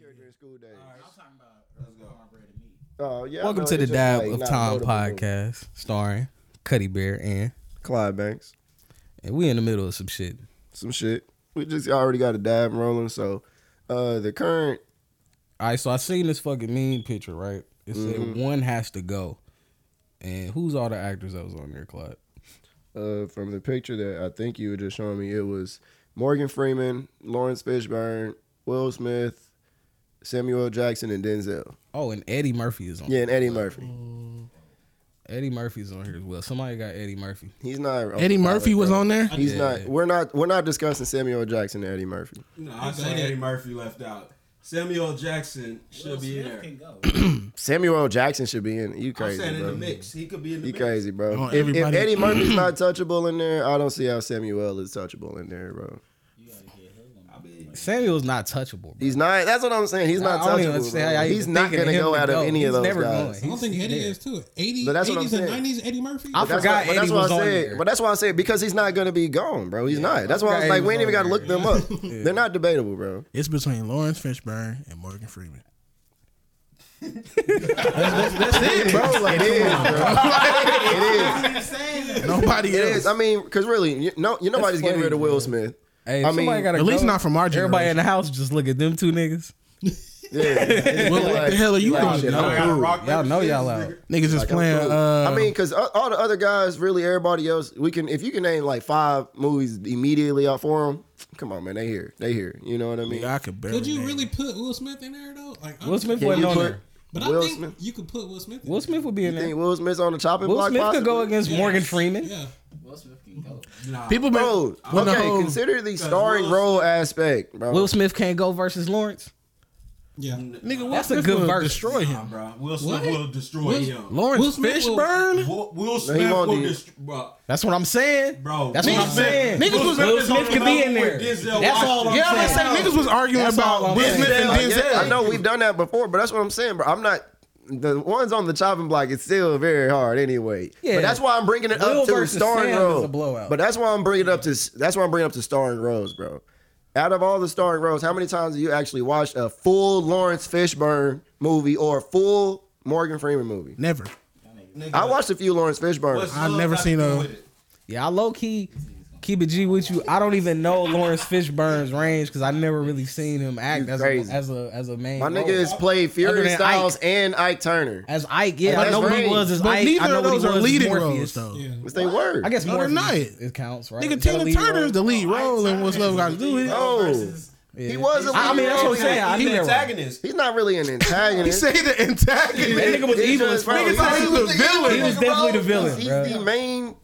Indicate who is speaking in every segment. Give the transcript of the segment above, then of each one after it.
Speaker 1: character in school days.
Speaker 2: I'm talking about let's go cornbread and meat.
Speaker 1: Oh yeah. I
Speaker 3: Welcome
Speaker 1: know
Speaker 3: to the
Speaker 1: it's just,
Speaker 3: Dab
Speaker 1: like,
Speaker 3: of
Speaker 1: not
Speaker 3: Time
Speaker 1: notable.
Speaker 3: podcast, starring Cuddy Bear and
Speaker 1: Clyde Banks.
Speaker 3: and we in the middle of some shit.
Speaker 1: Some shit. We just already got a dab rolling. So uh the current
Speaker 3: All right, so I seen this fucking meme picture, right? It said
Speaker 1: Mm-hmm.
Speaker 3: one has to go, and who's all the actors that was on there, Clyde?
Speaker 1: uh from the picture that I think you were just showing me, it was Morgan Freeman, Lawrence Fishburne, Will Smith, Samuel Jackson, and Denzel.
Speaker 3: Oh, and Eddie Murphy is on.
Speaker 1: Yeah, and Eddie Murphy.
Speaker 3: Eddie Murphy's on here as well. Somebody got Eddie Murphy.
Speaker 1: He's not
Speaker 4: Eddie Murphy was on there.
Speaker 1: Oh, He's
Speaker 3: Yeah.
Speaker 1: not. We're not. We're not discussing Samuel Jackson and Eddie Murphy.
Speaker 5: No, I said Eddie Murphy left out. Samuel Jackson
Speaker 2: Will
Speaker 5: should be in
Speaker 2: Smith
Speaker 5: there.
Speaker 2: Can go.
Speaker 1: Samuel Jackson should be in. You
Speaker 5: I
Speaker 1: crazy,
Speaker 5: said in
Speaker 1: bro.
Speaker 5: the mix. He could be in the
Speaker 1: You
Speaker 5: mix.
Speaker 1: crazy, bro.
Speaker 4: want
Speaker 1: If, if
Speaker 4: everybody-
Speaker 1: Eddie Murphy's not touchable in there, I don't see how Samuel is touchable in there, bro.
Speaker 2: You gotta get him.
Speaker 5: I mean,
Speaker 3: Samuel's not touchable. Bro.
Speaker 1: He's not. That's what I'm saying. He's not
Speaker 3: I don't even
Speaker 1: touchable.
Speaker 3: understand how
Speaker 1: bro.
Speaker 3: y'all
Speaker 1: He's
Speaker 3: even
Speaker 1: not
Speaker 3: thinking
Speaker 1: gonna
Speaker 3: of him
Speaker 1: go
Speaker 3: to
Speaker 1: out of
Speaker 3: go.
Speaker 1: any of
Speaker 3: He's
Speaker 1: those
Speaker 3: never
Speaker 1: guys.
Speaker 3: going.
Speaker 6: I don't think
Speaker 3: He's
Speaker 6: Eddie
Speaker 3: dead.
Speaker 6: is too. 80,
Speaker 1: But that's what I'm
Speaker 6: 80s and
Speaker 1: saying.
Speaker 6: 90s Eddie Murphy.
Speaker 3: I
Speaker 1: That's
Speaker 3: forgot
Speaker 1: why, but that's
Speaker 3: Eddie
Speaker 1: why
Speaker 3: was
Speaker 1: I
Speaker 3: on
Speaker 1: said.
Speaker 3: there.
Speaker 1: But that's why I said because he's not gonna be gone, bro. He's not. That's why I
Speaker 3: forgot
Speaker 1: was
Speaker 3: he
Speaker 1: like,
Speaker 3: was
Speaker 1: we ain't
Speaker 3: on
Speaker 1: even gotta
Speaker 3: there.
Speaker 1: look them up. They're not debatable, bro.
Speaker 4: It's between Lawrence Fishburne and Morgan Freeman.
Speaker 1: Bro, like it is, bro. it is.
Speaker 4: Nobody
Speaker 1: It is.
Speaker 4: else.
Speaker 1: I mean, because really, you, no, you nobody's getting
Speaker 3: funny,
Speaker 1: rid of
Speaker 3: bro.
Speaker 1: Will Smith.
Speaker 3: Hey,
Speaker 1: I
Speaker 3: somebody
Speaker 1: mean,
Speaker 3: gotta
Speaker 4: at least
Speaker 3: go.
Speaker 4: not from our
Speaker 3: Everybody in
Speaker 4: generation.
Speaker 3: the house just look at them two niggas.
Speaker 1: Yeah.
Speaker 4: Well, what the hell are you doing?
Speaker 1: shit, I'm
Speaker 2: I gotta
Speaker 1: cool.
Speaker 2: rock
Speaker 3: Y'all
Speaker 2: paper,
Speaker 3: know
Speaker 2: scissors,
Speaker 3: y'all out.
Speaker 2: nigga.
Speaker 4: Niggas is playing.
Speaker 1: Cool.
Speaker 4: Uh,
Speaker 1: I mean, because all the other guys, really, everybody else, we can if you can name like five movies immediately out for them. Come on, man, they here, they here. You know what I mean?
Speaker 4: I could barely.
Speaker 6: Could you
Speaker 4: name
Speaker 6: really put Will Smith in there though? Like I'm-
Speaker 3: Will Smith
Speaker 1: Can
Speaker 3: wasn't
Speaker 1: you
Speaker 3: on
Speaker 1: put-
Speaker 3: there.
Speaker 6: but
Speaker 1: Will
Speaker 6: I think
Speaker 1: Smith?
Speaker 6: you could put Will Smith. In
Speaker 3: Will
Speaker 6: there.
Speaker 3: Smith would be in
Speaker 1: You think
Speaker 3: there.
Speaker 1: Will Smith's on the chopping
Speaker 3: Will
Speaker 1: block?
Speaker 3: Smith could go
Speaker 1: possibly?
Speaker 3: against Morgan Freeman.
Speaker 6: Yeah,
Speaker 2: Will Smith can go.
Speaker 5: nah.
Speaker 4: People been
Speaker 1: Bro,
Speaker 4: when the
Speaker 1: okay,
Speaker 4: whole-
Speaker 1: consider the
Speaker 5: 'cause
Speaker 1: starring
Speaker 5: Will
Speaker 1: role aspect, bro.
Speaker 3: Will Smith can't go versus Lawrence.
Speaker 6: yeah.
Speaker 4: nigga,
Speaker 3: That's a
Speaker 4: Will Smith
Speaker 3: good
Speaker 4: will
Speaker 3: verse.
Speaker 4: Destroy
Speaker 5: Nah,
Speaker 4: him.
Speaker 5: bro. Will Smith
Speaker 6: What?
Speaker 5: will destroy
Speaker 6: Will-
Speaker 5: him.
Speaker 3: Lawrence
Speaker 6: Will Smith will-
Speaker 3: Fishburne.
Speaker 5: Will, Will Smith
Speaker 1: won't
Speaker 5: will
Speaker 1: do it.
Speaker 5: destroy. Bro.
Speaker 3: That's what I'm saying,
Speaker 5: Bro,
Speaker 3: That's
Speaker 5: Will
Speaker 3: what I'm
Speaker 5: Smith-
Speaker 3: saying.
Speaker 4: niggas
Speaker 3: Will
Speaker 4: was-
Speaker 3: Will
Speaker 5: Smith
Speaker 3: Smith
Speaker 5: on
Speaker 3: could
Speaker 5: the
Speaker 3: be
Speaker 5: level
Speaker 3: in there.
Speaker 5: with Denzel
Speaker 3: That's all I'm
Speaker 5: Washington.
Speaker 4: Yeah, I'm
Speaker 3: saying.
Speaker 4: say niggas was arguing
Speaker 3: That's all I'm
Speaker 4: about Will
Speaker 3: saying.
Speaker 4: Smith and
Speaker 1: I, get-
Speaker 4: Denzel.
Speaker 1: I know we've done that before, but that's what I'm saying, bro. I'm not. The ones on the chopping block it's still very hard anyway.
Speaker 3: Yeah.
Speaker 1: But that's why I'm bringing it
Speaker 3: Will
Speaker 1: up to
Speaker 3: versus
Speaker 1: starring
Speaker 3: Sam is
Speaker 1: roles.
Speaker 3: a blowout.
Speaker 1: But that's why I'm bringing up to that's why I'm bringing up to starring roles, bro. Out of all the starring roles, how many times have you actually watched a full Lawrence Fishburne movie or a full Morgan Freeman movie?
Speaker 4: Never.
Speaker 3: Uh,
Speaker 1: I watched a few Lawrence Fishburne.
Speaker 5: What's
Speaker 4: I've
Speaker 5: Love
Speaker 4: never
Speaker 5: got
Speaker 4: seen
Speaker 5: to do
Speaker 4: a-
Speaker 5: with it?
Speaker 3: Yeah, I low key keep it G with you. I don't even know Lawrence Fishburne's range because I never really seen him act
Speaker 1: You
Speaker 3: as
Speaker 1: crazy.
Speaker 3: a, as a as a main.
Speaker 1: My
Speaker 3: role.
Speaker 1: nigga has played Fury
Speaker 3: than
Speaker 1: Styles and Ike Turner.
Speaker 3: as Ike. Yeah,
Speaker 1: But
Speaker 3: I know
Speaker 1: that's
Speaker 3: what he
Speaker 1: range.
Speaker 3: was as
Speaker 4: But
Speaker 3: Ike.
Speaker 4: neither
Speaker 3: I know
Speaker 4: of
Speaker 3: what he
Speaker 4: those are
Speaker 3: was as
Speaker 4: leading
Speaker 3: Morpheus.
Speaker 4: roles, though.
Speaker 6: yeah.
Speaker 1: What's they word?
Speaker 3: I guess
Speaker 4: No, they're
Speaker 3: Morpheus
Speaker 4: not.
Speaker 3: is- it counts, right?
Speaker 4: Nigga,
Speaker 3: Is that a
Speaker 4: Tina
Speaker 3: lead
Speaker 4: Turner
Speaker 3: role?
Speaker 4: is the lead role in What's Love Got to Do with It.
Speaker 1: Oh.
Speaker 2: Versus-
Speaker 1: He was. A
Speaker 3: I I mean, that's what I'm
Speaker 1: lead
Speaker 3: saying. I
Speaker 5: He's
Speaker 3: knew
Speaker 5: an
Speaker 3: that. one.
Speaker 5: antagonist.
Speaker 1: He's not really an
Speaker 4: He
Speaker 1: antagonist.
Speaker 4: said the antagonist.
Speaker 3: That nigga was
Speaker 1: It's
Speaker 3: evil
Speaker 1: just
Speaker 3: as fuck.
Speaker 1: bro,
Speaker 4: Nigga thought he was the villain.
Speaker 3: He was definitely the villain,
Speaker 1: He's
Speaker 3: bro.
Speaker 1: the main,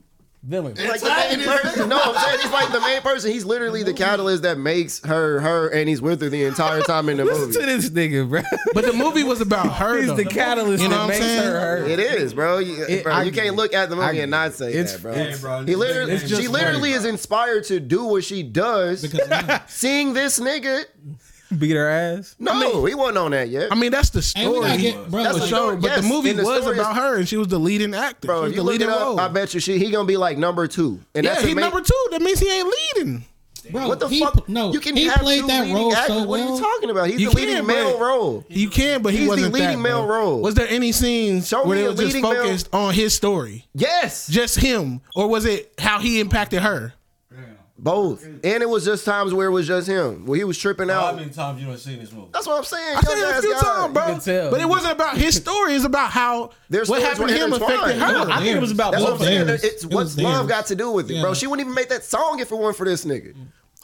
Speaker 3: Villain.
Speaker 1: like the main person. No, I'm saying he's like the main person. He's literally the catalyst that makes her her, and he's with her the entire time in the
Speaker 3: Listen to
Speaker 1: movie.
Speaker 3: this nigga, bro.
Speaker 4: But the movie was about her.
Speaker 3: He's
Speaker 4: though.
Speaker 3: the catalyst
Speaker 4: You know
Speaker 3: that
Speaker 4: what I'm
Speaker 3: makes
Speaker 4: saying?
Speaker 3: her her.
Speaker 1: It is, bro. You,
Speaker 3: It-
Speaker 1: bro,
Speaker 3: I-
Speaker 1: you can't look at the movie and not say
Speaker 3: it's-
Speaker 1: that, bro.
Speaker 5: Hey, bro,
Speaker 1: He
Speaker 5: this
Speaker 1: literally,
Speaker 5: nigga-
Speaker 1: she literally is inspired to do what she does.
Speaker 6: Because now-
Speaker 1: Seeing this nigga,
Speaker 3: Beat her ass.
Speaker 1: no, he wasn't on that yet.
Speaker 4: I mean, that's the
Speaker 6: Hey, we
Speaker 4: story.
Speaker 6: gotta get, bro,
Speaker 1: That's
Speaker 4: for
Speaker 1: the
Speaker 6: like,
Speaker 4: sure. But
Speaker 1: Yes,
Speaker 4: the movie
Speaker 1: and the
Speaker 4: was
Speaker 1: story is-
Speaker 4: about her, and she was the leading actor.
Speaker 1: bro,
Speaker 4: she
Speaker 1: if
Speaker 4: was
Speaker 1: you
Speaker 4: the
Speaker 1: look it
Speaker 4: leading
Speaker 1: up,
Speaker 4: role.
Speaker 1: I bet you she he gonna be like number two, and
Speaker 4: yeah,
Speaker 1: that's the
Speaker 4: he
Speaker 1: main-
Speaker 4: number two. That means he ain't leading.
Speaker 6: bro,
Speaker 1: What the
Speaker 6: he,
Speaker 1: fuck?
Speaker 6: No,
Speaker 1: you can
Speaker 6: he
Speaker 1: have
Speaker 6: played
Speaker 1: two
Speaker 6: that
Speaker 1: leading
Speaker 6: role
Speaker 1: actors.
Speaker 6: so
Speaker 1: What are you
Speaker 6: well.
Speaker 1: talking about? He's
Speaker 4: You
Speaker 1: the leading
Speaker 4: can, but-
Speaker 1: male role.
Speaker 4: You can, but he
Speaker 1: He's the
Speaker 4: wasn't
Speaker 1: leading
Speaker 4: that,
Speaker 1: male
Speaker 4: bro.
Speaker 1: role.
Speaker 4: Was there any scenes
Speaker 1: Show
Speaker 4: where
Speaker 1: me
Speaker 4: it
Speaker 1: a
Speaker 4: was just
Speaker 1: leading male-
Speaker 4: focused on his story,
Speaker 1: Yes,
Speaker 4: just him, or was it how he impacted her?
Speaker 1: both. And it was just times where it was just him, where he was tripping
Speaker 5: How
Speaker 1: out.
Speaker 5: many times you done seen this movie?
Speaker 1: That's what I'm saying.
Speaker 4: I said it a few times, bro.
Speaker 3: can tell.
Speaker 4: But it wasn't about his story. It's about how
Speaker 1: Their
Speaker 4: what
Speaker 1: stories
Speaker 4: happened
Speaker 1: were
Speaker 4: to him affected
Speaker 1: intertwined.
Speaker 4: her.
Speaker 6: No,
Speaker 3: I think it was about
Speaker 1: That's what I'm
Speaker 3: both.
Speaker 1: saying.
Speaker 6: theirs.
Speaker 1: It's
Speaker 6: It
Speaker 1: what's
Speaker 6: was
Speaker 1: love
Speaker 6: theirs.
Speaker 1: got to do with it, bro.
Speaker 6: Yeah.
Speaker 1: She wouldn't even make that song if it weren't for this nigga.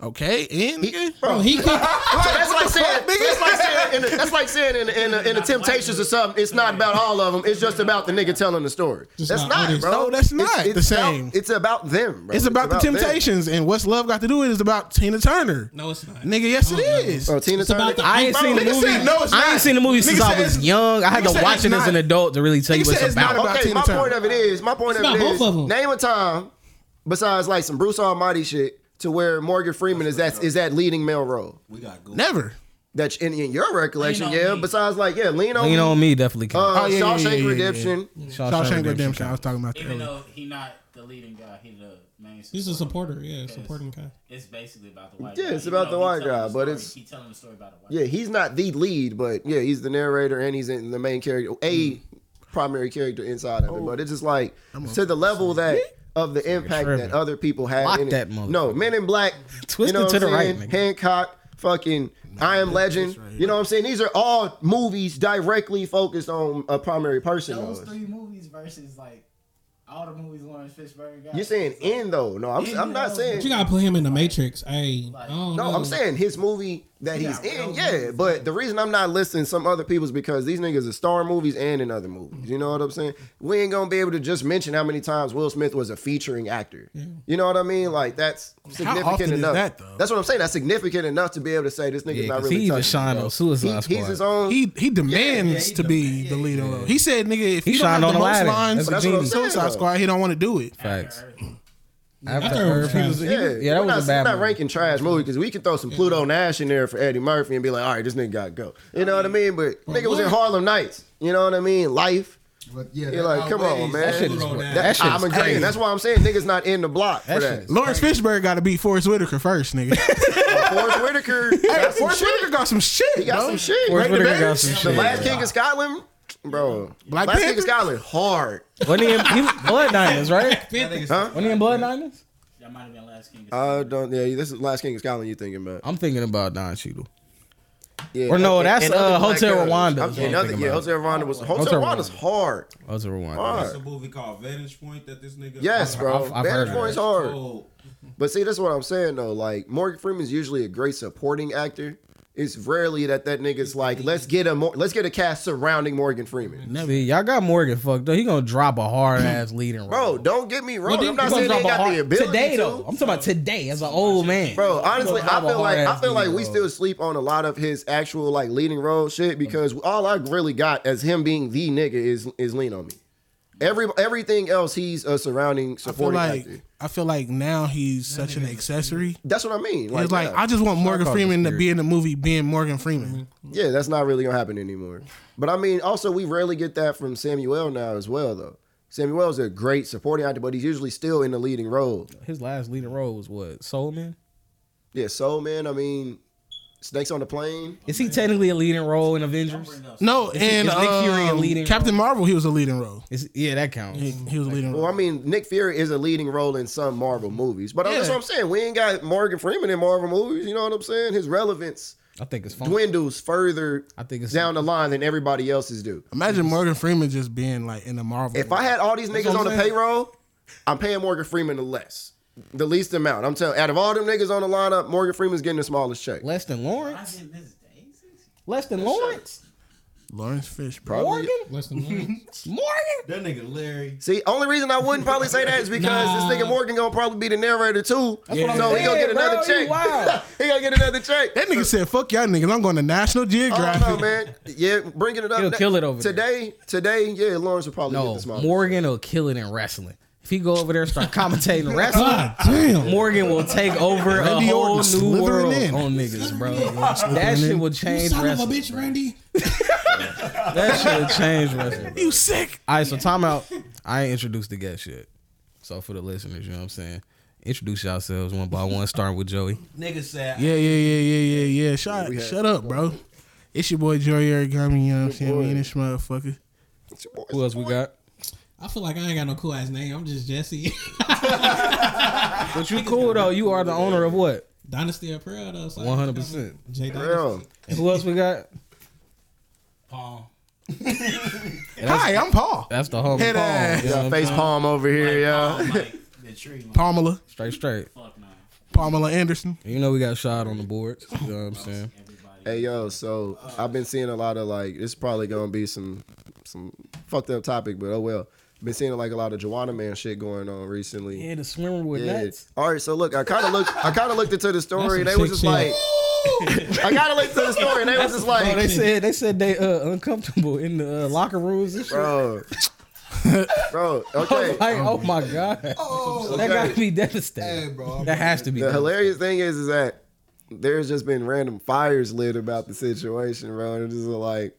Speaker 4: Okay, and nigga,
Speaker 1: Bro,
Speaker 6: bro, he could.
Speaker 1: So that's like saying
Speaker 4: fuck, nigga?
Speaker 1: that's like saying in the, that's like saying in the, in the, in the Temptations or something. It's not about all of them. It's just about the nigga telling the story.
Speaker 6: Just
Speaker 1: that's
Speaker 6: not
Speaker 1: not,
Speaker 6: artists.
Speaker 1: bro.
Speaker 4: No, that's not
Speaker 1: it's,
Speaker 4: the
Speaker 1: it's about-
Speaker 4: same.
Speaker 1: it's about them. Bro.
Speaker 4: it's about the
Speaker 1: them.
Speaker 4: Temptations and what's love got to do with it is about Tina Turner.
Speaker 6: no, it's not.
Speaker 4: Nigga, yes it
Speaker 6: Oh, no.
Speaker 4: is.
Speaker 1: Bro, Tina
Speaker 6: It's about
Speaker 1: Turner.
Speaker 6: the-
Speaker 3: I ain't
Speaker 4: Bro,
Speaker 3: seen the
Speaker 4: nigga
Speaker 3: movie.
Speaker 4: said no, it's
Speaker 3: I
Speaker 4: not.
Speaker 3: ain't seen the movie
Speaker 4: Nigga
Speaker 3: since
Speaker 4: said
Speaker 3: I was
Speaker 4: it's-
Speaker 3: young. I had
Speaker 4: nigga
Speaker 3: to
Speaker 4: said
Speaker 3: watch
Speaker 4: it's
Speaker 3: it as an
Speaker 4: not.
Speaker 3: adult to really tell you
Speaker 4: Nigga
Speaker 3: what
Speaker 4: said
Speaker 3: it's
Speaker 4: it's not
Speaker 3: about.
Speaker 4: about
Speaker 1: okay,
Speaker 4: Tina
Speaker 1: my
Speaker 4: Turner.
Speaker 1: point of it is, my point
Speaker 6: It's
Speaker 1: of it
Speaker 6: about
Speaker 1: is,
Speaker 6: both of 'em.
Speaker 1: name a time besides like some Bruce Almighty shit to where Morgan Freeman is that is that leading male role.
Speaker 5: We got Google.
Speaker 4: Never.
Speaker 1: That's in, in your recollection,
Speaker 6: Lean on
Speaker 1: yeah.
Speaker 6: Me.
Speaker 1: Besides like yeah, Lean on,
Speaker 3: Lean
Speaker 1: Me,
Speaker 3: on me definitely.
Speaker 1: uh,
Speaker 3: counts.
Speaker 4: Oh, yeah, yeah,
Speaker 1: Shawshank
Speaker 4: yeah, yeah, yeah.
Speaker 1: Redemption.
Speaker 3: Shawshank
Speaker 4: Shawshank
Speaker 3: Redemption
Speaker 4: Redemption. I
Speaker 3: counts.
Speaker 4: was talking about that.
Speaker 2: Even
Speaker 4: earlier.
Speaker 2: though he not the leading guy, he the main
Speaker 6: He's a
Speaker 2: support.
Speaker 6: supporter, yeah, supporting guy.
Speaker 2: It's basically about the white.
Speaker 1: Yeah,
Speaker 2: guy.
Speaker 1: it's
Speaker 2: You
Speaker 1: about
Speaker 2: know,
Speaker 1: the
Speaker 2: he
Speaker 1: white
Speaker 2: telling
Speaker 1: guy,
Speaker 2: the
Speaker 1: but
Speaker 2: story-
Speaker 1: it's-
Speaker 2: he telling the story about the white.
Speaker 1: Yeah, he's not the lead, but yeah, he's the narrator and he's in the main character,
Speaker 3: Mm.
Speaker 1: a primary character inside of it. But it's just like
Speaker 3: Oh,
Speaker 1: to the level that of the impact
Speaker 3: tripping.
Speaker 1: that other people had.
Speaker 3: Lock
Speaker 1: in it.
Speaker 3: that
Speaker 1: No,
Speaker 3: motherfucker.
Speaker 1: Men in Black,
Speaker 3: Twist
Speaker 1: you know
Speaker 3: it
Speaker 1: what
Speaker 3: to
Speaker 1: I'm
Speaker 3: the
Speaker 1: saying?
Speaker 3: right, nigga.
Speaker 1: Hancock, fucking I Am Legend. you know what I'm saying? These are all movies directly focused on a primary person.
Speaker 2: Those
Speaker 1: though.
Speaker 2: three movies versus like all the movies Lawrence Fishburne got.
Speaker 1: You're saying in though? No, I'm, I'm not saying.
Speaker 6: But you gotta put him in the Matrix. Hey, I don't
Speaker 1: No,
Speaker 6: know.
Speaker 1: I'm saying his movie that
Speaker 2: Yeah,
Speaker 1: he's
Speaker 2: real
Speaker 1: in, yeah.
Speaker 2: movies,
Speaker 1: But the reason I'm not listing some other people's because these niggas are star in movies and in other movies. You know what I'm saying? We ain't gonna be able to just mention how many times Will Smith was a featuring actor. You know what I mean? Like that's significant
Speaker 4: often is
Speaker 1: enough.
Speaker 4: that, though?
Speaker 1: That's what I'm saying. That's significant enough to be able to say this nigga's
Speaker 3: Yeah,
Speaker 1: not
Speaker 3: 'cause
Speaker 1: really.
Speaker 3: he even
Speaker 1: touching,
Speaker 3: shined
Speaker 1: bro.
Speaker 3: on Suicide
Speaker 1: He- He's
Speaker 3: Squad.
Speaker 1: his own.
Speaker 4: He he demands
Speaker 2: he
Speaker 4: to be the leader. role. He said, "Nigga, if
Speaker 3: He
Speaker 4: you don't
Speaker 3: shined
Speaker 4: have the
Speaker 3: on
Speaker 4: most
Speaker 3: Aladdin.
Speaker 4: lines,
Speaker 3: That's
Speaker 4: that's
Speaker 1: what
Speaker 4: what
Speaker 1: I'm saying,
Speaker 4: Suicide
Speaker 1: though.
Speaker 4: Squad. He don't want to do it."
Speaker 3: Facts.
Speaker 6: After
Speaker 3: After
Speaker 6: Earth,
Speaker 3: Earth, he
Speaker 6: yeah.
Speaker 3: was, he
Speaker 1: yeah,
Speaker 3: was- yeah,
Speaker 1: we're
Speaker 3: that was
Speaker 1: not,
Speaker 3: a
Speaker 1: we're
Speaker 3: bad
Speaker 1: not
Speaker 3: movie.
Speaker 1: ranking trash movie because we can throw some Pluto Nash in there for Eddie Murphy and be like, all right, this nigga got to go. You know what I mean? But nigga was in Harlem Nights. You know what I mean? Life.
Speaker 6: But yeah,
Speaker 1: You're like, come on, man.
Speaker 3: That shit is
Speaker 1: That-
Speaker 3: That shit
Speaker 1: I'm
Speaker 3: is
Speaker 1: agreeing.
Speaker 3: crazy.
Speaker 1: That's why I'm saying niggas not in the block for
Speaker 3: That
Speaker 1: that.
Speaker 3: shit
Speaker 4: Lawrence Fishburne got to beat Forrest Whitaker first, nigga.
Speaker 1: Forrest Whitaker,
Speaker 4: hey,
Speaker 1: got some
Speaker 4: Forrest
Speaker 1: shit.
Speaker 4: Whitaker got some shit.
Speaker 1: He got
Speaker 4: bro.
Speaker 1: some shit.
Speaker 3: Forrest
Speaker 1: Break the
Speaker 3: Whitaker got
Speaker 1: barriers.
Speaker 3: some
Speaker 1: The
Speaker 3: shit.
Speaker 1: Last King of Scotland, bro.
Speaker 4: Black
Speaker 1: Last King
Speaker 4: Panther?
Speaker 1: of Scotland, hard.
Speaker 3: When he, in, he was Blood Diamonds, right?
Speaker 1: Huh?
Speaker 3: When he in Blood Diamonds?
Speaker 2: That might have been last king.
Speaker 1: I don't. Yeah, this is Last King of Scotland. You thinking about?
Speaker 3: I'm thinking about Don Cheadle.
Speaker 1: Yeah.
Speaker 3: Or no,
Speaker 1: and-
Speaker 3: that's,
Speaker 1: and other
Speaker 3: uh,
Speaker 1: black
Speaker 3: Hotel
Speaker 1: girls.
Speaker 3: Rwanda
Speaker 1: I'm- and
Speaker 3: is what I'm
Speaker 1: other-
Speaker 3: thinking
Speaker 1: Yeah,
Speaker 3: about.
Speaker 1: Hotel Rwanda was Hotel,
Speaker 3: Hotel
Speaker 1: Rwanda's
Speaker 3: Rwanda.
Speaker 1: hard.
Speaker 3: I was rewind.
Speaker 1: Hard.
Speaker 5: It's a movie called Vantage Point that this nigga.
Speaker 1: Yes, bro.
Speaker 3: I've- I've heard
Speaker 1: Vantage
Speaker 3: of
Speaker 1: Point's
Speaker 3: that.
Speaker 1: hard.
Speaker 5: Oh,
Speaker 1: But see, that's what I'm saying though. Like Morgan Freeman's usually a great supporting actor. It's rarely that that nigga's like, let's get a more, let's get a cast surrounding Morgan Freeman.
Speaker 3: See, y'all got Morgan fucked up. He gonna drop a hard ass leading
Speaker 1: Bro,
Speaker 3: role.
Speaker 1: don't get me
Speaker 6: Well,
Speaker 1: wrong. I'm
Speaker 6: then
Speaker 1: not
Speaker 3: He gonna
Speaker 1: saying they
Speaker 3: drop a
Speaker 1: got the
Speaker 3: hard-
Speaker 1: ability
Speaker 3: today
Speaker 1: to.
Speaker 3: though. I'm talking about today as an old man.
Speaker 1: Bro, honestly,
Speaker 3: He gonna
Speaker 1: I
Speaker 3: drop a
Speaker 1: feel like I
Speaker 3: hard-ass
Speaker 1: feel like
Speaker 3: leading
Speaker 1: we
Speaker 3: role.
Speaker 1: still sleep on a lot of his actual like leading role shit because all I really got as him being the nigga is is lean on me. Every everything else he's a surrounding
Speaker 4: I feel
Speaker 1: supporting
Speaker 4: like
Speaker 1: actor.
Speaker 4: I feel like now he's such an accessory.
Speaker 1: That's what I mean.
Speaker 4: It's like
Speaker 1: yeah.
Speaker 4: I just want Morgan
Speaker 3: called
Speaker 4: Freeman to
Speaker 3: Spirit.
Speaker 4: be in the movie being Morgan Freeman.
Speaker 1: Yeah, that's not really gonna happen anymore. But I mean, also we rarely get that from Samuel now as well, though. Samuel's a great supporting actor, but he's usually still in the leading role.
Speaker 3: His last leading role was what? Soul Man?
Speaker 1: Yeah, Soul Man. I mean, Snakes on the Plane.
Speaker 3: Is he technically a leading role in Avengers?
Speaker 4: No, and
Speaker 3: is Nick Fury a
Speaker 4: um,
Speaker 3: leading
Speaker 4: Captain Marvel, he was a leading role.
Speaker 3: Is, yeah, that counts.
Speaker 4: He, he was a leading
Speaker 1: Well, I
Speaker 4: role.
Speaker 1: mean, Nick Fury is a leading role in some Marvel movies, but uh, that's
Speaker 4: Yeah.
Speaker 1: what I'm saying. We ain't got Morgan Freeman in Marvel movies. You know what I'm saying? His relevance
Speaker 3: I think it's fun.
Speaker 1: dwindles further
Speaker 3: I think it's
Speaker 1: down the line than everybody else's do.
Speaker 4: Imagine Morgan Freeman just being like in the Marvel.
Speaker 1: If I had all these niggas on
Speaker 4: what I'm
Speaker 1: the
Speaker 4: saying.
Speaker 1: payroll, I'm paying Morgan Freeman the less, the least amount. I'm telling. Out of all them niggas on the lineup, Morgan Freeman's getting the smallest check.
Speaker 3: Less than
Speaker 2: I
Speaker 3: Lawrence.
Speaker 2: did this daisies.
Speaker 3: Less than Lawrence.
Speaker 4: Lawrence Fishburne.
Speaker 1: Probably.
Speaker 3: Morgan.
Speaker 6: Less than one.
Speaker 3: Morgan.
Speaker 5: that nigga Larry.
Speaker 1: See, only reason I wouldn't probably say that is because
Speaker 6: Nah.
Speaker 1: this nigga Morgan gonna probably be the narrator too.
Speaker 3: what I'm
Speaker 1: so he gonna
Speaker 3: saying,
Speaker 1: get another
Speaker 3: bro. You
Speaker 1: check.
Speaker 3: wild.
Speaker 1: he gonna get another check.
Speaker 4: That nigga said, "Fuck y'all niggas, I'm going to National
Speaker 1: I
Speaker 4: Geographic."
Speaker 1: don't know, man. Yeah, bringing it up.
Speaker 3: He'll
Speaker 1: ne-
Speaker 3: kill it over there.
Speaker 1: today. Today, yeah, Lawrence will probably get
Speaker 3: No,
Speaker 1: the small.
Speaker 3: Morgan will kill it in wrestling. If he go over there and start commentating wrestling,
Speaker 6: God damn.
Speaker 3: Morgan will take over a
Speaker 4: Randy
Speaker 3: whole
Speaker 4: Orton
Speaker 3: new
Speaker 4: slithering
Speaker 3: world
Speaker 4: in.
Speaker 3: on niggas, bro. that shit will
Speaker 6: You
Speaker 3: change
Speaker 6: son of a
Speaker 3: wrestling.
Speaker 6: bitch, Randy.
Speaker 3: That shit will change wrestling. bro.
Speaker 4: You sick?
Speaker 3: All right, so time out. I ain't introduced the guest yet. So for the listeners, you know what I'm saying? Introduce yourselves one by one, starting with Joey.
Speaker 5: Nigga said.
Speaker 4: Yeah, yeah, yeah, yeah, yeah, yeah. Shut, shut up, bro. It's your boy Joey Origami. You know what I'm saying? Me and this motherfucker.
Speaker 3: Who else we got?
Speaker 6: I feel like I ain't got no cool ass name. I'm just Jesse.
Speaker 3: But you cool though. You are the owner of what?
Speaker 6: Dynasty of Pearl though. so I-
Speaker 3: 100%.
Speaker 6: J
Speaker 1: Real.
Speaker 6: Dynasty.
Speaker 3: And who else we got?
Speaker 6: Paul.
Speaker 4: Hi, I'm Paul.
Speaker 3: That's the whole
Speaker 4: Hit ass.
Speaker 1: Yeah, face palm over here,
Speaker 3: oh
Speaker 1: yeah.
Speaker 2: Oh, Like the tree. Like,
Speaker 4: Pamela,
Speaker 3: Straight, straight.
Speaker 2: fuck nah.
Speaker 4: Pamela Anderson.
Speaker 3: You know we got shot on the boards. You know what I'm saying?
Speaker 2: Everybody.
Speaker 1: Hey yo, so I've been seeing a lot of like this. Probably gonna be some some fucked up topic, but oh well. Been seeing like a lot of Joanna Man shit going on recently.
Speaker 3: Yeah, the swimmer with
Speaker 1: Yeah.
Speaker 3: nuts.
Speaker 1: All right. So look, I kind of looked. I kind of looked into the story, and
Speaker 6: That's
Speaker 1: they
Speaker 6: some
Speaker 1: was
Speaker 6: sick
Speaker 1: just like, I kind of looked into the story, and they was just
Speaker 3: Bro, they
Speaker 1: like,
Speaker 3: said they said they uh uncomfortable in the uh, locker rooms and shit.
Speaker 1: bro, bro. Okay.
Speaker 3: Like, oh my god,
Speaker 1: Oh.
Speaker 3: that gotta be devastating. that has to be.
Speaker 1: The
Speaker 3: devastating.
Speaker 1: hilarious thing is, is that there's just been random fires lit about the situation, bro. And it's just like,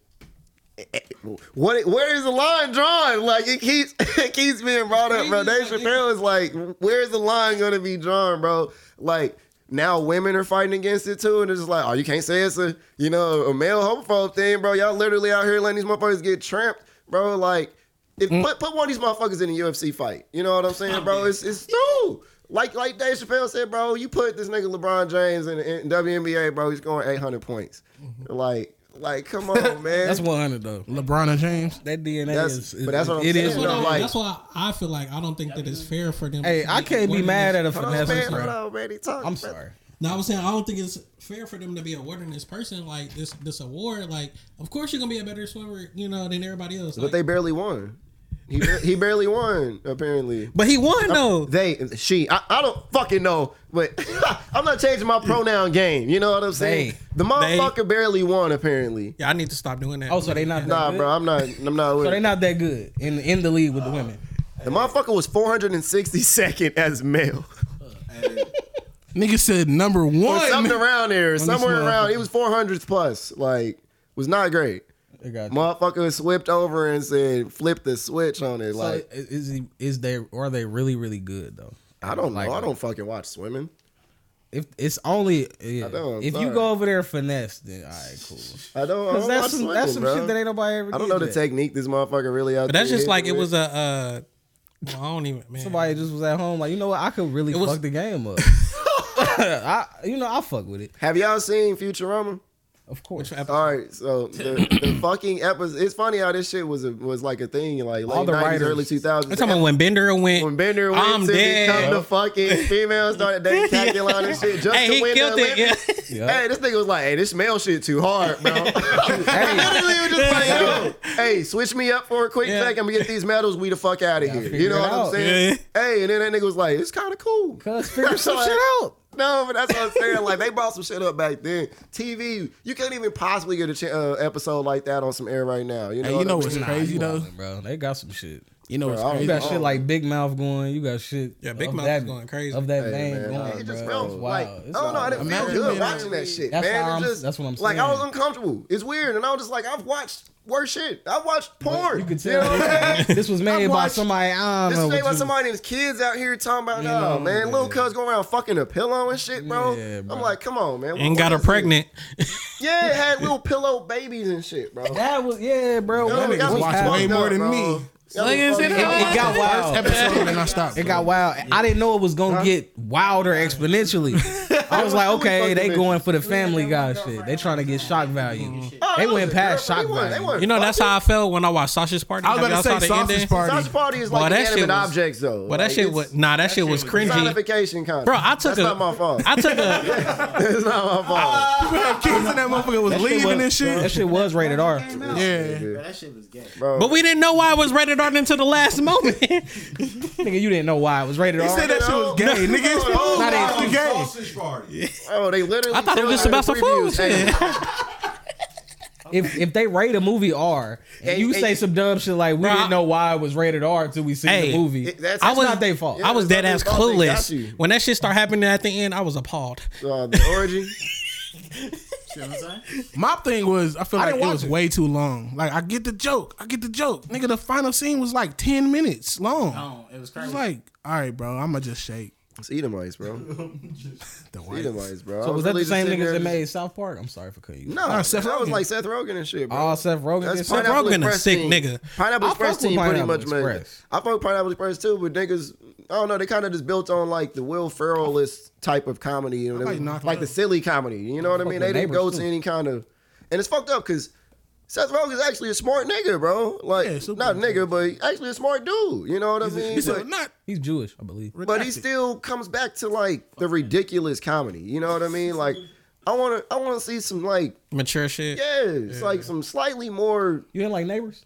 Speaker 1: What? Where is the line drawn? Like it keeps it keeps being brought up, bro. Dave Chappelle is like, where's the line going to be drawn, bro? Like now women are fighting against it too, and it's just like, oh, you can't say it's a you know a male homophobe thing, bro. Y'all literally out here letting these motherfuckers get tramped, bro. Like, if, put put one of these motherfuckers in a UFC fight. You know what I'm saying, bro? It's it's no. Like like Dave Chappelle said, bro, you put this nigga LeBron James in, in WNBA, bro, he's going 800 points. Like like come on, man.
Speaker 3: That's 100 though.
Speaker 4: LeBron and James.
Speaker 3: That DNA
Speaker 1: That's-
Speaker 3: is, is
Speaker 1: but that's what I'm
Speaker 3: it
Speaker 1: saying,
Speaker 3: is
Speaker 6: That's
Speaker 1: though.
Speaker 6: why,
Speaker 3: what
Speaker 1: know,
Speaker 3: it
Speaker 1: like-
Speaker 6: that's why I feel like I don't think that it's fair for them.
Speaker 3: Hey,
Speaker 6: to
Speaker 3: I
Speaker 6: make
Speaker 3: can't be
Speaker 6: women-
Speaker 3: mad at a
Speaker 1: Hold on,
Speaker 3: finesse.
Speaker 1: man. Hold
Speaker 3: bro.
Speaker 1: on, man. He talking,
Speaker 3: I'm
Speaker 1: bro.
Speaker 3: sorry.
Speaker 6: No, I was saying I don't think it's fair for them to be awarding this person like this this award. Like, of course you're gonna be a better swimmer, you know, than everybody else.
Speaker 1: But they barely won. He, bar- he barely won, apparently.
Speaker 3: But he won though.
Speaker 1: They, she, I, I don't fucking know, but I'm not changing my pronoun game. You know what I'm saying?
Speaker 3: They.
Speaker 1: the motherfucker barely won, apparently.
Speaker 6: yeah, I need to stop doing that.
Speaker 3: Oh, so they not
Speaker 1: Nah,
Speaker 3: that
Speaker 1: bro,
Speaker 3: good?
Speaker 1: I'm not. I'm not.
Speaker 3: So
Speaker 1: with
Speaker 3: they
Speaker 1: it.
Speaker 3: not that good in in the league with the women.
Speaker 1: the motherfucker was 462nd as male.
Speaker 4: Nigga said number
Speaker 1: Or
Speaker 4: one.
Speaker 1: something around there, somewhere
Speaker 4: motherfucker.
Speaker 1: around. He was 400 plus. Like, was not great.
Speaker 3: I got you.
Speaker 1: Motherfucker swept over and said, flip the switch on it.
Speaker 3: So
Speaker 1: Like,
Speaker 3: is is he, is they are they really really good though?
Speaker 1: I don't
Speaker 3: Like,
Speaker 1: know. I don't fucking watch swimming.
Speaker 3: If it's only yeah.
Speaker 1: know, I'm
Speaker 3: if you
Speaker 1: sorry. Oh,
Speaker 3: go over there finesse, then all right, cool.
Speaker 1: I don't. I
Speaker 3: Because
Speaker 1: don't
Speaker 3: that's
Speaker 1: watch
Speaker 3: some,
Speaker 1: swimming,
Speaker 3: that's some
Speaker 1: bro.
Speaker 3: shit that ain't nobody ever.
Speaker 1: I don't
Speaker 3: did
Speaker 1: know the
Speaker 3: yet.
Speaker 1: technique this motherfucker really out.
Speaker 6: But that's
Speaker 1: there
Speaker 6: just like it
Speaker 1: hitting
Speaker 6: was
Speaker 1: with.
Speaker 6: a. uh well, I don't even. Man.
Speaker 3: Somebody just was at home like you know what I could really
Speaker 6: was-
Speaker 3: fuck the game up. I you know I fuck with it
Speaker 1: Have y'all seen Futurama?
Speaker 3: of course.
Speaker 1: All right, so the, the fucking episode. It's funny how this shit was a, was like a thing, like
Speaker 3: All
Speaker 1: late
Speaker 3: the
Speaker 1: nineties,
Speaker 3: writers.
Speaker 1: early two
Speaker 6: I'm
Speaker 1: thousands.
Speaker 6: talking about when Bender went.
Speaker 1: When Bender went
Speaker 6: I'm
Speaker 1: to
Speaker 6: dead.
Speaker 1: become the fucking female, started dating Kathy Line and shit just
Speaker 6: hey,
Speaker 1: to
Speaker 6: he
Speaker 1: win
Speaker 6: killed
Speaker 1: the
Speaker 6: it.
Speaker 1: Olympics.
Speaker 6: Yeah.
Speaker 3: Yeah.
Speaker 1: Hey, this nigga was like, "Hey, this male shit too hard, bro." Literally was just like, "Yo, hey, switch me up for a quick
Speaker 6: Yeah.
Speaker 1: second. I'm gonna get these medals. We the fuck out of here." You
Speaker 3: figure
Speaker 1: know
Speaker 3: it
Speaker 1: what I'm
Speaker 3: out.
Speaker 1: saying? Hey, and then that nigga was like, "It's kind of cool."
Speaker 3: Cuz figure some
Speaker 1: Like,
Speaker 3: shit out.
Speaker 1: No, but that's what I'm saying. Like they brought some shit up back then. TV, you can't even possibly get a ch- uh, episode like that on some air right now. You know,
Speaker 4: Hey,
Speaker 1: what
Speaker 4: you know
Speaker 1: I'm
Speaker 4: what's
Speaker 1: saying?
Speaker 4: crazy though?
Speaker 3: bro. They got some shit.
Speaker 4: You know what's
Speaker 1: Bro, I
Speaker 3: You
Speaker 1: don't-
Speaker 4: crazy?
Speaker 3: got shit like Big Mouth going. You got shit.
Speaker 6: Yeah, Big
Speaker 3: of
Speaker 6: Mouth
Speaker 3: that-
Speaker 6: is going crazy.
Speaker 3: Of that
Speaker 1: Hey,
Speaker 3: vein
Speaker 1: man,
Speaker 3: going,
Speaker 1: it just
Speaker 3: bro.
Speaker 1: felt
Speaker 3: It's
Speaker 1: like
Speaker 3: wild.
Speaker 1: I don't
Speaker 3: It's
Speaker 1: know. I
Speaker 3: wild.
Speaker 1: didn't feel
Speaker 4: Imagine
Speaker 1: good
Speaker 4: being-
Speaker 1: watching that shit,
Speaker 3: That's
Speaker 1: man.
Speaker 3: how
Speaker 1: It
Speaker 3: I'm-
Speaker 1: just,
Speaker 3: that's what I'm
Speaker 1: Like I was
Speaker 3: saying.
Speaker 1: uncomfortable. It's weird, and I was just like, I've watched worse shit. I've watched porn.
Speaker 3: You could
Speaker 1: know
Speaker 3: tell
Speaker 1: what I'm saying?
Speaker 3: this was made
Speaker 1: I
Speaker 3: by
Speaker 1: watched-
Speaker 3: somebody. I
Speaker 1: This
Speaker 3: don't know.
Speaker 1: is made
Speaker 3: what
Speaker 1: by
Speaker 3: you-
Speaker 1: somebody and his kids out here talking about, no, man, little cuz going around fucking a pillow and shit, bro.
Speaker 3: Yeah, bro.
Speaker 1: I'm like, come on, man.
Speaker 6: And got her
Speaker 1: What is this?
Speaker 6: pregnant.
Speaker 1: Yeah, it had little pillow babies and shit, bro.
Speaker 3: That was yeah, bro.
Speaker 1: Yo,
Speaker 3: What
Speaker 1: y'all
Speaker 3: is-
Speaker 1: was
Speaker 3: what's
Speaker 4: watching
Speaker 1: fucked
Speaker 3: happening?
Speaker 4: way more than
Speaker 1: bro.
Speaker 4: me.
Speaker 1: Y'all was
Speaker 6: Niggas in
Speaker 1: fucking-
Speaker 6: the
Speaker 3: it, it got wild.
Speaker 4: Episode and I stopped.
Speaker 3: It got wild. I didn't know it was gonna get wilder exponentially. I was like, okay, they going for the Family Guy shit. They trying to get shock value.
Speaker 1: Oh,
Speaker 3: They
Speaker 1: that
Speaker 3: went
Speaker 1: was
Speaker 3: past
Speaker 1: it, bro.
Speaker 3: shock
Speaker 1: They won- they
Speaker 3: value.
Speaker 1: won.
Speaker 6: You know, that's how I felt when I watched Sasha's Party.
Speaker 4: I was
Speaker 6: Have
Speaker 4: about
Speaker 6: y'all
Speaker 4: to
Speaker 6: saw the
Speaker 4: say sausage
Speaker 6: ending?
Speaker 1: Sausage
Speaker 4: party.
Speaker 1: party is
Speaker 6: Well,
Speaker 1: like
Speaker 6: that shit
Speaker 1: inanimate
Speaker 6: was-
Speaker 1: objects, though.
Speaker 6: Well, that
Speaker 1: Like,
Speaker 6: shit
Speaker 1: it's
Speaker 6: was nah. That shit was cringy,
Speaker 1: personification kind.
Speaker 6: bro. I took
Speaker 1: That's
Speaker 6: a.
Speaker 1: not my fault.
Speaker 6: I took a.
Speaker 1: it's not my fault.
Speaker 4: People have kids and that motherfucker was leaving and
Speaker 3: That
Speaker 4: shit.
Speaker 3: shit was rated R.
Speaker 4: Yeah.
Speaker 2: Bro, that shit was gay.
Speaker 1: Bro.
Speaker 6: But we didn't know why it was rated R until the last moment.
Speaker 3: Nigga, you didn't know why it was rated
Speaker 4: He
Speaker 3: R.
Speaker 4: said that shit was gay, nigga. It's
Speaker 1: No,
Speaker 4: not
Speaker 1: no,
Speaker 4: even gay.
Speaker 5: Sausage party.
Speaker 1: oh, they literally.
Speaker 6: I thought it was just about
Speaker 1: told us in
Speaker 6: some food.
Speaker 1: previews, hey,
Speaker 6: shit.
Speaker 3: If if they rate a movie R and
Speaker 1: Hey,
Speaker 3: you
Speaker 1: hey.
Speaker 3: say some dumb shit like we
Speaker 6: Bro, I-
Speaker 3: didn't know why it was rated R until we seen
Speaker 6: Hey,
Speaker 3: the movie,
Speaker 1: it- that's-
Speaker 3: that's,
Speaker 1: I was-
Speaker 3: not their fault.
Speaker 1: Yeah.
Speaker 6: I was dead ass
Speaker 1: They thought they got you.
Speaker 6: clueless when that shit started happening at the end. I was appalled.
Speaker 1: uh, the orgy.
Speaker 2: See what I'm saying?
Speaker 4: My thing was, I feel like
Speaker 3: didn't
Speaker 4: it
Speaker 3: watch
Speaker 4: was
Speaker 3: it.
Speaker 4: way too long. Like, I get the joke. I get the joke. Nigga, the final scene was like 10 minutes long.
Speaker 2: No, it was
Speaker 4: I
Speaker 2: crazy.
Speaker 4: was like, all right, bro, I'm going to just shake.
Speaker 1: It's Edomites, bro.
Speaker 4: The
Speaker 1: It's
Speaker 4: white.
Speaker 1: Edomites, bro. I
Speaker 3: So was that
Speaker 1: really
Speaker 3: the
Speaker 1: just
Speaker 3: same
Speaker 1: sitting
Speaker 3: niggas
Speaker 1: there
Speaker 3: that
Speaker 1: just-
Speaker 3: made South Park? I'm sorry for cutting you.
Speaker 1: No,
Speaker 4: Nah, Seth
Speaker 1: that was
Speaker 4: Rogen.
Speaker 1: like Ah, Seth Rogen and shit, bro.
Speaker 3: All Seth Rogen. did
Speaker 1: That's
Speaker 3: South Park?
Speaker 6: Rogen
Speaker 1: Pineapple
Speaker 6: a
Speaker 1: Express
Speaker 6: sick
Speaker 1: team.
Speaker 6: nigga.
Speaker 1: Pineapple
Speaker 3: I
Speaker 1: Express
Speaker 3: fuck with
Speaker 1: team pretty
Speaker 3: Pineapple
Speaker 1: much made. it.
Speaker 3: Express.
Speaker 1: I fuck with Pineapple Express too, but niggas, I don't know. They kind of just built on like the Will Ferrellist type of comedy, you know,
Speaker 4: like
Speaker 1: like,
Speaker 4: Knock
Speaker 1: like the
Speaker 4: Loose.
Speaker 1: silly comedy. You know what I
Speaker 3: fuck
Speaker 1: mean?
Speaker 3: with
Speaker 1: They didn't go
Speaker 3: Neighbors,
Speaker 1: to
Speaker 3: too.
Speaker 1: any kind of, and it's fucked up because Seth Rogen's actually a smart nigga, bro. Like
Speaker 4: Yeah, super
Speaker 1: not nigga, but actually a smart dude. You know what I mean?
Speaker 4: He said,
Speaker 1: But-
Speaker 4: not.
Speaker 3: He's Jewish, I believe.
Speaker 1: but he
Speaker 4: redacted.
Speaker 1: still comes back to like the ridiculous comedy. You know what I mean? Like I want to, I want to see some like
Speaker 6: Mature shit.
Speaker 1: yeah, it's like some slightly more
Speaker 3: You didn't like Neighbors?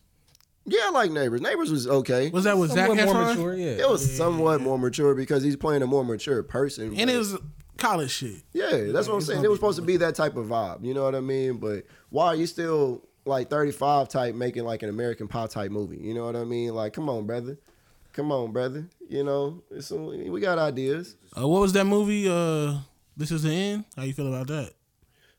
Speaker 1: yeah, I like neighbors. Neighbors was okay.
Speaker 4: Was that with Zach
Speaker 3: Somewhat more
Speaker 4: Efron?
Speaker 3: mature, yeah.
Speaker 1: It was somewhat more mature because he's playing a more mature person.
Speaker 4: And
Speaker 1: but-
Speaker 4: it was college shit.
Speaker 1: yeah, that's what I'm saying. It was supposed to be that type of vibe. You know what I mean? But why are you still like 35 type making like an American Pie type movie? You know what I mean? Like, come on, brother. Come on, brother. You know, it's we got ideas.
Speaker 4: Uh, what was that movie? Uh, this is the end. How you feel about that?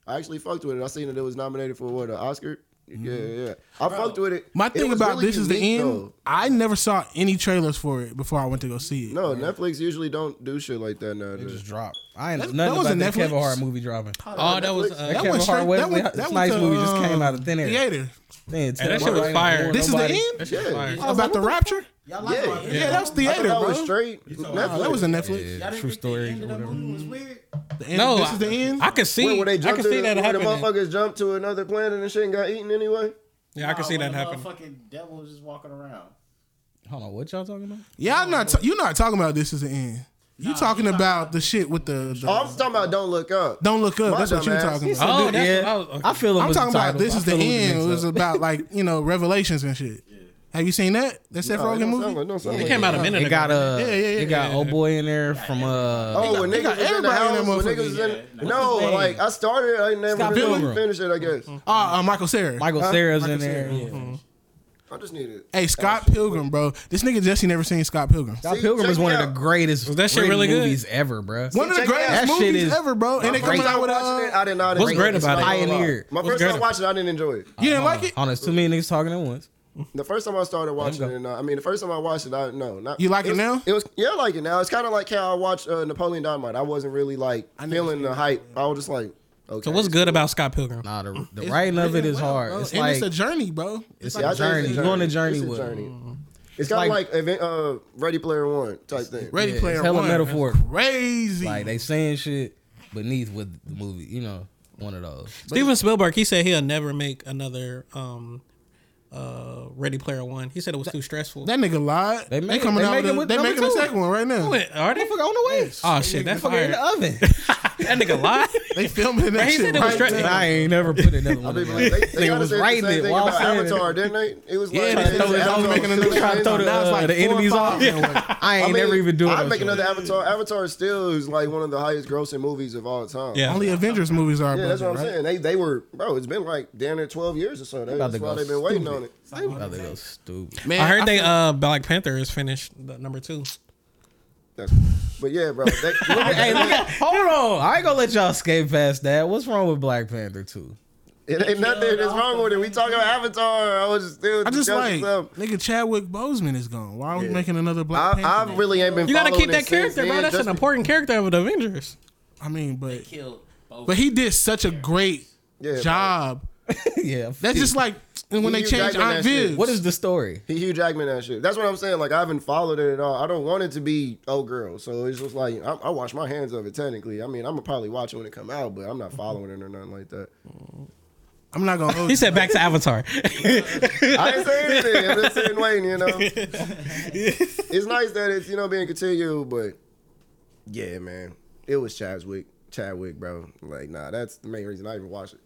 Speaker 1: I actually fucked with it. I seen that it was nominated for what an Oscar. Yeah, yeah. I fucked with it.
Speaker 4: Mm-hmm. My
Speaker 1: It
Speaker 4: thing
Speaker 1: was
Speaker 4: about
Speaker 1: really
Speaker 4: this is the
Speaker 1: unique,
Speaker 4: end.
Speaker 1: though.
Speaker 4: I never saw any trailers for it before I went to go see it.
Speaker 1: No, Netflix usually don't do shit like that
Speaker 3: It
Speaker 1: nowadays.
Speaker 3: just dropped. I ain't
Speaker 4: That-
Speaker 3: nothing
Speaker 4: that was
Speaker 3: about
Speaker 4: a
Speaker 3: that Kevin
Speaker 4: Netflix?
Speaker 3: Hart movie dropping.
Speaker 6: Oh, that was
Speaker 1: Netflix.
Speaker 6: uh,
Speaker 3: That
Speaker 4: went
Speaker 3: Kevin Hart
Speaker 4: straight-
Speaker 3: Wesley
Speaker 4: that went- that
Speaker 3: Snipes
Speaker 4: went to,
Speaker 3: movie just came
Speaker 4: um,
Speaker 3: out of thin air.
Speaker 4: Theater.
Speaker 3: Man,
Speaker 7: Hey, that
Speaker 3: tell
Speaker 7: shit was
Speaker 3: nobody
Speaker 7: fire.
Speaker 3: before
Speaker 4: This is the
Speaker 3: nobody-
Speaker 4: end?
Speaker 7: That shit
Speaker 1: Yeah.
Speaker 7: was fire.
Speaker 4: about the rapture?
Speaker 1: Yeah,
Speaker 2: Y'all like about
Speaker 1: yeah.
Speaker 2: this?
Speaker 4: Yeah, that was
Speaker 1: I thought
Speaker 4: theater,
Speaker 1: that
Speaker 4: bro.
Speaker 1: was straight.
Speaker 4: Nah,
Speaker 1: Netflix.
Speaker 4: that was a Netflix.
Speaker 3: Yeah,
Speaker 2: Y'all
Speaker 3: true
Speaker 2: didn't think the
Speaker 3: story.
Speaker 2: end of
Speaker 3: or
Speaker 2: that
Speaker 3: whatever.
Speaker 2: movie was weird?
Speaker 1: Mm-hmm.
Speaker 4: The end,
Speaker 7: No,
Speaker 4: this is the end.
Speaker 7: I could
Speaker 1: Wait,
Speaker 7: see.
Speaker 1: where they
Speaker 7: I
Speaker 1: jumped
Speaker 7: could
Speaker 1: to
Speaker 7: see
Speaker 1: the,
Speaker 7: that
Speaker 1: where the
Speaker 7: happening.
Speaker 1: motherfuckers jumped to another planet and shit and got eaten anyway?
Speaker 7: Yeah, I could see that happen.
Speaker 2: Fucking devil was just walking around.
Speaker 3: Hold on, what y'all talking about?
Speaker 4: Yeah, I'm not. ta- you're not talking about this is the end. You talking about the shit with the. the-
Speaker 1: Oh, I'm talking about Don't Look Up.
Speaker 4: don't look up.
Speaker 1: My
Speaker 4: That's what
Speaker 1: dumb
Speaker 4: you're
Speaker 1: ass.
Speaker 4: talking about.
Speaker 7: Oh, that's
Speaker 3: yeah.
Speaker 7: what I was. okay.
Speaker 3: I feel him
Speaker 4: I'm
Speaker 3: was the
Speaker 4: talking about
Speaker 3: title.
Speaker 4: this
Speaker 3: I
Speaker 4: is the
Speaker 3: feel him was the
Speaker 4: end. It
Speaker 3: mix
Speaker 4: was
Speaker 3: up.
Speaker 4: about like you know revelations and shit. Have you seen that? That Seth
Speaker 1: No, Oh, it
Speaker 4: Rogen
Speaker 1: don't
Speaker 4: movie.
Speaker 1: sound like- don't sound
Speaker 7: It
Speaker 1: like
Speaker 7: came out a minute
Speaker 3: It
Speaker 7: ago.
Speaker 3: got uh,
Speaker 4: Yeah, yeah, yeah,
Speaker 3: it got
Speaker 4: yeah.
Speaker 3: old boy in there from uh.
Speaker 1: Oh, when
Speaker 4: they
Speaker 1: niggas
Speaker 4: got
Speaker 1: was in the
Speaker 4: everybody in
Speaker 1: house,
Speaker 4: that
Speaker 1: when
Speaker 4: motherfucker.
Speaker 1: niggas was in,
Speaker 2: Yeah.
Speaker 1: no,
Speaker 3: What's his
Speaker 1: like I started, I never
Speaker 3: Scott
Speaker 1: really
Speaker 3: Pilgrim.
Speaker 1: finished it. I guess
Speaker 4: Uh, uh, Michael Sarah.
Speaker 3: Michael
Speaker 1: Huh?
Speaker 3: Cera's
Speaker 4: Michael
Speaker 3: in there.
Speaker 4: Cera.
Speaker 3: Yeah.
Speaker 1: I just needed.
Speaker 4: Hey, Scott Pilgrim, bro. This nigga Jesse never seen Scott Pilgrim.
Speaker 3: Scott
Speaker 1: See,
Speaker 3: Pilgrim
Speaker 1: check
Speaker 3: was
Speaker 1: me
Speaker 3: one of
Speaker 1: out.
Speaker 3: the greatest
Speaker 7: Was that shit
Speaker 3: rated
Speaker 7: really good?
Speaker 3: movies ever, bro.
Speaker 4: One
Speaker 1: check
Speaker 4: of the
Speaker 1: it out.
Speaker 4: greatest
Speaker 3: That shit
Speaker 4: movies
Speaker 3: is-
Speaker 4: ever, bro. And they
Speaker 1: My
Speaker 4: coming
Speaker 1: first
Speaker 4: out
Speaker 1: time
Speaker 4: with a.
Speaker 1: watching it,
Speaker 4: Uh,
Speaker 1: I did not.
Speaker 7: What's
Speaker 1: enjoy
Speaker 7: great about it?
Speaker 1: It's like-
Speaker 3: Pioneer.
Speaker 1: My
Speaker 7: What's
Speaker 1: first
Speaker 7: great
Speaker 1: time
Speaker 7: about
Speaker 1: watching, it, I didn't enjoy it.
Speaker 4: you didn't like it?
Speaker 3: Oh, there's too many niggas talking at once.
Speaker 1: The first time I started watching
Speaker 3: go.
Speaker 1: it, and, uh, I mean, the first time I watched it, I no, not
Speaker 4: You like it
Speaker 1: was-
Speaker 4: now?
Speaker 1: It was yeah, I like it now. It's kind of like how I watched uh, Napoleon Dynamite. I wasn't really like feeling the hype. I was just like, okay.
Speaker 7: So what's good about Scott Pilgrim?
Speaker 3: Nah, the, the writing of it
Speaker 4: written
Speaker 3: is
Speaker 4: well,
Speaker 3: hard.
Speaker 4: bro.
Speaker 3: It's
Speaker 4: and
Speaker 3: like
Speaker 4: it's a journey, bro.
Speaker 3: it's
Speaker 1: Yeah, I
Speaker 3: a
Speaker 1: think it's
Speaker 3: journey. You on a journey
Speaker 1: It's a
Speaker 3: with.
Speaker 1: journey.
Speaker 3: it.
Speaker 1: It's kind of
Speaker 3: like-
Speaker 1: like, event, uh, Ready Player One type thing.
Speaker 4: Ready
Speaker 3: Yeah, it's
Speaker 4: Player
Speaker 3: hella
Speaker 4: One.
Speaker 3: metaphor.
Speaker 4: Crazy.
Speaker 3: Like they saying shit beneath with the movie. You know, one of those.
Speaker 7: Steven Spielberg, he said he'll never make another um, uh, Ready Player One. He said it was too stressful.
Speaker 4: that nigga lied. They,
Speaker 3: They make-
Speaker 4: coming
Speaker 3: they
Speaker 4: out
Speaker 3: making
Speaker 4: with. a-
Speaker 3: with
Speaker 4: they
Speaker 3: number
Speaker 4: making the
Speaker 3: two.
Speaker 4: second one right now.
Speaker 7: Wait, are they?
Speaker 3: on the way.
Speaker 7: Oh shit, that
Speaker 3: Fucking in
Speaker 7: fire.
Speaker 3: the oven.
Speaker 7: That nigga lied.
Speaker 4: They filming that
Speaker 7: he
Speaker 4: shit
Speaker 7: said it was
Speaker 4: right
Speaker 7: straight-
Speaker 4: now.
Speaker 3: I ain't never put another
Speaker 1: I
Speaker 3: one.
Speaker 1: mean,
Speaker 3: in
Speaker 1: but,
Speaker 3: there.
Speaker 1: like, they, they
Speaker 3: Nigga
Speaker 1: kinda
Speaker 3: was
Speaker 1: said the
Speaker 3: writing
Speaker 1: same
Speaker 3: it
Speaker 1: thing
Speaker 3: while
Speaker 1: about
Speaker 3: saying it.
Speaker 1: Avatar, didn't they? It was like
Speaker 4: they
Speaker 1: it's
Speaker 4: throw it-
Speaker 1: Avatar
Speaker 4: I was making
Speaker 1: was
Speaker 4: another-
Speaker 1: still
Speaker 4: trying to
Speaker 1: crazy.
Speaker 4: throw the-
Speaker 3: Now it's
Speaker 4: uh,
Speaker 3: the
Speaker 4: four or
Speaker 3: enemies
Speaker 4: five
Speaker 3: off.
Speaker 4: now, like-
Speaker 3: I ain't never even doing.
Speaker 1: I'm
Speaker 3: those
Speaker 1: making
Speaker 3: shit.
Speaker 1: another Avatar. Avatar still is like one of the highest grossing movies of all time.
Speaker 7: Yeah.
Speaker 4: Only Avengers movies are.
Speaker 1: Yeah, that's what I'm
Speaker 4: broken,
Speaker 1: saying.
Speaker 4: right?
Speaker 1: They they were bro. It's been like damn near twelve years or so. They,
Speaker 3: about
Speaker 1: that's
Speaker 3: to
Speaker 1: why
Speaker 3: go
Speaker 1: they've been waiting
Speaker 3: stupid.
Speaker 1: on it.
Speaker 3: About to go stupid.
Speaker 4: Man,
Speaker 7: I heard they
Speaker 4: feel-
Speaker 7: uh Black Panther is finished the number two.
Speaker 1: That's, but yeah, bro. They, look at-
Speaker 3: hey, look at, hold on. I ain't gonna let y'all skate past that. What's wrong with Black Panther 2?
Speaker 1: it ain't nothing that's wrong with it. We talking about Avatar. I was just still
Speaker 4: I just like
Speaker 1: discussing something.
Speaker 4: nigga Chadwick Boseman is gone. Why are we making another Black Panther?
Speaker 1: I, I
Speaker 4: movie?
Speaker 1: really ain't been.
Speaker 7: You gotta
Speaker 1: following
Speaker 7: keep
Speaker 1: it
Speaker 7: that
Speaker 1: since
Speaker 7: character, bro.
Speaker 1: then,
Speaker 7: That's
Speaker 1: just
Speaker 7: an important character of the Avengers.
Speaker 4: I mean, but
Speaker 2: Killed both.
Speaker 4: but he did such a great
Speaker 1: Yeah, bro.
Speaker 4: job.
Speaker 3: yeah.
Speaker 4: That's just like and when
Speaker 1: You
Speaker 4: they changed
Speaker 1: gotta
Speaker 4: Aunt
Speaker 1: do that shit.
Speaker 4: Viv.
Speaker 3: What is the story?
Speaker 1: He Hugh Jackman that shit. That's what I'm saying. Like I haven't followed it at all. I don't want it to be oh girl. So it's just like I, I wash my hands of it. Technically, I mean I'm gonna probably watch it when it come out, but I'm not following it or nothing like that.
Speaker 4: I'm not gonna. Hold
Speaker 7: He
Speaker 4: you.
Speaker 7: said back to Avatar.
Speaker 1: I didn't say anything. I'm just saying waiting. You know, it's nice that it's you know being continued, but yeah, man, it was Chadwick. Chadwick, bro. Like nah, that's the main reason I even watched it.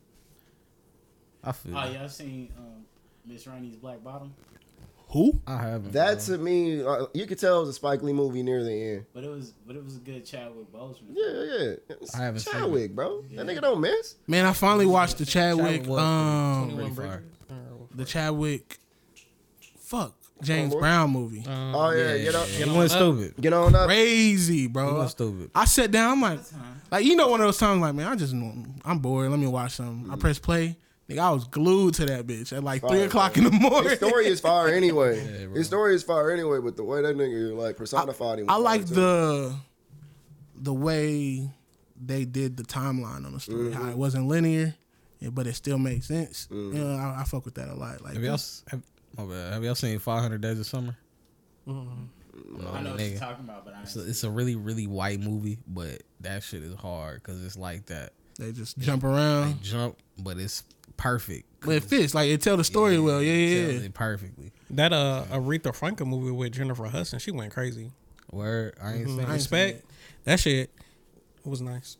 Speaker 3: I feel.
Speaker 2: Oh, y'all seen um, Miss Rainey's Black Bottom?
Speaker 4: who?
Speaker 3: I haven't.
Speaker 1: That
Speaker 4: Uh-huh.
Speaker 1: to me, uh, you could tell it was a Spike Lee movie near the end.
Speaker 2: But it was but it was a good chat with Bozeman.
Speaker 1: Yeah, yeah. It's
Speaker 3: I haven't seen it.
Speaker 1: Chadwick, bro. That nigga don't miss.
Speaker 4: Man, I finally watched the Chadwick.
Speaker 3: Chadwick was
Speaker 4: Um,
Speaker 3: really fire.
Speaker 4: the Chadwick. Fuck James
Speaker 1: Homeboy?
Speaker 4: Brown movie.
Speaker 7: Um,
Speaker 1: Oh yeah, get on,
Speaker 3: He went stupid.
Speaker 1: get on up.
Speaker 4: Crazy,
Speaker 3: He
Speaker 4: bro.
Speaker 3: went stupid.
Speaker 4: I sat down. I'm like, like you know, one of those times. Like, man, I just, I'm bored. Let me watch something. I press play. Nigga, I was glued to that bitch at like three
Speaker 1: Fire,
Speaker 4: o'clock in
Speaker 1: bro.
Speaker 4: the morning.
Speaker 1: His story is fire anyway. His story is fire anyway, but the way that nigga like personified him. was
Speaker 4: I like
Speaker 1: fire, too.
Speaker 4: the the way they did the timeline on the story. How it wasn't linear, yeah, but it still made sense. You know, I, I fuck with that a lot. Like,
Speaker 3: Have y'all, s- have, my bad. Have y'all seen 500 Days of Summer? No,
Speaker 2: I know what
Speaker 3: nigga.
Speaker 2: you're talking about, but I ain't
Speaker 3: Mm-hmm. It's a, it's a really, really white movie, but that shit is hard because it's like that
Speaker 4: they just jump around.
Speaker 3: jump, but it's perfect.
Speaker 4: But it fits. Like, it tell the story well. Yeah, yeah,
Speaker 3: Tells
Speaker 4: yeah.
Speaker 3: it perfectly.
Speaker 7: that uh Aretha Franklin movie with Jennifer Hudson, she went crazy.
Speaker 3: Word. Mm, I
Speaker 1: Mm-hmm.
Speaker 3: ain't saying.
Speaker 7: Respect. That shit was nice.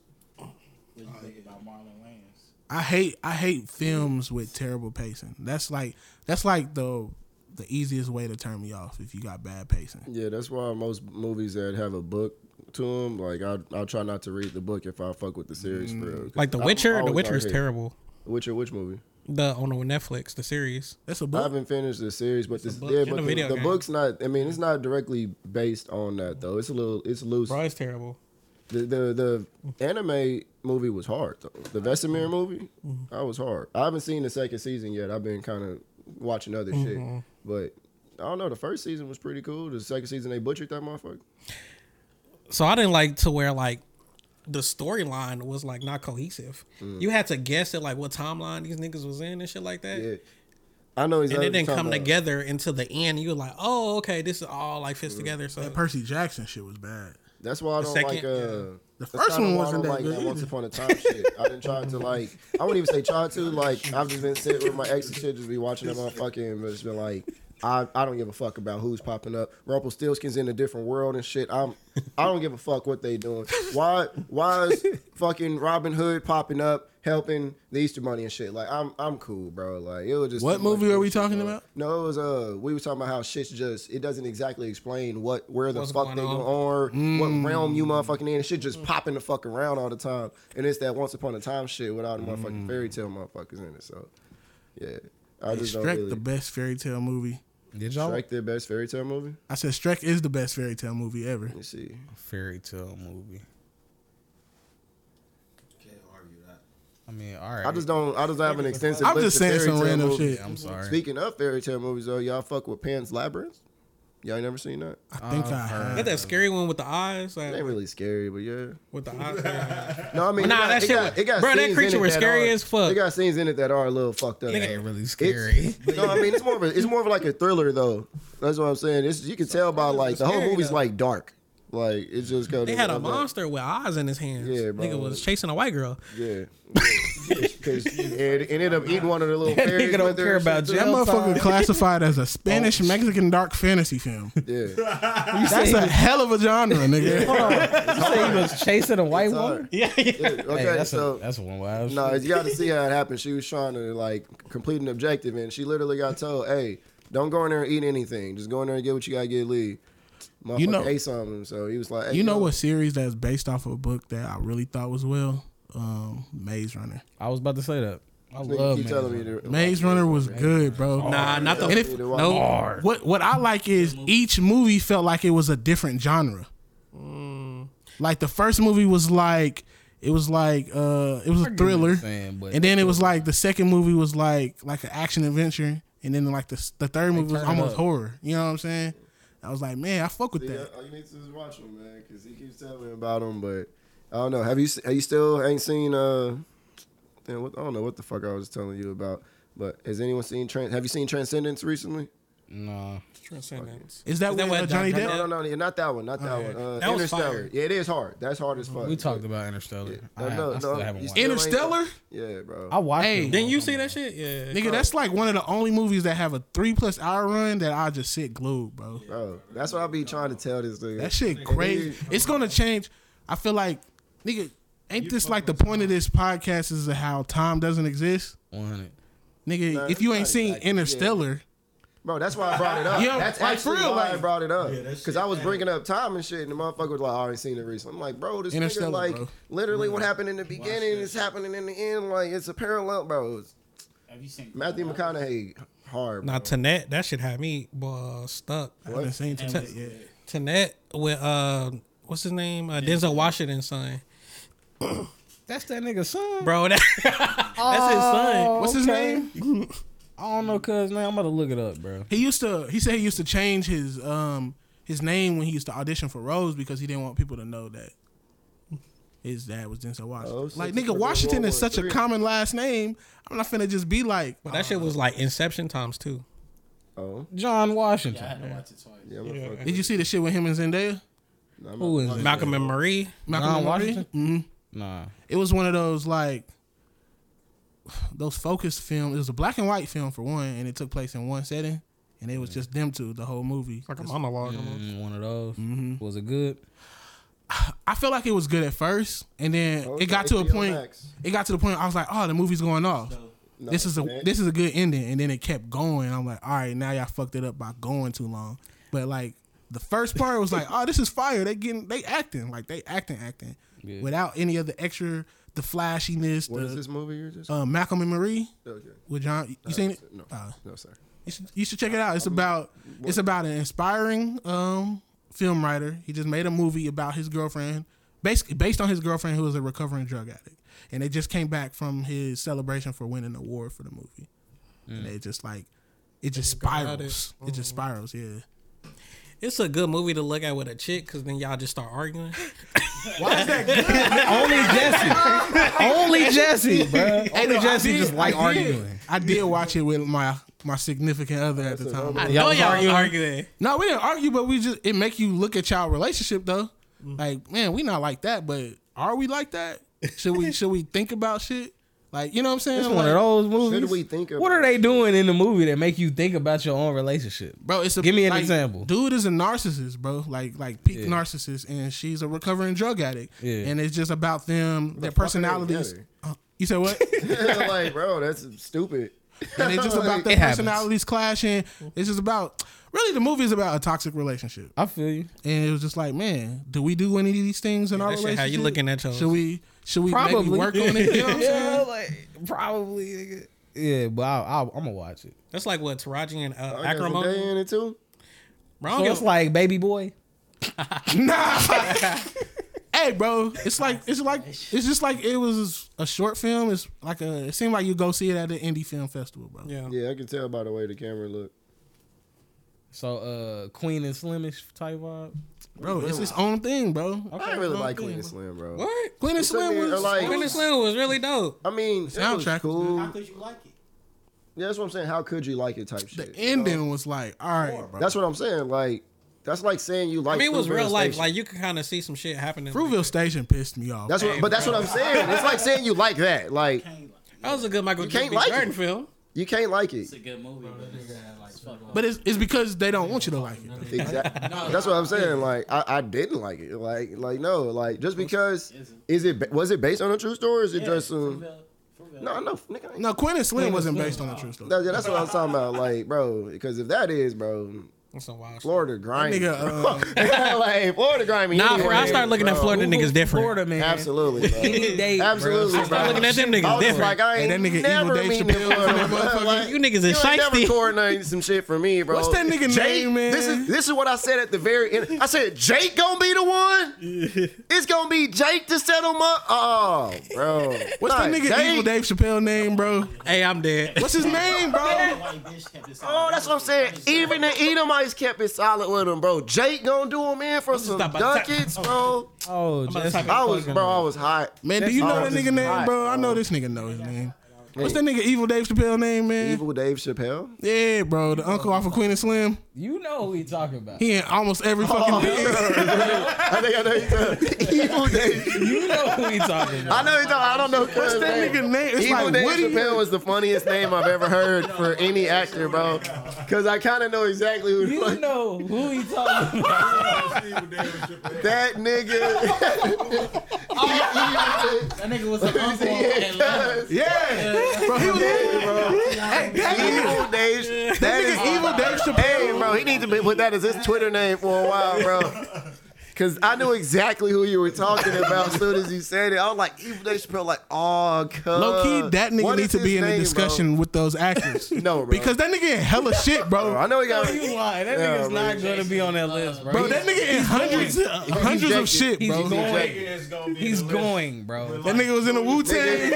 Speaker 2: really think about Marlon Wayans.
Speaker 4: I hate I hate films with terrible pacing. That's like that's like the the easiest way to turn me off if you got bad pacing.
Speaker 1: Yeah, that's why most movies that have a book to them, like I I'll try not to read the book if I fuck with the series for real. 'Cause
Speaker 7: Mm. Like The
Speaker 1: I'm
Speaker 7: Witcher, The
Speaker 1: always
Speaker 7: Witcher is
Speaker 1: out here.
Speaker 7: terrible.
Speaker 1: Witcher, which movie?
Speaker 7: The on Netflix, the series.
Speaker 4: That's a
Speaker 1: I
Speaker 4: book.
Speaker 1: haven't finished the series, but this
Speaker 7: book
Speaker 1: yeah,
Speaker 7: and
Speaker 1: but
Speaker 7: a
Speaker 1: the,
Speaker 7: video
Speaker 1: the
Speaker 7: game.
Speaker 1: book's not. I mean, it's not directly based on that though. It's a little, it's loose.
Speaker 7: Bro, it's terrible.
Speaker 1: The the the anime movie was hard though. The Vesemir movie, I was hard. I haven't seen the second season yet. I've been kind of watching other shit, but. I don't know. The first season was pretty cool. The second season, they butchered that motherfucker.
Speaker 7: So I didn't like to where like the storyline was like not cohesive.
Speaker 1: Mm.
Speaker 7: You had to guess at like what timeline these niggas was in and shit like that.
Speaker 1: Yeah, I know
Speaker 7: And
Speaker 1: exactly.
Speaker 7: it didn't
Speaker 1: what you're
Speaker 7: come
Speaker 1: talking about.
Speaker 7: together until the end. You were like, oh, okay, this is all like
Speaker 1: Mm.
Speaker 7: fits together. So
Speaker 4: Percy Jackson shit was bad.
Speaker 1: That's why I
Speaker 7: The
Speaker 1: don't
Speaker 7: second-
Speaker 1: like. Uh,
Speaker 7: yeah.
Speaker 4: The
Speaker 1: that's
Speaker 4: first
Speaker 1: kinda why
Speaker 4: one
Speaker 1: I don't
Speaker 4: wasn't that
Speaker 1: like
Speaker 4: good
Speaker 1: Once
Speaker 4: either.
Speaker 1: upon a time, shit. I've been trying to like. I wouldn't even say try to. Like I've just been sitting with my ex and shit, just be watching them motherfucking, but it's been like. I, I don't give a fuck about who's popping up. Rumpelstiltskin's in a different world and shit. I'm I don't give a fuck what they doing. Why why is fucking Robin Hood popping up helping the Easter money and shit? Like I'm I'm cool, bro. Like it was just
Speaker 4: What
Speaker 1: too much
Speaker 4: movie are we
Speaker 1: bullshit,
Speaker 4: talking
Speaker 1: bro.
Speaker 4: about?
Speaker 1: No, it was uh we were talking about how shit's just it doesn't exactly explain what where the
Speaker 7: What's
Speaker 1: fuck
Speaker 7: going
Speaker 1: they
Speaker 7: on?
Speaker 1: go or
Speaker 4: Mm.
Speaker 1: what realm you motherfucking in. Shit just popping the fuck around all the time. And it's that once upon a time shit with all the
Speaker 4: Mm.
Speaker 1: motherfucking fairy tale motherfuckers in it. So yeah. I just don't
Speaker 4: Shrek,
Speaker 1: really
Speaker 4: the best fairy tale movie.
Speaker 3: Did y'all
Speaker 1: Shrek their best fairy tale movie?
Speaker 4: I said Shrek is the best fairy tale movie ever.
Speaker 1: Let me see.
Speaker 3: fairy tale movie?
Speaker 5: Can't argue that.
Speaker 3: I mean, all right.
Speaker 1: I just don't I just have an extensive
Speaker 4: I'm
Speaker 1: list
Speaker 4: just
Speaker 1: of
Speaker 4: saying
Speaker 1: fairy
Speaker 4: some
Speaker 1: tale
Speaker 4: random
Speaker 1: movies.
Speaker 4: shit.
Speaker 3: I'm sorry.
Speaker 1: Speaking of fairy tale movies though, y'all fuck with Pan's Labyrinth? Y'all ain't never seen that?
Speaker 4: I think I have.
Speaker 7: that scary one with the eyes, like
Speaker 1: It ain't really scary, but yeah.
Speaker 7: with the eyes.
Speaker 1: No, I mean,
Speaker 7: Nah,
Speaker 1: it got,
Speaker 7: that
Speaker 1: it
Speaker 7: shit
Speaker 1: got,
Speaker 7: was-
Speaker 1: it got
Speaker 7: Bro, that
Speaker 1: scenes in
Speaker 7: creature
Speaker 1: it
Speaker 7: was
Speaker 1: that
Speaker 7: scary
Speaker 1: are-
Speaker 7: as fuck.
Speaker 1: It got scenes in it that are a little fucked up.
Speaker 3: ain't really scary.
Speaker 1: It's- no, I mean it's more of a, it's more of like a thriller though. That's what I'm saying. It's, you can tell by like the whole
Speaker 7: scary,
Speaker 1: movie's
Speaker 7: though.
Speaker 1: like dark. Like it's just kind of
Speaker 7: They had a monster with eyes in his hands.
Speaker 1: Yeah, bro.
Speaker 7: Nigga was chasing a white girl.
Speaker 1: Yeah. 'Cause it, it ended up eating one of the little
Speaker 3: That
Speaker 1: fairies
Speaker 3: nigga don't
Speaker 1: with her
Speaker 3: care
Speaker 1: and shit,
Speaker 3: about
Speaker 1: too.
Speaker 4: That
Speaker 3: jail
Speaker 4: motherfucker
Speaker 3: time.
Speaker 4: classified as a Spanish Mexican dark fantasy film.
Speaker 1: Yeah.
Speaker 4: That's a hell of a genre, nigga.
Speaker 3: You say he was chasing a white woman?
Speaker 7: Yeah, yeah.
Speaker 1: Okay,
Speaker 3: Hey, that's,
Speaker 1: so
Speaker 3: a, that's one wild
Speaker 1: No,
Speaker 3: shit.
Speaker 1: you got to see how it happened. She was trying to like complete an objective, and she literally got told, "Hey, don't go in there and eat anything. Just go in there and get what you gotta get. Leave." Motherfucker
Speaker 4: You know-
Speaker 1: ate something, so he was like, hey,
Speaker 4: You know
Speaker 1: yo,
Speaker 4: what series that's based off of a book that I really thought was well? Um, Maze Runner.
Speaker 3: I was about to say that. I
Speaker 1: nigga
Speaker 3: love
Speaker 1: keep
Speaker 3: Maze
Speaker 1: telling
Speaker 3: Runner.
Speaker 1: me to-
Speaker 4: Maze Runner was good, bro.
Speaker 7: Nah, not the.
Speaker 4: And if-
Speaker 7: no,
Speaker 4: What what I like is each movie felt like it was a different genre. Like the first movie was like it was like uh it was a thriller,
Speaker 3: saying, but-
Speaker 4: and then it was like the second movie was like like an action adventure, and then like the s- the third movie was
Speaker 3: turned it
Speaker 4: almost
Speaker 3: up.
Speaker 4: horror. You know what I'm saying? I was like, man, I fuck with
Speaker 1: Yeah,
Speaker 4: that.
Speaker 1: all you need to just watch him, man, because he keeps telling me about him. But I don't know. Have you? Have you still ain't seen? Uh, damn, what, I don't know what the fuck I was telling you about. But has anyone seen? Tran- have you seen Transcendence recently?
Speaker 3: Nah.
Speaker 7: transcendence.
Speaker 4: Is that
Speaker 7: Is
Speaker 4: with,
Speaker 7: that
Speaker 4: uh,
Speaker 7: what
Speaker 4: Johnny
Speaker 7: Don-
Speaker 4: Depp?
Speaker 7: Don-
Speaker 1: No, no, no, not that one. Not
Speaker 4: Oh,
Speaker 1: that one. Uh,
Speaker 7: That was
Speaker 1: Interstellar.
Speaker 7: fire.
Speaker 1: Yeah, it is hard. That's hard as fuck.
Speaker 3: We talked about Interstellar.
Speaker 1: No,
Speaker 3: I,
Speaker 1: no,
Speaker 3: I
Speaker 1: no,
Speaker 3: still
Speaker 1: you
Speaker 3: haven't watched
Speaker 1: still
Speaker 3: it.
Speaker 1: ain't-
Speaker 4: Interstellar?
Speaker 1: Yeah, bro.
Speaker 3: I watched it.
Speaker 7: Didn't you see that shit? Yeah.
Speaker 4: Oh, Nigga, that's like one of the only movies that have a three plus hour run that I just sit glued, bro.
Speaker 1: bro, that's what I be trying to tell this dude.
Speaker 4: That shit crazy. It's gonna change. I feel like, nigga, ain't this like the point of this podcast is how time doesn't exist?
Speaker 3: 100.
Speaker 4: Nigga, if you ain't seen Interstellar,
Speaker 1: Bro, that's why I brought it up.
Speaker 4: Yeah,
Speaker 1: that's
Speaker 4: like, for
Speaker 1: actually
Speaker 4: real,
Speaker 1: why I
Speaker 4: like-
Speaker 1: brought it up.
Speaker 5: Yeah, that shit
Speaker 1: Because I was bringing up time and shit, and the motherfucker was like, "Oh, I already seen it recently. I'm like, bro, this nigga,
Speaker 4: Interstellar,
Speaker 1: like,
Speaker 4: bro.
Speaker 1: literally what happened in the beginning is happening in the end. Like, it's a parallel, bro. It's
Speaker 2: Have you seen
Speaker 1: Matthew McConaughey, hard.
Speaker 7: Now
Speaker 1: Bro.
Speaker 7: Tenet, that shit had me boy, stuck.
Speaker 4: I haven't seen Tenet yet.
Speaker 7: Tenet with uh, what's his name? Uh, Denzel Washington's son.
Speaker 3: That's that nigga's son.
Speaker 7: Bro, that, that's his
Speaker 1: Oh,
Speaker 7: son.
Speaker 4: What's his name?
Speaker 3: I don't know cuz name. I'm about to look it up, bro.
Speaker 4: He used to. He said he used to change his um his name when he used to audition for roles because he didn't want people to know that his dad was Denzel Washington.
Speaker 1: Oh, so
Speaker 4: like
Speaker 1: it's
Speaker 4: nigga,
Speaker 1: freaking
Speaker 4: Washington
Speaker 1: World
Speaker 4: is
Speaker 1: War
Speaker 4: such a
Speaker 1: Three.
Speaker 4: common last name. I'm not finna just be like.
Speaker 7: But that shit was like Inception times two.
Speaker 1: Oh,
Speaker 3: John
Speaker 2: I
Speaker 3: Washington.
Speaker 2: had to watch it twice.
Speaker 1: yeah, motherfucker.
Speaker 4: Did you see the shit with him and Zendaya?
Speaker 1: Nah, I'm
Speaker 3: Who
Speaker 1: not-
Speaker 3: is it?
Speaker 7: Malcolm and Marie.
Speaker 4: Malcolm
Speaker 3: John
Speaker 4: and Marie?
Speaker 3: Washington?
Speaker 4: Mhm.
Speaker 3: Nah.
Speaker 4: it was one of those like those focused film. It was a black and white film for one, and it took place in one setting, and it was just them two the whole movie.
Speaker 7: Like a monologue. almost.
Speaker 3: Mm, one of those. Was it good?
Speaker 4: I felt like it was good at first, and then
Speaker 1: Oh,
Speaker 4: it got
Speaker 1: it's
Speaker 4: to a
Speaker 1: HBO
Speaker 4: point.
Speaker 1: Max.
Speaker 4: It got to the point I was like, oh, the movie's going off.
Speaker 1: No,
Speaker 4: this is a
Speaker 1: man.
Speaker 4: this is a good ending, and then it kept going. I'm like, all right, now y'all fucked it up by going too long. But like the first part was like, oh, this is fire. They getting they acting like they acting acting
Speaker 3: Yeah.
Speaker 4: without any of the extra the flashiness.
Speaker 1: What
Speaker 4: the,
Speaker 1: is this movie you're just?
Speaker 4: Uh, Malcolm and Marie.
Speaker 1: okay.
Speaker 4: with John. You seen it?
Speaker 1: No,
Speaker 4: Uh,
Speaker 1: no, sorry.
Speaker 4: you, should, you should check it out. It's about it's about an inspiring um, film writer. He just made a movie about his girlfriend basically based on his girlfriend who was a recovering drug addict, and they just came back from his celebration for winning the award for the movie, and they just like it just
Speaker 6: got it.
Speaker 4: spirals. It Oh. just spirals. Yeah.
Speaker 7: It's a good movie to look at with a chick because then y'all just start arguing.
Speaker 4: Why is that good?
Speaker 3: Only Jesse. Only Jesse, bro. Only Jesse
Speaker 4: did-
Speaker 3: just like
Speaker 4: Oh, I did.
Speaker 3: arguing.
Speaker 4: I did watch it with my my significant other at the time.
Speaker 7: I
Speaker 4: I-
Speaker 7: know
Speaker 3: was
Speaker 7: y'all
Speaker 3: arguing?
Speaker 7: arguing. arguing.
Speaker 4: No, we didn't argue, but we just it make you look at y'all relationship though. Like, man, we not like that, but are we like that? Should we should we think about shit? Like, you know what I'm saying?
Speaker 3: It's
Speaker 4: Like,
Speaker 3: one of those movies.
Speaker 1: we think
Speaker 3: what are
Speaker 1: about
Speaker 3: they doing in the movie that make you think about your own relationship?
Speaker 4: Bro, it's a
Speaker 3: Give me an
Speaker 4: like,
Speaker 3: example.
Speaker 4: Dude is a narcissist, bro. Like like peak
Speaker 3: Yeah.
Speaker 4: narcissist, and she's a recovering drug addict.
Speaker 3: Yeah.
Speaker 4: And it's just about them, their
Speaker 1: fuck are they
Speaker 4: personalities.
Speaker 1: together?
Speaker 4: Uh, you said what?
Speaker 1: like, bro, that's stupid.
Speaker 4: and it's just about
Speaker 1: Like,
Speaker 4: their
Speaker 3: It happens.
Speaker 4: personalities clashing. It's just about really the movie is about a toxic relationship.
Speaker 3: I feel you.
Speaker 4: and it was just like, man, do we do any of these things in our
Speaker 7: that shit
Speaker 4: relationship?
Speaker 7: how you looking at yours.
Speaker 4: Should we? Should we maybe
Speaker 3: Probably.
Speaker 4: work on it? You know what I'm
Speaker 3: Yeah,
Speaker 4: saying?
Speaker 3: like probably. nigga. Yeah, but I, I, I'm gonna watch it.
Speaker 7: That's like what Taraji and uh,
Speaker 1: I got some day
Speaker 7: Acrimony.
Speaker 1: in it too.
Speaker 7: Wrong.
Speaker 3: So it's like Baby Boy.
Speaker 4: Hey, bro, it's like it's like it's just like it was a short film. It's like a. It seemed like you go see it at an indie film festival, bro.
Speaker 7: yeah.
Speaker 1: Yeah, I can tell by the way the camera look.
Speaker 3: So uh, Queen and Slimish type vibe.
Speaker 4: bro, it's its own thing, bro.
Speaker 1: I didn't really like Queen and Slim, bro.
Speaker 7: What?
Speaker 4: Glenn and Slim
Speaker 1: Or
Speaker 4: was
Speaker 1: like-
Speaker 7: Queen and Slim was really dope.
Speaker 1: I mean, soundtrack
Speaker 4: Soundtrack was
Speaker 1: cool.
Speaker 2: How could you like it?
Speaker 1: Yeah, that's what I'm saying. How could you like it? Type
Speaker 4: the
Speaker 1: shit.
Speaker 4: ending was like, all right, bro.
Speaker 1: That's what I'm saying. Like, that's like saying you like.
Speaker 7: I mean, it was
Speaker 1: Fruitvale
Speaker 7: real life.
Speaker 1: Station.
Speaker 7: Like you could kind of see some shit happening.
Speaker 4: Fruitville Station pissed me off.
Speaker 1: that's what, but that's what I'm saying. It's like saying you like that. Like,
Speaker 7: That was a good Michael
Speaker 1: You can't
Speaker 7: J.
Speaker 1: like
Speaker 7: Jordan
Speaker 1: it.
Speaker 7: film.
Speaker 1: you can't like it.
Speaker 2: It's a good movie, but it's- it's fucked up.
Speaker 4: but it's, it's because they don't want you to like it. Bro.
Speaker 1: Exactly. That's what I'm saying. Like, I, I didn't like it. Like, like no. Like, just because is it was it based on a true story? Or is it just some?
Speaker 2: Fruitvale- Fruitvale.
Speaker 1: No, no, nigga. I ain't-
Speaker 4: No, Quinn and Slim wasn't based on the true story.
Speaker 1: That- that's what I was talking about. Like, bro, because if that is, bro,
Speaker 7: That's some wild. shit.
Speaker 1: Florida grimy.
Speaker 4: Nigga, uh,
Speaker 1: like Florida grimy.
Speaker 7: Nah,
Speaker 1: anyway,
Speaker 7: bro, I started looking at
Speaker 1: bro.
Speaker 7: Florida niggas different.
Speaker 3: Florida man.
Speaker 1: Absolutely, bro.
Speaker 3: Any day, bro.
Speaker 1: Absolutely,
Speaker 7: I started
Speaker 1: bro.
Speaker 7: looking at them
Speaker 1: I was
Speaker 7: niggas
Speaker 1: just
Speaker 7: different.
Speaker 1: like, I
Speaker 4: And
Speaker 1: ain't
Speaker 4: that nigga evil
Speaker 1: never meeting
Speaker 4: Dave Chappelle was in that motherfucker.
Speaker 1: Like,
Speaker 7: You niggas is
Speaker 1: you ain't never
Speaker 7: shiesty.
Speaker 1: coordinating some shit for me, bro.
Speaker 4: What's that nigga
Speaker 1: Jake,
Speaker 4: name, man?
Speaker 1: This is this is what I said at the very end. I said Jake gonna be the one. It's gonna be Jake to settle my. Oh, bro.
Speaker 4: What's
Speaker 1: Nah,
Speaker 4: that nigga evil Dave Chappelle name, bro?
Speaker 7: Hey, I'm dead.
Speaker 4: What's his name,
Speaker 2: That
Speaker 4: bro?
Speaker 2: white bitch kept it
Speaker 1: Oh, that's what I'm saying. Even the Edomites kept it solid with him, bro. Jake gonna do him in for some
Speaker 7: stop by the time.
Speaker 1: ducats, bro.
Speaker 3: Oh, Jesse.
Speaker 7: type it.
Speaker 1: I was, bro, I was hot.
Speaker 4: Man, do you
Speaker 1: That's
Speaker 4: know that
Speaker 1: all
Speaker 4: nigga
Speaker 1: just
Speaker 4: name,
Speaker 1: hot,
Speaker 4: bro? I know
Speaker 1: bro.
Speaker 4: this nigga know his name. What's that nigga evil Dave Chappelle name, man?
Speaker 1: Evil Dave Chappelle.
Speaker 4: Yeah, bro, the uncle off of Queen and Slim.
Speaker 3: You know who we talking about.
Speaker 4: He in almost
Speaker 1: Oh,
Speaker 4: every fucking thing.
Speaker 1: I think I know you talking- Evil Dave.
Speaker 3: You know who we talking about.
Speaker 1: I know you talking. I don't know.
Speaker 4: What's that nigga name? It's
Speaker 1: Evil
Speaker 4: like
Speaker 1: Dave
Speaker 4: Woody.
Speaker 1: Chappelle was the funniest name I've ever heard for any actor, bro. Cause I kind of know exactly who the
Speaker 3: You
Speaker 1: fuck
Speaker 3: know who he talking about.
Speaker 1: that nigga.
Speaker 2: That nigga was an uncle in Atlanta.
Speaker 4: Yeah, bro, he was
Speaker 1: Evil Dave. That is
Speaker 4: nigga evil Dave Chappelle.
Speaker 1: Hey, bro, he needs to be, put that as his Twitter name for a while, bro. Cause I knew exactly who you were talking about as soon as you said it. I was like, Evil Dave Chappelle, like, oh, cuz.
Speaker 4: Low key, that nigga
Speaker 1: What
Speaker 4: needs
Speaker 1: is
Speaker 4: to be
Speaker 1: his
Speaker 4: in the
Speaker 1: name, bro?
Speaker 4: discussion with those actors.
Speaker 1: No, bro.
Speaker 4: because that nigga in hella shit,
Speaker 1: Bro,
Speaker 4: bro.
Speaker 1: I know he got.
Speaker 3: You lying. That
Speaker 1: Yeah,
Speaker 3: nigga's
Speaker 1: man.
Speaker 3: not gonna be on that list, bro.
Speaker 4: Bro, that nigga in hundreds, hundreds of shit,
Speaker 3: he's
Speaker 4: bro.
Speaker 3: going.
Speaker 5: It's gonna be
Speaker 3: He's
Speaker 5: the list.
Speaker 3: going, bro.
Speaker 4: That nigga was in a Wu Tang.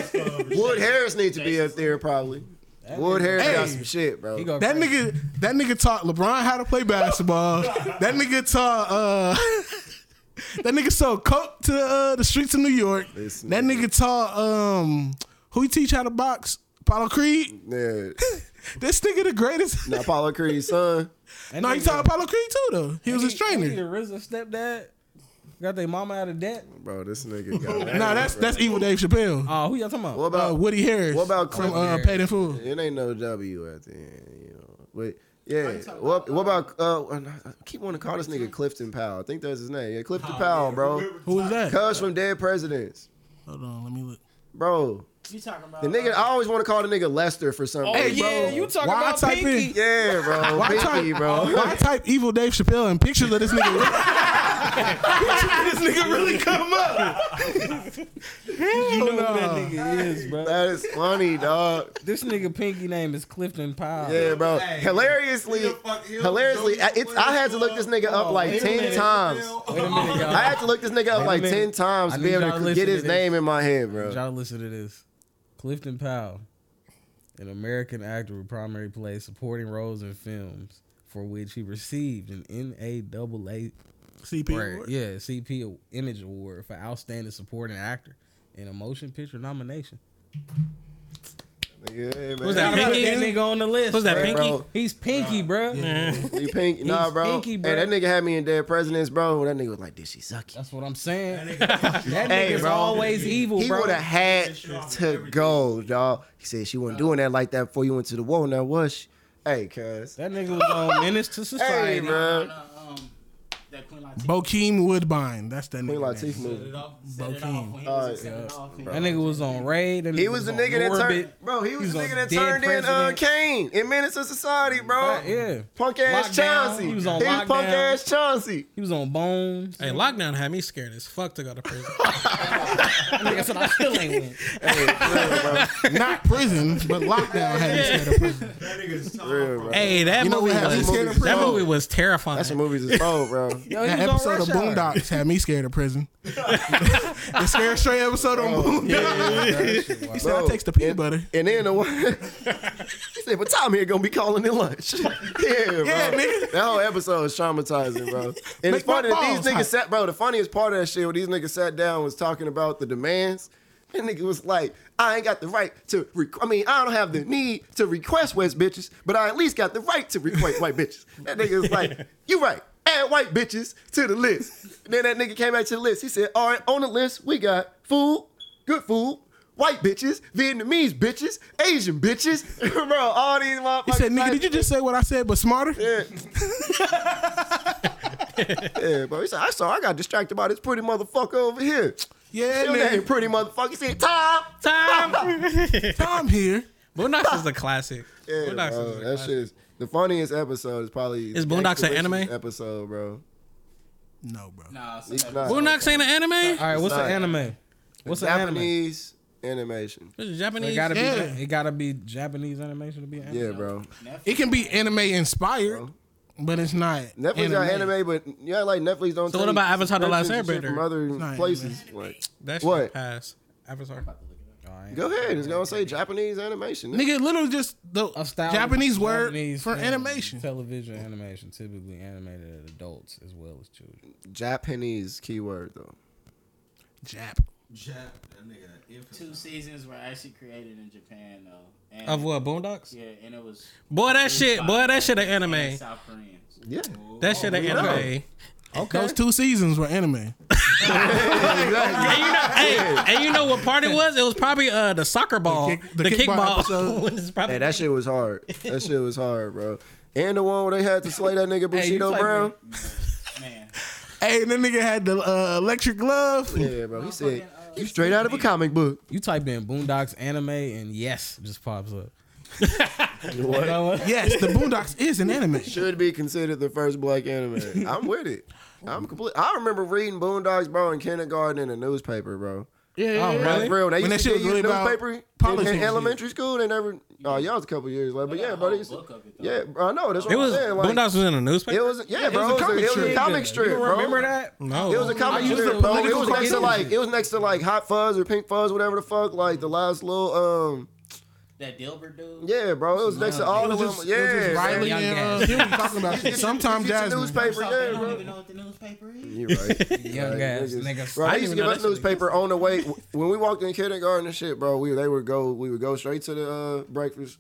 Speaker 1: Wood Harris needs to be up there probably. Wood Harris got
Speaker 4: Hey.
Speaker 1: some shit, bro.
Speaker 3: He go
Speaker 4: That
Speaker 3: crazy.
Speaker 4: nigga, that nigga taught LeBron how to play basketball. that nigga taught, uh, that nigga sold coke to uh, the streets of New York.
Speaker 1: This
Speaker 4: that nigga taught, um, who he teach how to box? Apollo Creed.
Speaker 1: Yeah.
Speaker 4: This nigga the greatest.
Speaker 1: Now Apollo Creed's son.
Speaker 3: That
Speaker 4: no, he
Speaker 3: nigga-
Speaker 4: taught Apollo Creed too though. He was his
Speaker 3: That nigga The
Speaker 4: trainer.
Speaker 3: RZA stepdad got their mama out of debt.
Speaker 1: Bro, this nigga got
Speaker 4: Nah, that's that's evil Dave Chappelle.
Speaker 3: Oh, who y'all talking
Speaker 1: What
Speaker 3: about?
Speaker 4: Uh,
Speaker 1: about
Speaker 4: Woody Harris.
Speaker 1: what about
Speaker 4: from
Speaker 1: Clint
Speaker 4: uh,
Speaker 1: Harris?
Speaker 4: Paid in Full?
Speaker 1: It ain't no W at the end, you know. But yeah, what what about uh I keep wanting to call this nigga Clifton Powell. I think that's his name. Oh, Yeah, Clifton Powell, bro.
Speaker 4: Who was that?
Speaker 1: Cuz from Dead Presidents.
Speaker 4: Hold on, let me look.
Speaker 1: Bro,
Speaker 2: You talking about
Speaker 1: the nigga I always want to call the nigga Lester for some reason.
Speaker 3: yeah, you talking
Speaker 4: Why I
Speaker 3: about
Speaker 4: type
Speaker 3: Pinky?
Speaker 4: in-
Speaker 1: Yeah, bro.
Speaker 4: Why
Speaker 1: Pinky,
Speaker 4: type,
Speaker 1: bro.
Speaker 4: why type evil Dave Chappelle in pictures of this nigga? this nigga really come up.
Speaker 3: You know who that nigga is, bro.
Speaker 1: That is funny, dog.
Speaker 3: This nigga pinky name is Clifton Powell.
Speaker 1: Yeah, bro.
Speaker 5: Hey,
Speaker 1: hilariously,
Speaker 5: he a fuck- he a
Speaker 1: hilariously,
Speaker 5: Joey
Speaker 1: I- it's. I had to look this nigga up like
Speaker 3: wait a
Speaker 1: ten
Speaker 3: minute.
Speaker 1: times.
Speaker 3: Wait a minute, y'all.
Speaker 1: I had to look this nigga
Speaker 3: Wait
Speaker 1: up
Speaker 3: a
Speaker 1: like
Speaker 3: minute.
Speaker 1: ten times
Speaker 3: I
Speaker 1: to
Speaker 3: need
Speaker 1: be able
Speaker 3: y'all
Speaker 1: to
Speaker 3: listen
Speaker 1: get
Speaker 3: to
Speaker 1: his
Speaker 3: this.
Speaker 1: name in my head, bro.
Speaker 3: Y'all listen to this. Clifton Powell, an American actor who primarily plays supporting roles in films for which he received an NAAA
Speaker 4: CP.
Speaker 3: award.
Speaker 4: award.
Speaker 3: Yeah, CP Aw- Image Award for Outstanding Supporting Actor in a Motion Picture nomination.
Speaker 1: Yeah, man.
Speaker 7: Was that
Speaker 3: Put
Speaker 7: Pinky?
Speaker 3: that nigga on the list.
Speaker 7: Was that
Speaker 3: bruh.
Speaker 7: Pinky?
Speaker 1: Bro.
Speaker 3: He's Pinky, bruh.
Speaker 1: You pink? Nah, bro.
Speaker 3: pinky, bro.
Speaker 1: Hey, that nigga had me in Dead Presidents, bro. That nigga was like, did she suck you?
Speaker 3: That's what I'm saying. That nigga's
Speaker 1: bro.
Speaker 3: always evil,
Speaker 1: He
Speaker 3: bro.
Speaker 1: would have had to go, dog. He said she wasn't doing that like that before you went to the war. Now was she? Hey, cuz.
Speaker 3: That nigga was on Menace to
Speaker 1: Hey,
Speaker 3: Society.
Speaker 1: bro.
Speaker 2: Uh, um, that Queen Latifah.
Speaker 4: Bokeem Woodbine. That's that
Speaker 1: Queen
Speaker 4: nigga. name.
Speaker 1: Latifah
Speaker 2: Set
Speaker 1: movie.
Speaker 2: it off. Set it
Speaker 4: Bokeem.
Speaker 2: off. When he
Speaker 1: All right.
Speaker 2: was set it off. and-
Speaker 3: That nigga was on Raid. That
Speaker 1: He was the
Speaker 3: on
Speaker 1: nigga that turned,
Speaker 3: Orbit.
Speaker 1: bro. He was
Speaker 3: He
Speaker 1: the
Speaker 3: was
Speaker 1: nigga
Speaker 3: on
Speaker 1: that
Speaker 3: Dead
Speaker 1: turned in uh,
Speaker 3: Presidents.
Speaker 1: Kane in Menace of Society, bro.
Speaker 3: Right, yeah.
Speaker 1: Punk ass
Speaker 3: Lockdown.
Speaker 1: Chauncey.
Speaker 3: He was on Lockdown.
Speaker 1: punk ass Chauncey.
Speaker 3: He was on Bones.
Speaker 7: Hey, lockdown had me scared as fuck to go to prison.
Speaker 3: Nigga said I still ain't went.
Speaker 4: Not prison, but lockdown had me scared of prison.
Speaker 5: That nigga's tough,
Speaker 1: Real,
Speaker 5: bro.
Speaker 1: bro.
Speaker 7: hey, that
Speaker 4: You know
Speaker 7: movie
Speaker 4: what happened?
Speaker 7: was
Speaker 4: Scared of
Speaker 7: that
Speaker 4: prison.
Speaker 7: movie was terrifying.
Speaker 1: That's what movies is for, bro.
Speaker 3: Yo,
Speaker 4: That
Speaker 3: he was on
Speaker 4: episode of
Speaker 3: Rush Hour.
Speaker 4: Boondocks had me scared of prison. the scare straight episode
Speaker 1: Oh.
Speaker 4: on Boondocks. he said,
Speaker 1: Bro,
Speaker 4: I takes the peanut butter.
Speaker 1: And then the one he said, "But Tom here gonna be calling in lunch." yeah, bro.
Speaker 4: Yeah, nigga.
Speaker 1: That whole episode is traumatizing, bro. And it's
Speaker 4: my
Speaker 1: funny that these
Speaker 4: balls
Speaker 1: niggas
Speaker 4: hot.
Speaker 1: sat, bro. The funniest part of that shit, when these niggas sat down, was talking about the demands. That nigga was like, "I ain't got the right to. Requ- I mean, I don't have the need to request West bitches, but I at least got the right to request white bitches." That nigga was like, "You right." Add white bitches to the list. And then that nigga came back to the list. He said, "All right, on the list we got food, good food, white bitches, Vietnamese bitches, Asian bitches, bro. All these motherfuckers.
Speaker 4: He said, nigga, did you just say what I said, but smarter?
Speaker 1: Yeah, bro. He said, I saw. I got distracted by this pretty motherfucker over here.
Speaker 4: Yeah,
Speaker 1: Your
Speaker 4: nigga.
Speaker 1: name pretty motherfucker. He said, Tom.
Speaker 7: Time.
Speaker 4: Tom here.
Speaker 7: Boondocks Ah, is a classic.
Speaker 1: Yeah,
Speaker 7: Boondocks
Speaker 1: bro,
Speaker 7: is a
Speaker 1: that
Speaker 7: classic.
Speaker 1: shit is the funniest episode. Is probably
Speaker 7: Is
Speaker 1: the
Speaker 7: Boondocks an
Speaker 1: Expeditions
Speaker 7: anime?
Speaker 1: episode, bro?
Speaker 4: No, bro.
Speaker 2: Nah, so
Speaker 1: It's
Speaker 2: that-
Speaker 1: not.
Speaker 7: Boondocks ain't an anime.
Speaker 1: Uh,
Speaker 3: All right, what's the
Speaker 1: Sorry.
Speaker 3: anime? What's the anime?
Speaker 1: Japanese animation.
Speaker 7: This is
Speaker 3: It
Speaker 7: Japanese.
Speaker 3: gotta be.
Speaker 4: Yeah.
Speaker 3: It gotta be Japanese animation to be. Anime.
Speaker 1: Yeah, bro.
Speaker 4: It can be anime inspired, but it's not.
Speaker 1: Netflix got anime, but yeah, like Netflix don't.
Speaker 7: So what
Speaker 1: take
Speaker 7: about Avatar: The Last
Speaker 1: scripts and shit
Speaker 7: Airbender?
Speaker 1: From other
Speaker 4: not
Speaker 1: places, like
Speaker 7: That shit
Speaker 1: What?
Speaker 7: pass. Avatar.
Speaker 1: go ahead, it's gonna say Japanese animation.
Speaker 4: Nigga, literally just the
Speaker 3: A style
Speaker 4: Japanese word
Speaker 3: Japanese
Speaker 4: for
Speaker 3: film,
Speaker 4: animation.
Speaker 3: Television animation typically animated at adults as well as children.
Speaker 1: Japanese keyword though.
Speaker 4: Jap.
Speaker 5: Jap, that nigga, that infant.
Speaker 2: Two seasons were actually created in Japan though. And,
Speaker 7: Of what? Boondocks.
Speaker 2: Yeah, and it was
Speaker 7: Boy, that shit. Boy, that shit an
Speaker 2: and
Speaker 7: anime.
Speaker 2: South Koreans.
Speaker 1: Yeah,
Speaker 7: That shit an anime.
Speaker 3: Okay.
Speaker 4: Those two seasons were anime.
Speaker 7: And you know, hey, and you know what part it was? It was probably uh, the soccer ball, the,
Speaker 4: kick- the kickball
Speaker 7: kickball.
Speaker 4: episode.
Speaker 7: When it's probably-
Speaker 1: Hey, that shit was hard. That shit was hard, bro. And the one where they had to slay that nigga
Speaker 3: Hey, you
Speaker 1: Bushido
Speaker 3: play
Speaker 1: Brown.
Speaker 2: Man,
Speaker 4: Hey, and the nigga had the uh, electric glove.
Speaker 1: Yeah, bro. He said,
Speaker 4: uh,
Speaker 1: "You straight out of a comic book."
Speaker 3: You type in Boondocks anime and yes, just pops up.
Speaker 1: What?
Speaker 3: You know what?
Speaker 4: Yes, the Boondocks is an
Speaker 3: Oh,
Speaker 4: anime.
Speaker 1: Should be considered the first black anime. I'm with it. I'm complete. I remember reading Boondocks, bro, in kindergarten in the newspaper, bro.
Speaker 4: Yeah,
Speaker 3: Oh,
Speaker 1: That's
Speaker 3: really?
Speaker 1: real. They
Speaker 4: When
Speaker 1: used
Speaker 4: that
Speaker 1: to
Speaker 4: shit was
Speaker 1: give you
Speaker 4: really
Speaker 1: a
Speaker 4: about
Speaker 1: newspaper in,
Speaker 4: politics,
Speaker 1: in
Speaker 4: yeah.
Speaker 1: elementary school. They never. Oh, y'all was a couple years later, but yeah, bro. They used to,
Speaker 2: book of it though.
Speaker 1: yeah, bro, I know. That's what
Speaker 7: It was
Speaker 1: I'm saying. Like,
Speaker 7: Boondocks was in the newspaper.
Speaker 1: It was yeah,
Speaker 4: it
Speaker 1: bro.
Speaker 4: was a comic
Speaker 1: it was a
Speaker 4: strip.
Speaker 1: comic strip,
Speaker 3: You
Speaker 1: bro.
Speaker 3: remember that?
Speaker 7: no,
Speaker 1: It was a comic
Speaker 4: used
Speaker 1: strip,
Speaker 4: to
Speaker 1: bro.
Speaker 4: look
Speaker 1: It
Speaker 4: at
Speaker 1: was
Speaker 4: the
Speaker 1: next to
Speaker 4: cartoons.
Speaker 1: like it was next to like Hot Fuzz or Pink Fuzz, whatever the fuck. Like the last little um
Speaker 2: that Dilbert dude.
Speaker 1: yeah, bro. It was next to all
Speaker 4: It
Speaker 1: of
Speaker 4: was
Speaker 1: them.
Speaker 4: just,
Speaker 1: Yeah,
Speaker 4: it was just Riley
Speaker 3: Young
Speaker 4: and uh,
Speaker 3: Gas.
Speaker 4: Huey talking about shit. Sometimes
Speaker 1: It's a
Speaker 4: Jasmine.
Speaker 1: newspaper,
Speaker 2: They
Speaker 1: yeah,
Speaker 2: don't
Speaker 1: bro.
Speaker 2: even know what the newspaper is.
Speaker 1: You right.
Speaker 3: Young
Speaker 1: Like,
Speaker 3: ass
Speaker 1: niggas-
Speaker 3: niggas.
Speaker 1: Bro,
Speaker 7: I
Speaker 1: I
Speaker 7: didn't
Speaker 1: used to give
Speaker 7: even know
Speaker 1: us
Speaker 7: that shit
Speaker 1: newspaper on the way when we walked in kindergarten and shit, bro. We they would go, we would go straight to the uh, breakfast.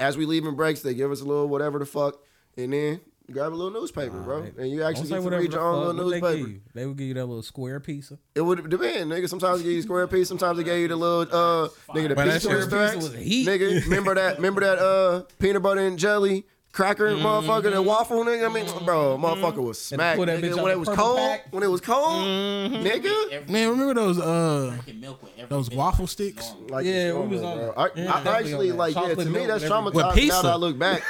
Speaker 1: As we leave in breaks, they give us a little whatever the fuck, and then grab a little newspaper, bro.
Speaker 3: Alright.
Speaker 1: And you actually get
Speaker 3: Don't say
Speaker 1: to
Speaker 3: whatever
Speaker 1: read
Speaker 3: the
Speaker 1: your own
Speaker 3: fuck.
Speaker 1: little
Speaker 3: What They, give
Speaker 1: newspaper.
Speaker 3: you? they would give you that little square piece. of-
Speaker 1: It would depend, nigga. Sometimes they give you square piece, sometimes they gave you the little uh nigga the
Speaker 7: But
Speaker 1: peach
Speaker 7: that shit
Speaker 1: twist
Speaker 3: was
Speaker 1: tracks.
Speaker 3: heat.
Speaker 1: Nigga, remember that remember that uh peanut butter and jelly cracker motherfucker, that waffle nigga? I mean bro, motherfucker was smacked.
Speaker 3: Mm-hmm. pull that
Speaker 1: Nigga.
Speaker 3: bitch out
Speaker 1: When
Speaker 3: the
Speaker 1: it was
Speaker 3: purple
Speaker 1: cold,
Speaker 3: pack. Mm-hmm.
Speaker 1: when it was cold, nigga.
Speaker 2: Every
Speaker 4: Man, remember those uh
Speaker 2: fucking milk with every
Speaker 4: those
Speaker 2: bit
Speaker 4: waffle
Speaker 2: of
Speaker 4: sticks?
Speaker 2: normal.
Speaker 1: Like
Speaker 3: Yeah,
Speaker 1: it's
Speaker 3: we was
Speaker 1: normal, bro.
Speaker 3: on
Speaker 1: I,
Speaker 3: that. Yeah,
Speaker 1: I
Speaker 3: definitely
Speaker 1: actually
Speaker 3: on that.
Speaker 1: like yeah.
Speaker 3: Chocolate
Speaker 1: To me,
Speaker 3: milk
Speaker 1: that's
Speaker 3: and everything.
Speaker 1: traumatizing. Now
Speaker 7: pizza.
Speaker 1: that I look back,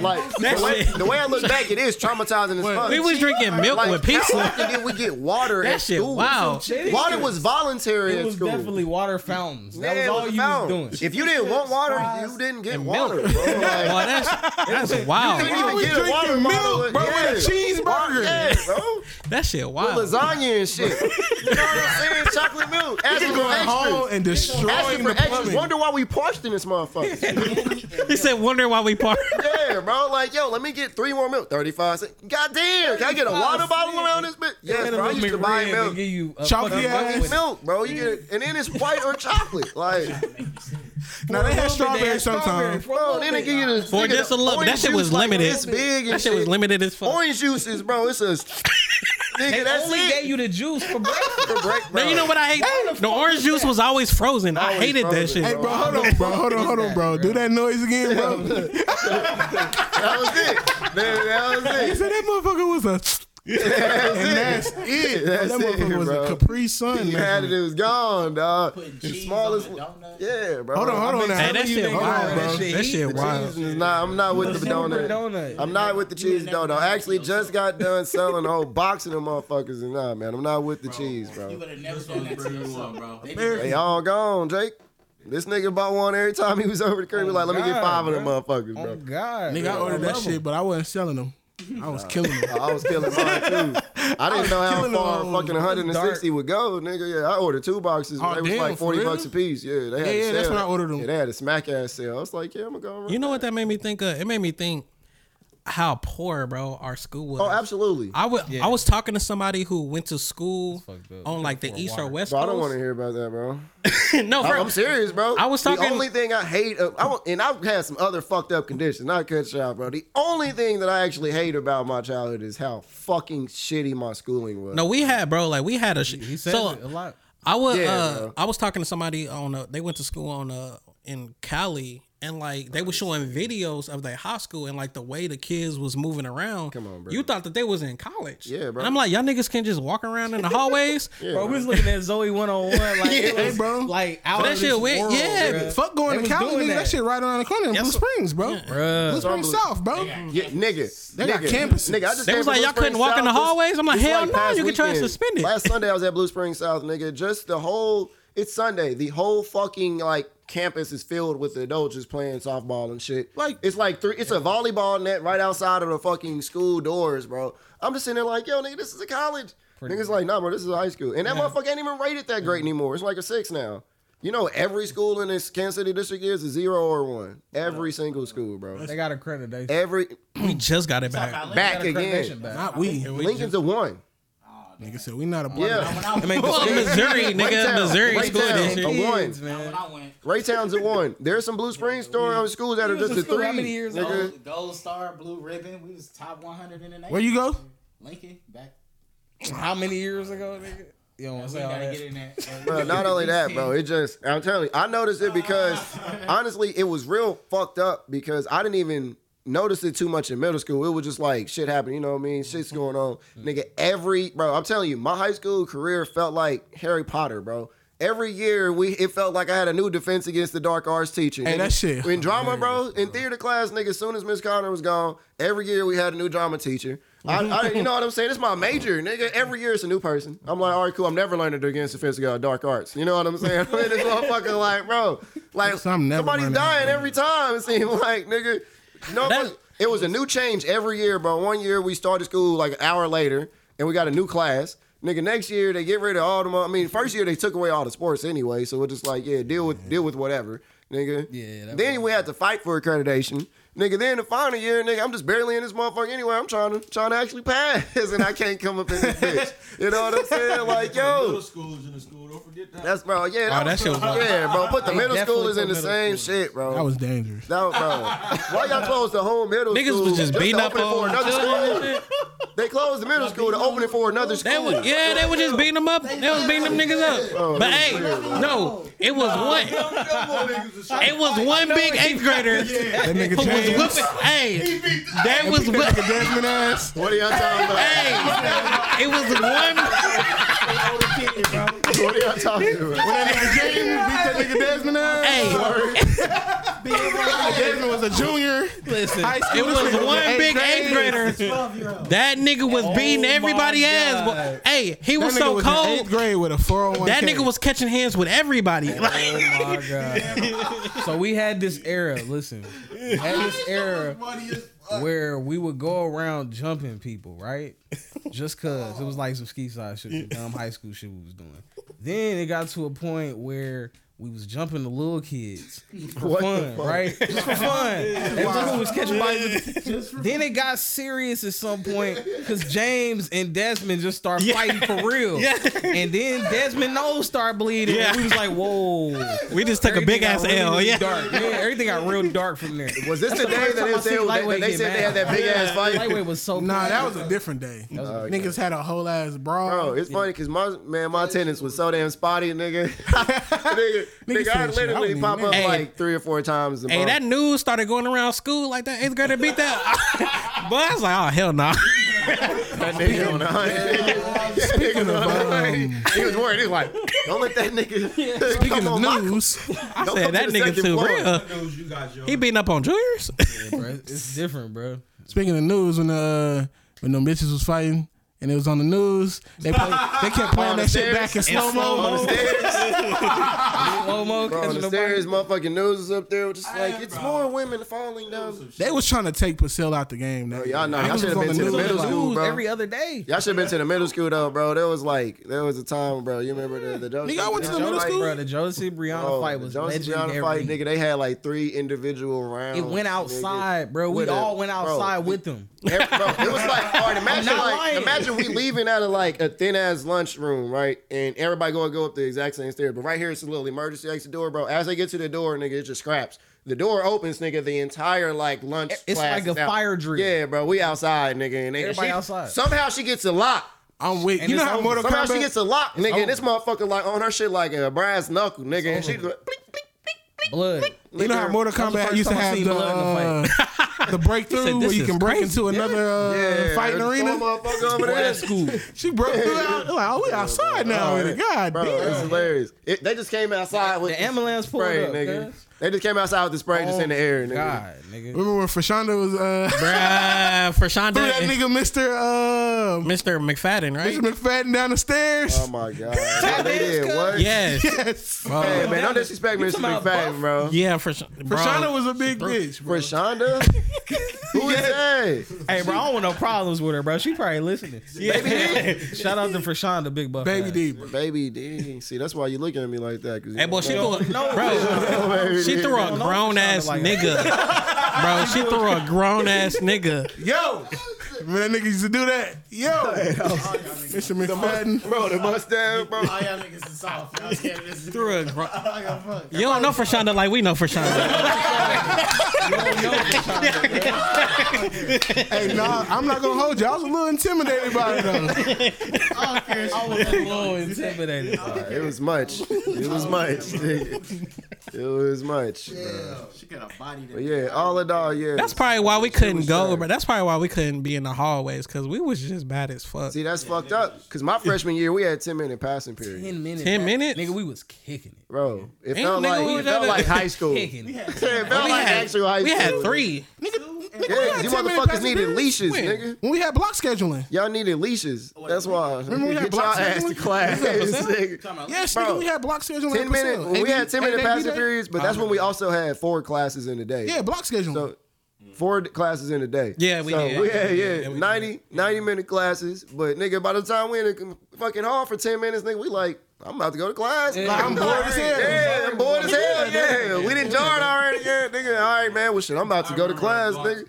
Speaker 1: Like the
Speaker 7: That's
Speaker 1: way,
Speaker 7: it.
Speaker 1: the way I look back, it is traumatizing as fuck.
Speaker 7: We was drinking milk
Speaker 1: Like,
Speaker 7: with
Speaker 1: How
Speaker 7: pizza.
Speaker 1: often did we get water
Speaker 7: That
Speaker 1: at
Speaker 7: shit
Speaker 1: school?
Speaker 7: wild.
Speaker 1: Water was voluntary
Speaker 3: It
Speaker 1: at
Speaker 3: was
Speaker 1: school.
Speaker 3: definitely water fountains. That
Speaker 1: Yeah, it
Speaker 3: was all
Speaker 1: was
Speaker 3: you
Speaker 1: found.
Speaker 3: was doing.
Speaker 1: If you didn't want water, you didn't get water, bro. Like,
Speaker 7: Boy, that's that's
Speaker 1: you didn't
Speaker 7: wild.
Speaker 1: even get a water bottle.
Speaker 4: milk, bro, with a cheeseburger.
Speaker 1: Yeah, bro.
Speaker 7: That shit wild.
Speaker 1: Lasagna and shit. You know what I'm saying? Chocolate milk. Asking for
Speaker 4: Going home
Speaker 1: extras.
Speaker 4: and
Speaker 1: Asking
Speaker 4: destroying
Speaker 1: for
Speaker 4: the
Speaker 1: extras.
Speaker 4: plumbing.
Speaker 1: Wonder why we parched in this motherfucker.
Speaker 7: He said, "Wonder why we part."
Speaker 1: Yeah, bro. Like, yo, let me get three more milk. 35 cents. God damn. Can I get a water bottle around this bitch? Yes,
Speaker 3: Get a
Speaker 1: bro. I used to
Speaker 3: McRib
Speaker 1: buy
Speaker 3: and
Speaker 1: milk.
Speaker 3: give you a
Speaker 4: Chalky
Speaker 3: fucking bucket
Speaker 4: ass
Speaker 3: with-
Speaker 1: Milk, bro. You get it. And then it's white or chocolate. Like,
Speaker 4: Now they had
Speaker 3: Strawberry,
Speaker 4: strawberry sometimes.
Speaker 3: strawberry.
Speaker 1: bro, then they give you this.
Speaker 7: For
Speaker 1: nigga,
Speaker 7: just a
Speaker 1: the
Speaker 7: little-
Speaker 1: orange
Speaker 7: that shit
Speaker 1: juice,
Speaker 7: was
Speaker 1: like,
Speaker 7: limited.
Speaker 1: This big and
Speaker 7: That shit was limited as fuck.
Speaker 1: Orange juice is, bro. It's a. Nigga,
Speaker 3: They
Speaker 1: that's
Speaker 3: only
Speaker 1: it.
Speaker 3: gave you the juice for breakfast.
Speaker 1: For break,
Speaker 7: Now
Speaker 1: bro.
Speaker 7: you know what I hate? The orange juice was always frozen. I
Speaker 1: Always
Speaker 7: hated that
Speaker 1: frozen.
Speaker 7: shit.
Speaker 4: Hey, bro, hold on, bro, hold on, hold on, bro. Do that noise again, bro.
Speaker 1: That was it. Man, that was it.
Speaker 4: He said that motherfucker was a. and that's it.
Speaker 1: That's
Speaker 4: that
Speaker 1: it,
Speaker 4: motherfucker was
Speaker 1: bro.
Speaker 4: a Capri Sun.
Speaker 1: He
Speaker 4: man.
Speaker 1: had it, it was gone, dog.
Speaker 2: Putting
Speaker 1: The
Speaker 2: cheese
Speaker 1: smallest
Speaker 2: on
Speaker 1: one.
Speaker 2: a donut.
Speaker 1: Yeah, bro.
Speaker 4: Hold on, hold on. Now.
Speaker 7: Hey, that shit
Speaker 4: Hold on,
Speaker 7: wild, bro.
Speaker 4: bro.
Speaker 7: That shit
Speaker 1: The
Speaker 7: wild.
Speaker 1: cheese is not, I'm not with the
Speaker 3: Super
Speaker 1: donut.
Speaker 3: donut. Oh
Speaker 1: I'm not with the cheese donut. I actually just got done selling a whole box of them motherfuckers and nah, man. I'm not with the cheese,
Speaker 2: You
Speaker 1: bro.
Speaker 2: would have never
Speaker 5: That's what
Speaker 2: done
Speaker 5: we
Speaker 2: that to
Speaker 5: bring you
Speaker 2: yourself.
Speaker 5: on, bro.
Speaker 2: They
Speaker 1: They
Speaker 2: did-
Speaker 1: all gone, Jake. This nigga bought one every time he was over the crib. He was like, let me get
Speaker 3: God,
Speaker 1: five of them
Speaker 3: bro.
Speaker 1: motherfuckers,
Speaker 3: Oh
Speaker 1: bro.
Speaker 3: God,
Speaker 4: Nigga, I ordered that shit, but I wasn't selling them. I was killing them.
Speaker 1: Oh, I was killing mine too. I didn't know how
Speaker 4: killing
Speaker 1: far
Speaker 4: them.
Speaker 1: fucking 160 would go, nigga. Yeah, I ordered two boxes.
Speaker 4: Oh,
Speaker 1: they was
Speaker 4: damn,
Speaker 1: like
Speaker 4: for
Speaker 1: 40
Speaker 4: real?
Speaker 1: bucks a piece. Yeah, they had
Speaker 4: Yeah,
Speaker 1: a
Speaker 4: yeah, that's
Speaker 1: sale.
Speaker 4: when I ordered them.
Speaker 1: Yeah, they had a smack ass sale. I was like, yeah, I'm gonna go. around.
Speaker 7: You know what that made me think of? It made me think how poor, bro, our school was.
Speaker 1: Oh, absolutely.
Speaker 7: I would. I was talking to somebody who went to school on like the east or west
Speaker 1: Bro, I don't want
Speaker 7: coast.
Speaker 1: to hear about that, bro.
Speaker 7: no,
Speaker 1: I,
Speaker 7: bro.
Speaker 1: am serious, bro.
Speaker 7: I was
Speaker 1: The
Speaker 7: talking-
Speaker 1: only thing I hate, uh, I, wa- and I've had some other fucked up conditions. Not cut you out, bro. The only thing that I actually hate about my childhood is how fucking shitty my schooling was.
Speaker 7: No, we had, bro. Like we had a. Sh-
Speaker 3: He said
Speaker 7: so
Speaker 3: it a lot.
Speaker 7: I was.
Speaker 1: Yeah,
Speaker 7: uh,
Speaker 1: bro.
Speaker 7: I was talking to somebody on. A, they went to school on uh in Cali, and like they were showing videos of their high school and like the way the kids was moving around. Come
Speaker 1: on, bro.
Speaker 7: You thought that they was in college.
Speaker 1: Yeah, bro.
Speaker 7: And I'm like, y'all niggas can just walk around in the hallways.
Speaker 3: Bro, we was looking at Zoe 101 like it
Speaker 4: Yeah,
Speaker 3: was,
Speaker 4: bro.
Speaker 3: like out
Speaker 7: that
Speaker 3: of
Speaker 7: shit
Speaker 3: this
Speaker 7: went-
Speaker 3: world,
Speaker 7: yeah,
Speaker 3: bruh.
Speaker 4: Fuck going
Speaker 3: They
Speaker 4: to
Speaker 3: was
Speaker 4: college,
Speaker 3: doing
Speaker 4: nigga. That.
Speaker 3: that.
Speaker 4: shit right around the corner in Blue
Speaker 7: sir.
Speaker 4: Springs, bro. Blue Springs South, bro.
Speaker 1: Yeah, nigga.
Speaker 4: Mm-hmm. They got
Speaker 1: nigga,
Speaker 4: campuses.
Speaker 1: Nigga, I just
Speaker 7: They
Speaker 1: came from
Speaker 7: was like,
Speaker 1: Blue
Speaker 7: y'all couldn't
Speaker 1: Springs
Speaker 7: walk
Speaker 1: South
Speaker 7: in the
Speaker 1: just-
Speaker 7: hallways? I'm like,
Speaker 1: just
Speaker 7: hell no,
Speaker 1: past
Speaker 7: you could try and
Speaker 1: weekend.
Speaker 7: suspend it.
Speaker 1: Last Sunday I was at Blue Springs South, nigga. Just the whole it's Sunday. The whole fucking like campus is filled with adults just playing softball and shit. Like it's like three it's a volleyball net right outside of the fucking school doors, bro. I'm just sitting there like, yo, nigga, this is a college. Niggas like, nah, bro, this is high school. And that motherfucker ain't even rated that great anymore. It's like a six now. You know, every school in this Kansas City district is a zero or one. Every single school, bro.
Speaker 3: They got accreditation.
Speaker 1: Every
Speaker 7: We just got it back.
Speaker 2: I lived-
Speaker 1: back
Speaker 3: Accreditation
Speaker 1: again.
Speaker 3: back.
Speaker 4: Not we.
Speaker 1: Lincoln's a one.
Speaker 4: Nigga said we not a part
Speaker 1: Yeah.
Speaker 4: of
Speaker 2: When I
Speaker 7: I mean,
Speaker 2: went-
Speaker 7: well, Missouri, nigga,
Speaker 1: Raytown.
Speaker 7: Missouri school
Speaker 1: Raytown.
Speaker 7: district.
Speaker 1: A one.
Speaker 3: Kids, man.
Speaker 2: when I went,
Speaker 1: Raytown's a one. There's some Blue Springs store on schools that are
Speaker 3: He was
Speaker 1: just
Speaker 3: in
Speaker 1: a
Speaker 3: school
Speaker 1: three.
Speaker 3: how many years
Speaker 1: nigga.
Speaker 2: Gold, Gold Star, Blue Ribbon. We was top 100 in the nation.
Speaker 4: Where you go?
Speaker 2: Lincoln, back.
Speaker 3: How many years ago, nigga? You don't want to
Speaker 2: We
Speaker 3: say all
Speaker 2: gotta
Speaker 3: that.
Speaker 2: get in there.
Speaker 1: Bro, not only that, bro. It just I'm telling you, I noticed it because honestly, it was real fucked up because I didn't even notice it too much in middle school. It was just like shit happened, you know what I mean? Shit's going on.
Speaker 4: Mm-hmm.
Speaker 1: Nigga, every bro, I'm telling you, my high school career felt like Harry Potter, bro. Every year we it felt like I had a new defense against the dark arts teacher.
Speaker 4: Hey,
Speaker 1: nigga.
Speaker 4: that shit
Speaker 1: In drama, bro, in theater class, nigga, as soon as Miss Connor was gone, every year we had a new drama teacher. I, I, you know what I'm saying? It's my major, nigga. Every year it's a new person. I'm like, all right, cool. I'm never learning to against offensive God, dark arts. You know what I'm saying? I mean, this motherfucker, like, bro, like
Speaker 4: So I'm never
Speaker 1: somebody's
Speaker 4: learning
Speaker 1: dying
Speaker 4: how to-
Speaker 1: every time. It seemed like, nigga, you know,
Speaker 7: That-
Speaker 1: it was a new change every year, bro. One year we started school like an hour later, and we got a new class. Nigga, next year they get rid of all the. mo- I mean, first year they took away all the sports anyway, so it's just like, yeah, deal with deal with whatever, nigga.
Speaker 3: Yeah, that
Speaker 1: Then we had to fight for accreditation, nigga. Then the final year, nigga, I'm just barely in this motherfucker anyway. I'm trying to trying to actually pass, and I can't come up in this bitch. You know what I'm saying? Like, yo,
Speaker 5: Middle schoolers in the school. Don't forget that.
Speaker 1: that's bro. Yeah,
Speaker 7: Oh, that shit was wild.
Speaker 1: yeah, bro. Put the
Speaker 3: They
Speaker 1: middle
Speaker 3: definitely
Speaker 1: schoolers in
Speaker 3: put
Speaker 1: the
Speaker 3: middle
Speaker 1: same
Speaker 3: schoolers.
Speaker 1: shit, bro.
Speaker 4: That was dangerous.
Speaker 1: No, bro. Why y'all close the whole middle
Speaker 7: Niggas
Speaker 1: school?
Speaker 7: was just beating
Speaker 1: to
Speaker 7: up
Speaker 1: open it for
Speaker 7: on
Speaker 1: another
Speaker 7: children
Speaker 1: school. They closed the middle school to open it for another
Speaker 7: They
Speaker 1: school.
Speaker 7: was, yeah, they were just beating them up. They was beating them niggas up. But hey, no, it was one. It was one big eighth grader
Speaker 4: That
Speaker 7: who
Speaker 4: nigga
Speaker 7: was
Speaker 4: James.
Speaker 7: whooping. Hey, that was what.
Speaker 4: Jasmine ass.
Speaker 1: What are y'all talking about?
Speaker 7: Hey, it was one.
Speaker 1: What are y'all talking about?
Speaker 4: James beat that nigga Desmond up. Desmond was a junior.
Speaker 7: Listen,
Speaker 4: High school,
Speaker 7: it was
Speaker 4: this nigga
Speaker 7: one
Speaker 4: was eighth
Speaker 7: big eighth
Speaker 4: grade.
Speaker 7: grader.
Speaker 2: Twelve year old.
Speaker 7: That nigga was beating
Speaker 3: my
Speaker 7: everybody ass.
Speaker 3: God.
Speaker 7: But, hey, he
Speaker 4: That
Speaker 7: was
Speaker 4: nigga
Speaker 7: so
Speaker 4: was in eighth
Speaker 7: cold.
Speaker 4: grade with a 401
Speaker 7: That nigga was catching hands with everybody. Like,
Speaker 3: Oh my god. so we had this era. Listen, we had this era where we would go around jumping people, right? Just cause it was like some ski side shit, some dumb high school shit we was doing. Then it got to a point where. We was jumping the little kids for
Speaker 1: What the
Speaker 3: fun,
Speaker 1: fuck?
Speaker 3: right? Just for fun. And Everyone was catching bodies. Then it got serious at some point because James and Desmond just start fighting for real.
Speaker 7: Yeah.
Speaker 3: And then Desmond nose start bleeding. and
Speaker 7: Yeah.
Speaker 3: we was like, whoa.
Speaker 7: we just took a
Speaker 3: Everything
Speaker 7: big
Speaker 3: got
Speaker 7: ass
Speaker 3: really,
Speaker 7: L.
Speaker 3: really
Speaker 7: Yeah.
Speaker 3: Dark. Yeah, everything got real dark from there.
Speaker 1: Was this the day that
Speaker 3: time
Speaker 1: they,
Speaker 3: I
Speaker 1: said, that-
Speaker 3: seen
Speaker 1: that
Speaker 3: lightweight
Speaker 1: they
Speaker 3: get
Speaker 1: said they
Speaker 3: mad.
Speaker 1: had that big ass fight?
Speaker 3: Lightweight was so
Speaker 4: Nah,
Speaker 3: bad.
Speaker 4: that was a different day. Niggas had a whole ass brawl.
Speaker 1: Bro, it's funny because my man, my attendance was so damn spotty, nigga. nigga, nigga, I
Speaker 4: said shit, I
Speaker 1: literally
Speaker 4: wouldn't
Speaker 1: pop
Speaker 4: even
Speaker 1: up
Speaker 7: know. Hey.
Speaker 1: like three or four times a
Speaker 7: Hey,
Speaker 1: month.
Speaker 7: that news started going around school like that eighth grader beat that. but I was like, oh hell no.
Speaker 1: That nigga on the hunt. That nigga on the hunt. He was worried. He was like, "Don't let that nigga."
Speaker 4: um, Speaking of news,
Speaker 7: I
Speaker 1: Don't
Speaker 7: said
Speaker 1: come
Speaker 7: that
Speaker 1: to the
Speaker 7: nigga
Speaker 1: second
Speaker 7: too
Speaker 1: floor.
Speaker 7: real.
Speaker 5: Knows you got your.
Speaker 7: He beating up on juniors.
Speaker 3: bro. It's- It's different, bro.
Speaker 4: speaking of news, when uh when them bitches was fighting and it was on the news, they play, they kept playing
Speaker 1: On the
Speaker 4: that shit
Speaker 1: stairs.
Speaker 4: back in
Speaker 1: In
Speaker 4: slow mo.
Speaker 1: on the stairs,
Speaker 3: Slow mo
Speaker 1: bro, on
Speaker 3: catching
Speaker 1: the
Speaker 3: the ball.
Speaker 1: stairs, motherfucking news is up there, just like it's more women falling down.
Speaker 4: They was trying to take Purcell out the game. That
Speaker 1: Y'all know,
Speaker 4: I
Speaker 1: y'all
Speaker 4: was
Speaker 1: should have
Speaker 4: on
Speaker 1: been
Speaker 4: the
Speaker 1: to the
Speaker 4: news,
Speaker 1: middle
Speaker 4: like,
Speaker 1: school,
Speaker 3: News
Speaker 1: bro.
Speaker 3: every other day.
Speaker 1: Y'all should have been to the middle school though, bro. There was like, there was a time, bro. You remember the the Josie?
Speaker 4: Nigga, I went to the middle
Speaker 1: like,
Speaker 4: school.
Speaker 3: Bro, the Josie Brianna
Speaker 1: bro,
Speaker 3: fight
Speaker 1: the
Speaker 3: was
Speaker 1: Josie Brown
Speaker 3: legendary.
Speaker 1: Fight, nigga, they had like three individual rounds.
Speaker 3: It went
Speaker 1: nigga.
Speaker 3: outside, bro. We
Speaker 1: With a-
Speaker 3: all went
Speaker 1: bro,
Speaker 3: outside with them.
Speaker 1: Every- bro, it was like, all right, imagine
Speaker 3: not
Speaker 1: like,
Speaker 3: lying.
Speaker 1: imagine we leaving out of like a thin ass lunchroom, right? And everybody gonna go up the exact same stairs. But right here, it's a little emergency exit door, bro. As they get to the door, nigga, it's just scraps. The door opens, nigga. The entire like lunch.
Speaker 3: It's
Speaker 1: class
Speaker 3: like a
Speaker 1: is out.
Speaker 3: fire drill.
Speaker 1: Yeah, bro. We outside, nigga. And nigga,
Speaker 3: Everybody
Speaker 1: she-
Speaker 3: outside.
Speaker 1: Somehow she gets a lock.
Speaker 4: I'm with
Speaker 3: And
Speaker 4: you. Know
Speaker 3: it's
Speaker 4: how
Speaker 3: over.
Speaker 4: Mortal
Speaker 1: Somehow
Speaker 4: Kombat?
Speaker 1: she gets a lock, nigga. And this motherfucker like on her shit like a brass knuckle, nigga. And she like, bleep,
Speaker 3: Blood.
Speaker 4: you know how
Speaker 1: nigga.
Speaker 4: Mortal
Speaker 3: was the
Speaker 4: Kombat
Speaker 3: first
Speaker 4: used to
Speaker 3: time I
Speaker 4: have
Speaker 3: seen
Speaker 4: the,
Speaker 3: blood in
Speaker 4: uh, the breakthrough where
Speaker 7: "This
Speaker 4: you
Speaker 7: is
Speaker 4: can break into another uh,
Speaker 1: yeah,
Speaker 4: fighting
Speaker 1: there's a
Speaker 4: arena.
Speaker 1: tall motherfucker over there.
Speaker 3: School.
Speaker 4: She broke through. Out. Like, oh, we outside now.
Speaker 1: Oh,
Speaker 4: with it. God
Speaker 1: bro, it's
Speaker 4: damn.
Speaker 1: hilarious. It, they just came outside with
Speaker 3: The ambulance pulled
Speaker 1: spray,
Speaker 3: up,
Speaker 1: nigga.
Speaker 3: cuz.
Speaker 1: They just came outside with the spray just in the air, nigga.
Speaker 3: God, nigga.
Speaker 4: Remember when Frashonda was uh, threw
Speaker 7: Bruh, for
Speaker 4: that
Speaker 7: Shonda,
Speaker 4: nigga Mister uh,
Speaker 7: Mr. McFadden, right?
Speaker 4: Mr. McFadden down the stairs?
Speaker 1: Oh my god, yeah, they did what?
Speaker 7: Yes.
Speaker 4: yes.
Speaker 7: Oh,
Speaker 1: Hey man, don't disrespect Mr.
Speaker 3: talking about
Speaker 1: McFadden, bro.
Speaker 7: Yeah, for Shonda.
Speaker 4: Frashonda was a big bitch. Bro.
Speaker 1: Rashonda, who is that?
Speaker 3: Hey, bro, I don't want no problems with her, bro. She probably listening. Shout out to Frashonda, big buff.
Speaker 4: Baby
Speaker 3: ass.
Speaker 4: D. bro.
Speaker 1: Baby D. See, that's why you looking at me like that. 'cause you
Speaker 7: Hey, boy,
Speaker 1: don't
Speaker 7: she
Speaker 1: know.
Speaker 7: threw a, bro,
Speaker 1: Baby
Speaker 7: she
Speaker 1: D.
Speaker 7: threw a
Speaker 3: don't know
Speaker 7: grown ass
Speaker 3: what it
Speaker 7: nigga. Bro, she threw a grown ass nigga.
Speaker 4: Yo, remember that nigga used to do that. Yo, Mr. McFadden.
Speaker 1: bro the mustache, bro.
Speaker 2: All y'all niggas is soft. Y'all scared of this.
Speaker 7: Threw a gro-
Speaker 2: I got fucked.
Speaker 7: you don't know for Shonda like we know for Shonda.
Speaker 4: Hey, nah, I'm not gonna hold you. I was a little intimidated by it though.
Speaker 2: I don't care. I was
Speaker 3: So intimidated.
Speaker 1: It was much. It was much. nigga. It was much. bro.
Speaker 2: She got a body
Speaker 1: But
Speaker 2: that.
Speaker 1: yeah, all in all, yeah.
Speaker 7: That's probably why we couldn't
Speaker 1: was
Speaker 7: go,
Speaker 1: sure.
Speaker 7: bro. That's probably why we couldn't be in the hallways because we was just bad as fuck.
Speaker 1: See, that's fucked up. Because my freshman year, we had 10 minute passing period.
Speaker 3: Ten minutes.
Speaker 7: 10 minutes?
Speaker 3: Nigga, we was kicking it.
Speaker 1: Bro, it
Speaker 7: Ain't
Speaker 1: felt
Speaker 7: nigga
Speaker 1: like
Speaker 7: who
Speaker 1: it felt
Speaker 7: done
Speaker 1: like
Speaker 7: it.
Speaker 1: high school. it
Speaker 3: Kicking it.
Speaker 1: felt
Speaker 7: We
Speaker 1: like
Speaker 7: had-
Speaker 1: actual high
Speaker 7: we
Speaker 1: school.
Speaker 7: had three.
Speaker 1: Yeah, 'cause you
Speaker 4: 10 minute
Speaker 1: motherfuckers
Speaker 4: passing
Speaker 1: needed
Speaker 4: periods?
Speaker 1: leashes,
Speaker 7: When?
Speaker 1: nigga.
Speaker 4: When we had block scheduling.
Speaker 1: Y'all needed leashes. That's why.
Speaker 4: we had
Speaker 1: Get y'all
Speaker 4: blocks
Speaker 1: ass to
Speaker 4: everywhere?
Speaker 1: class, nigga.
Speaker 4: Yes,
Speaker 1: Bro.
Speaker 4: nigga, we had block scheduling.
Speaker 1: Ten
Speaker 4: at Purcell.
Speaker 1: minute. We
Speaker 4: AD
Speaker 1: had ten minute
Speaker 4: AD
Speaker 1: passing
Speaker 4: day?
Speaker 1: periods, but that's when we also had four classes in a day.
Speaker 4: Yeah, block scheduling.
Speaker 1: So four classes in a day.
Speaker 7: Yeah, we
Speaker 1: so
Speaker 7: did.
Speaker 1: We had, yeah,
Speaker 7: we did.
Speaker 1: 90, 90 minute classes. But nigga, by the time we in the fucking hall for ten minutes, nigga, we like, I'm about to go to class. Like,
Speaker 4: I'm bored as hell.
Speaker 1: Yeah, I'm bored as hell. Yeah, we didn't jarred already. Yeah, nigga. All right, man. Well, shit, I'm about to go to class, nigga.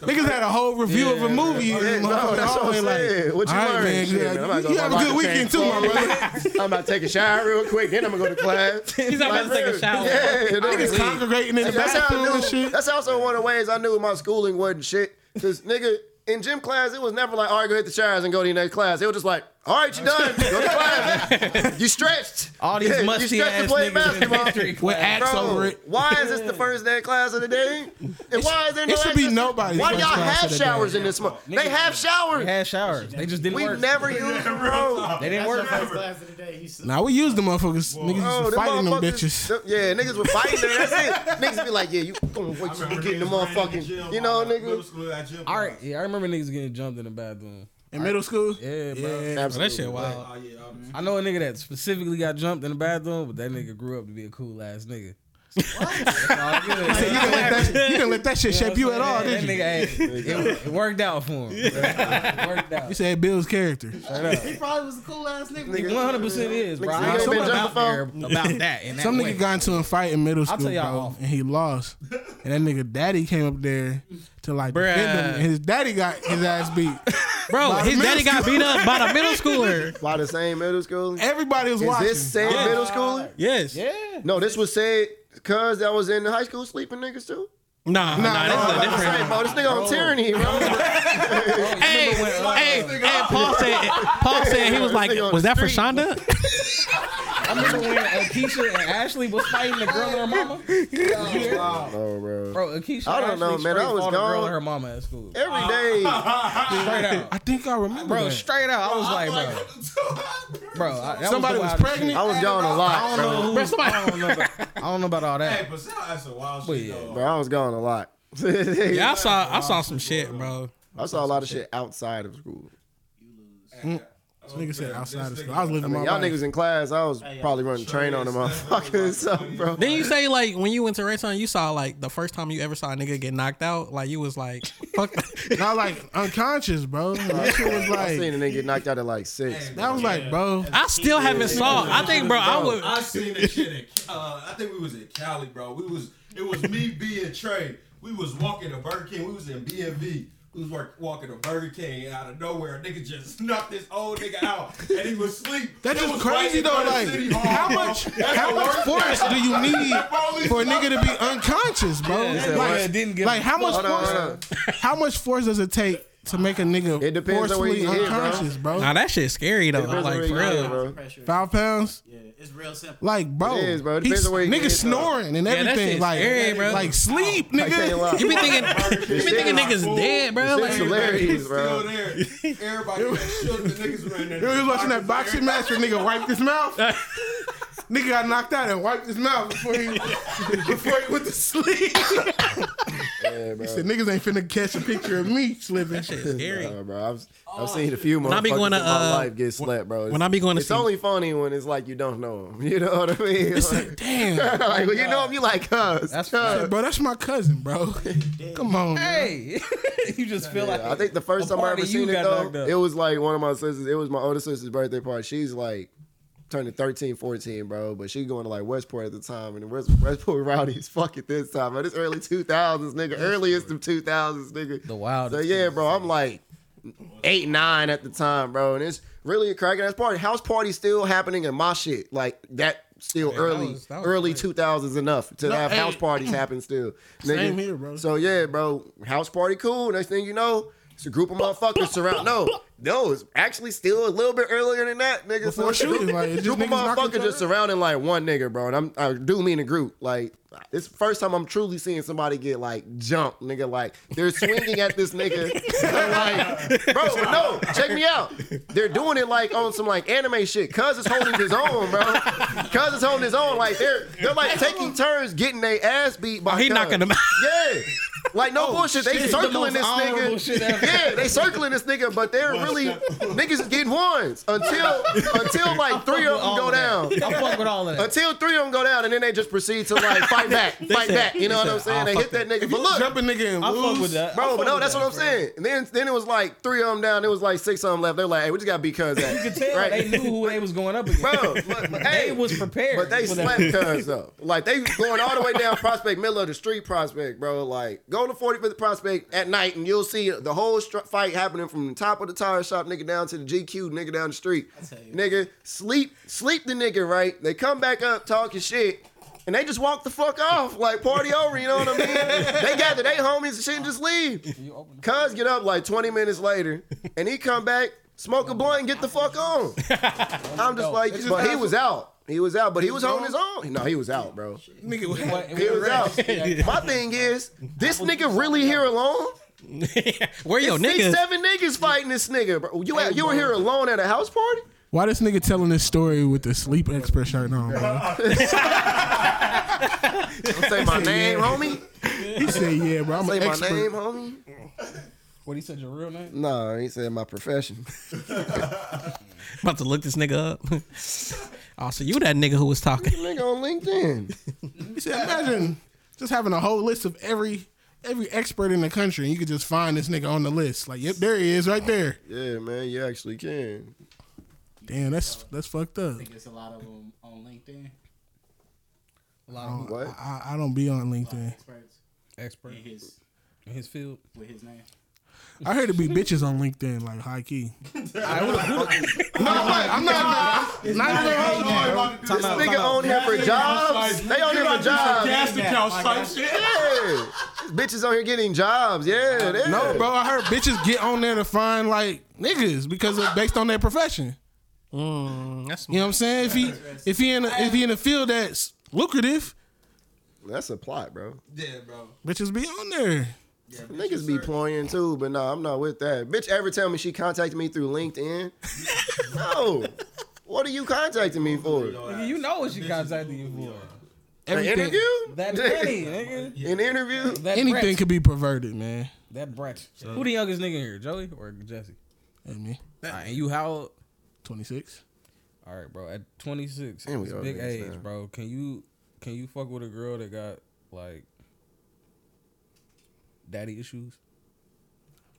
Speaker 4: Niggas had a whole review of a movie.
Speaker 1: Yeah, no, that's what I'm saying. What you
Speaker 4: All right,
Speaker 1: learned?
Speaker 4: man,
Speaker 1: Shit,
Speaker 4: yeah,
Speaker 1: man, I'm about to go
Speaker 4: you have a
Speaker 1: watch
Speaker 4: good
Speaker 1: the
Speaker 4: weekend too, my
Speaker 1: Transformers. I'm about to take a shower real quick, then I'm gonna go to class.
Speaker 7: He's not about to take a shower.
Speaker 1: Yeah, nigga.
Speaker 4: Niggas congregating in the
Speaker 1: That's how
Speaker 4: bathroom
Speaker 1: I
Speaker 4: and
Speaker 1: knew.
Speaker 4: shit.
Speaker 1: That's also one of the ways I knew my schooling wasn't shit. Cause nigga, in gym class, it was never like, all right, go hit the showers and go to your next class. It was just like, All right, you done. Go to class. you stretched.
Speaker 3: All these
Speaker 1: you
Speaker 3: musty
Speaker 1: stretched
Speaker 3: ass
Speaker 1: to play
Speaker 3: niggas in
Speaker 1: basketball.
Speaker 3: history
Speaker 4: With axe
Speaker 1: Bro,
Speaker 4: over it.
Speaker 1: why is this the first day of class of the day? And why is there no
Speaker 4: it should be
Speaker 1: access-
Speaker 4: nobody's
Speaker 1: Why
Speaker 4: first
Speaker 1: y'all
Speaker 4: class
Speaker 1: have
Speaker 4: of the day.
Speaker 1: showers in this? Mo- they have
Speaker 3: They
Speaker 1: showers.
Speaker 3: had showers. They just didn't
Speaker 1: We
Speaker 3: work.
Speaker 1: never use them, bro.
Speaker 3: they didn't
Speaker 2: That's
Speaker 3: work.
Speaker 2: the first class of the day. He said,
Speaker 4: Now we use Oh, the motherfuckers. Niggas
Speaker 1: Bro,
Speaker 4: used to
Speaker 1: Oh, them
Speaker 4: fighting them
Speaker 1: motherfuckers-
Speaker 4: bitches.
Speaker 1: them- yeah, niggas were fighting them. That's it. Niggas be like, yeah, you going to wait till you
Speaker 5: remember
Speaker 1: get in the
Speaker 5: niggas ran in
Speaker 1: motherfucking,
Speaker 5: gym
Speaker 1: you know,
Speaker 5: while I was in middle
Speaker 1: nigga.
Speaker 5: school, that gym
Speaker 3: All
Speaker 5: was-
Speaker 3: right, yeah, I remember niggas getting jumped in the bathroom.
Speaker 4: In middle school?
Speaker 3: Yeah, bro.
Speaker 4: Yeah.
Speaker 1: Absolutely.
Speaker 7: that shit wild.
Speaker 5: Oh, yeah. I'm-
Speaker 3: I know a nigga that specifically got jumped in the bathroom, but that nigga grew up to be a cool ass nigga. What?
Speaker 4: You didn't let that, you didn't let that shit shape you at all,
Speaker 3: that
Speaker 4: did you?
Speaker 3: nigga, hey, it, it worked out for him. It worked
Speaker 4: You
Speaker 3: out.
Speaker 4: said Bill's character.
Speaker 2: he probably was a cool ass nigga.
Speaker 3: He 100% is, bro.
Speaker 1: Niggas
Speaker 3: I
Speaker 1: ain't
Speaker 3: know
Speaker 1: been
Speaker 3: about,
Speaker 1: jumped
Speaker 3: there, about that. In that
Speaker 4: Some
Speaker 3: way.
Speaker 4: nigga got into a fight in middle
Speaker 3: I'll
Speaker 4: school,
Speaker 3: tell y'all
Speaker 4: bro,
Speaker 3: off.
Speaker 4: and he lost. And that nigga daddy came up there to like defend him,
Speaker 7: Bruh.
Speaker 4: and his daddy got his ass beat.
Speaker 7: Bro,
Speaker 4: By the
Speaker 7: his daddy
Speaker 4: middle
Speaker 7: got beat up by the middle schooler.
Speaker 1: By the same middle school. Is
Speaker 4: Everybody was watching.
Speaker 1: this same middle schooler?
Speaker 7: Yes.
Speaker 3: Yeah.
Speaker 1: No, this was said because I was in high school sleeping niggas too.
Speaker 7: Nah, nah,
Speaker 4: Nah,
Speaker 7: that's
Speaker 4: nah,
Speaker 7: a
Speaker 4: nah.
Speaker 7: different.
Speaker 1: Hey, bro, this nigga on tyranny, bro.
Speaker 7: Hey, hey, hey, Paul said, Paul said he was like,
Speaker 1: Nigga on
Speaker 7: was that for
Speaker 1: the street.
Speaker 7: Shonda?
Speaker 3: I remember when Akeisha and Ashley was fighting the girl and her mama. Was you there?
Speaker 1: Oh, bro.
Speaker 3: Bro, Akeisha
Speaker 1: I don't
Speaker 3: Ashley
Speaker 1: know, man.
Speaker 3: straight
Speaker 1: I was
Speaker 3: fought the girl
Speaker 1: gone.
Speaker 3: and her mama at school.
Speaker 1: Every day.
Speaker 3: Straight out.
Speaker 4: I think I remember.
Speaker 3: Bro,
Speaker 4: that.
Speaker 3: straight out. I was like, bro. Bro, I, that
Speaker 4: somebody
Speaker 3: was,
Speaker 4: was
Speaker 3: the wildest
Speaker 4: pregnant.
Speaker 1: I was gone a lot, bro.
Speaker 7: Bro, somebody-
Speaker 3: shit. I don't know about- I don't know about all that.
Speaker 5: Hey, but still, that's a wild
Speaker 3: But
Speaker 5: shit,
Speaker 3: yeah,
Speaker 5: though.
Speaker 1: Bro, I was gone a lot.
Speaker 7: Yeah, I saw, I saw some shit, bro.
Speaker 1: I saw a lot of shit outside of school.
Speaker 3: Mm.
Speaker 4: This nigga said
Speaker 5: man,
Speaker 4: outside
Speaker 5: this
Speaker 4: of
Speaker 5: nigga-
Speaker 4: school. I was living
Speaker 1: I mean,
Speaker 4: my
Speaker 1: y'all
Speaker 4: life.
Speaker 1: niggas in class, I was
Speaker 2: Hey,
Speaker 1: probably running train on them motherfuckers. So, bro.
Speaker 7: Then you say like when you went to restaurant, you saw like the first time you ever saw a nigga get knocked out, like you was like, fuck.
Speaker 4: Not like unconscious, bro. And That shit was
Speaker 1: I seen
Speaker 4: like.
Speaker 1: a nigga get knocked out at like six.
Speaker 4: That was like, bro.
Speaker 7: I still haven't saw. I think, bro, I would.
Speaker 5: I seen that shit. At, uh, I think we was in Cali, bro. We was it was me, B, and Trey. We was walking to Burger King. We was in B and V. We was work, walking to Burger King, and out of nowhere, a nigga just knocked this old nigga out, and he was asleep.
Speaker 4: That's
Speaker 5: It
Speaker 4: just
Speaker 5: was
Speaker 4: crazy
Speaker 5: right in
Speaker 4: though.
Speaker 5: front of
Speaker 4: Like,
Speaker 5: City Hall,
Speaker 4: how
Speaker 5: bro.
Speaker 4: much,
Speaker 5: That's
Speaker 4: how
Speaker 5: the
Speaker 4: much
Speaker 5: worst-
Speaker 4: force do you need
Speaker 5: Police
Speaker 4: for a nigga to be unconscious, bro?
Speaker 3: said
Speaker 4: like,
Speaker 3: worst. Didn't give
Speaker 4: like
Speaker 3: a
Speaker 4: how much
Speaker 1: Hold on,
Speaker 4: force?
Speaker 1: hold
Speaker 4: How much force does it take to make a nigga
Speaker 1: It depends on where
Speaker 4: forcefully
Speaker 1: you hit, bro.
Speaker 4: unconscious, bro?
Speaker 7: Nah, that shit's scary though.
Speaker 1: on
Speaker 7: Like
Speaker 1: where
Speaker 7: for
Speaker 1: you at,
Speaker 7: real.
Speaker 1: bro.
Speaker 2: Pressure.
Speaker 4: Five pounds?
Speaker 2: Yeah, it's real simple.
Speaker 4: Like, bro,
Speaker 1: It is, bro. It
Speaker 4: he's-
Speaker 1: depends on where you
Speaker 4: nigga
Speaker 1: hit, though.
Speaker 4: snoring and
Speaker 7: Yeah, that
Speaker 4: everything.
Speaker 7: shit's
Speaker 4: like,
Speaker 7: scary, bro.
Speaker 4: like sleep,
Speaker 1: can't lie.
Speaker 4: nigga.
Speaker 7: You be thinking, you be thinking niggas dead, bro.
Speaker 1: It's
Speaker 7: Like,
Speaker 1: hilarious,
Speaker 5: Still
Speaker 1: bro.
Speaker 5: there. Everybody got shook. The niggas were in there.
Speaker 4: You was watching that boxing match where nigga wiped his mouth. nigga got knocked out and wiped his mouth before he before he went to sleep.
Speaker 1: Yeah, bro.
Speaker 4: The niggas ain't finna catch a picture of me slipping.
Speaker 7: that shit's scary.
Speaker 1: Nah, bro. I've, I've seen a few motherfuckers
Speaker 7: I be going
Speaker 1: in
Speaker 7: to,
Speaker 1: my
Speaker 7: uh,
Speaker 1: life get slapped, bro.
Speaker 7: when I be going to
Speaker 1: it's
Speaker 7: see-
Speaker 1: only funny when it's like you don't know them. You know what I mean?
Speaker 4: It's
Speaker 1: Like,
Speaker 4: like, damn,
Speaker 1: like, when you know him, you like, cuz. cuz.
Speaker 3: That's facts.
Speaker 4: bro, that's my cousin, bro. Come on, man.
Speaker 3: Hey, you just feel like
Speaker 1: I think the first
Speaker 3: A
Speaker 1: time I
Speaker 3: part
Speaker 1: ever
Speaker 3: of you
Speaker 1: seen it
Speaker 3: got knocked
Speaker 1: though,
Speaker 3: up.
Speaker 1: it was like one of my sisters. It was my older sister's birthday party. She's like turning 13, 14, bro. But she going to like Westport at the time, and the West, Westport rowdies fuck it this time. But it's early two thousands, nigga. Earliest of two thousands, nigga.
Speaker 3: The wildest
Speaker 1: So yeah, bro. I'm like eight, nine at the time, bro. And it's really a cracking ass party. House party still happening in my shit. Like that still early,
Speaker 7: was- that was
Speaker 1: early two thousands enough to have
Speaker 4: hey.
Speaker 1: house parties happen still. Nigga.
Speaker 4: Same here, bro.
Speaker 1: So yeah, bro, house party cool. Next thing you know, it's a group of motherfuckers surround. No, no, it's actually still a little bit earlier than that, nigga.
Speaker 4: Before shooting, like, it's just
Speaker 1: group of
Speaker 4: niggas knocking each
Speaker 1: motherfuckers just
Speaker 4: other.
Speaker 1: surrounding like one nigga, bro. And I'm, I do mean a group. Like it's the first time I'm truly seeing somebody get like jumped, nigga. Like they're swinging at this nigga. like, bro, but no, check me out. They're doing it like on some like anime shit. Cuz is holding his own, bro. Cuz is holding his own. Like they're they're like taking turns getting their ass beat by.
Speaker 7: Oh, He
Speaker 1: Cuz.
Speaker 7: knocking them out.
Speaker 1: Yeah. Like no bullshit. They
Speaker 3: Oh, shit. The
Speaker 1: circling
Speaker 3: most
Speaker 1: this
Speaker 3: honorable
Speaker 1: nigga.
Speaker 3: shit ever.
Speaker 1: Yeah, they circling this nigga, but they're really niggas is getting ones until until like three of them
Speaker 3: all
Speaker 1: go
Speaker 3: of that.
Speaker 1: down.
Speaker 3: I fuck with all of that.
Speaker 1: Until three of them go down, and then they just proceed to like fight back, fight back. You know what I'm
Speaker 3: "Oh,
Speaker 1: saying? They hit that nigga. But look,
Speaker 4: Jump a nigga and
Speaker 3: I fuck with
Speaker 4: lose.
Speaker 3: that, I
Speaker 1: Bro,
Speaker 3: fuck
Speaker 1: but no,
Speaker 3: with
Speaker 1: that's
Speaker 3: that,
Speaker 1: what I'm
Speaker 3: bro.
Speaker 1: saying. And then then it was like three of them down. It was like six of them left. They're like, hey, we just got to be cuz at.
Speaker 3: You could tell
Speaker 1: right?
Speaker 3: they knew who they was going up against.
Speaker 1: Bro, but, but, hey,
Speaker 3: they was prepared.
Speaker 1: but they
Speaker 3: for
Speaker 1: slept
Speaker 3: that.
Speaker 1: cuz though. Like they going all the way down Prospect, middle of the street Prospect, bro. Like go to 45th Prospect at night, and you'll see the whole str- fight happening from the top of the tire shop, nigga, down to the GQ, nigga, down the street,
Speaker 2: tell you.
Speaker 1: nigga. Sleep, sleep the nigga, right? They come back up talking shit. And they just walk the fuck off, like party over, you know what I mean? they gather they homies and shit and just leave. Cuz get up like 20 minutes later, and he come back, Smoke a blunt and get the fuck on. I'm just like, but he was out. He was out, but he was holding his own. No, he was out, bro.
Speaker 7: Nigga, what?
Speaker 1: He was out. My thing is, this nigga really here alone?
Speaker 7: Where your
Speaker 1: Six,
Speaker 7: niggas?
Speaker 1: seven niggas fighting this nigga, bro. You at, you were here alone at a house party?
Speaker 4: Why this nigga telling this story with the sleep expert shirt on, bro?
Speaker 1: Don't say my name, homie.
Speaker 4: He said, "Yeah, bro, I'm
Speaker 1: Say
Speaker 4: an
Speaker 1: my
Speaker 4: expert."
Speaker 1: name, homie.
Speaker 3: What he said, your real name?
Speaker 1: No, he said my profession.
Speaker 7: About to look this nigga up. oh, so you that nigga who was talking?
Speaker 1: nigga on LinkedIn.
Speaker 4: He said, "Imagine just having a whole list of every every expert in the country, and you could just find this nigga on the list. Like, yep, there he is, right there.
Speaker 1: Yeah, man, you actually can.
Speaker 4: Damn, that's that's fucked up.
Speaker 2: think it's a lot of them on LinkedIn.
Speaker 1: What?
Speaker 4: I, I don't be on LinkedIn.
Speaker 2: Experts
Speaker 3: Expert
Speaker 2: in his
Speaker 3: in his field.
Speaker 2: with his name.
Speaker 4: I heard it be bitches on LinkedIn, like high key.
Speaker 1: I'm not.
Speaker 4: Not
Speaker 5: Don't
Speaker 4: even
Speaker 5: worry about it, dude.
Speaker 1: This nigga on here for jobs. They on here for jobs.
Speaker 5: Gas account type shit.
Speaker 1: Yeah, bitches on here getting jobs. Yeah, yeah.
Speaker 4: No, bro. I heard bitches get on there to find like niggas because of, based on their profession.
Speaker 7: Mm, that's
Speaker 4: You know what I'm saying? If he if he in a, if he in a field that's lucrative,
Speaker 1: that's a plot, bro.
Speaker 5: Yeah, bro.
Speaker 4: bitches be on there.
Speaker 1: Niggas be ploying too, but nah, I'm not with that. Bitch, ever tell me she contacted me through LinkedIn? no. What are you contacting me for? An
Speaker 3: Nigga, you know what you contacted you for.
Speaker 1: interview?
Speaker 3: That petty, nigga.
Speaker 1: An interview?
Speaker 3: That
Speaker 4: Anything
Speaker 3: brat.
Speaker 4: could be perverted, man.
Speaker 3: That brat. Who the youngest nigga here, Joey or Jesse?
Speaker 4: At me,
Speaker 3: All right, and you how old?
Speaker 4: 26.
Speaker 3: All right, bro. At 26,
Speaker 1: Damn, we
Speaker 3: it's
Speaker 1: old
Speaker 3: big
Speaker 1: niggas
Speaker 3: age,
Speaker 1: now.
Speaker 3: bro. Can you can you fuck with a girl that got like daddy issues?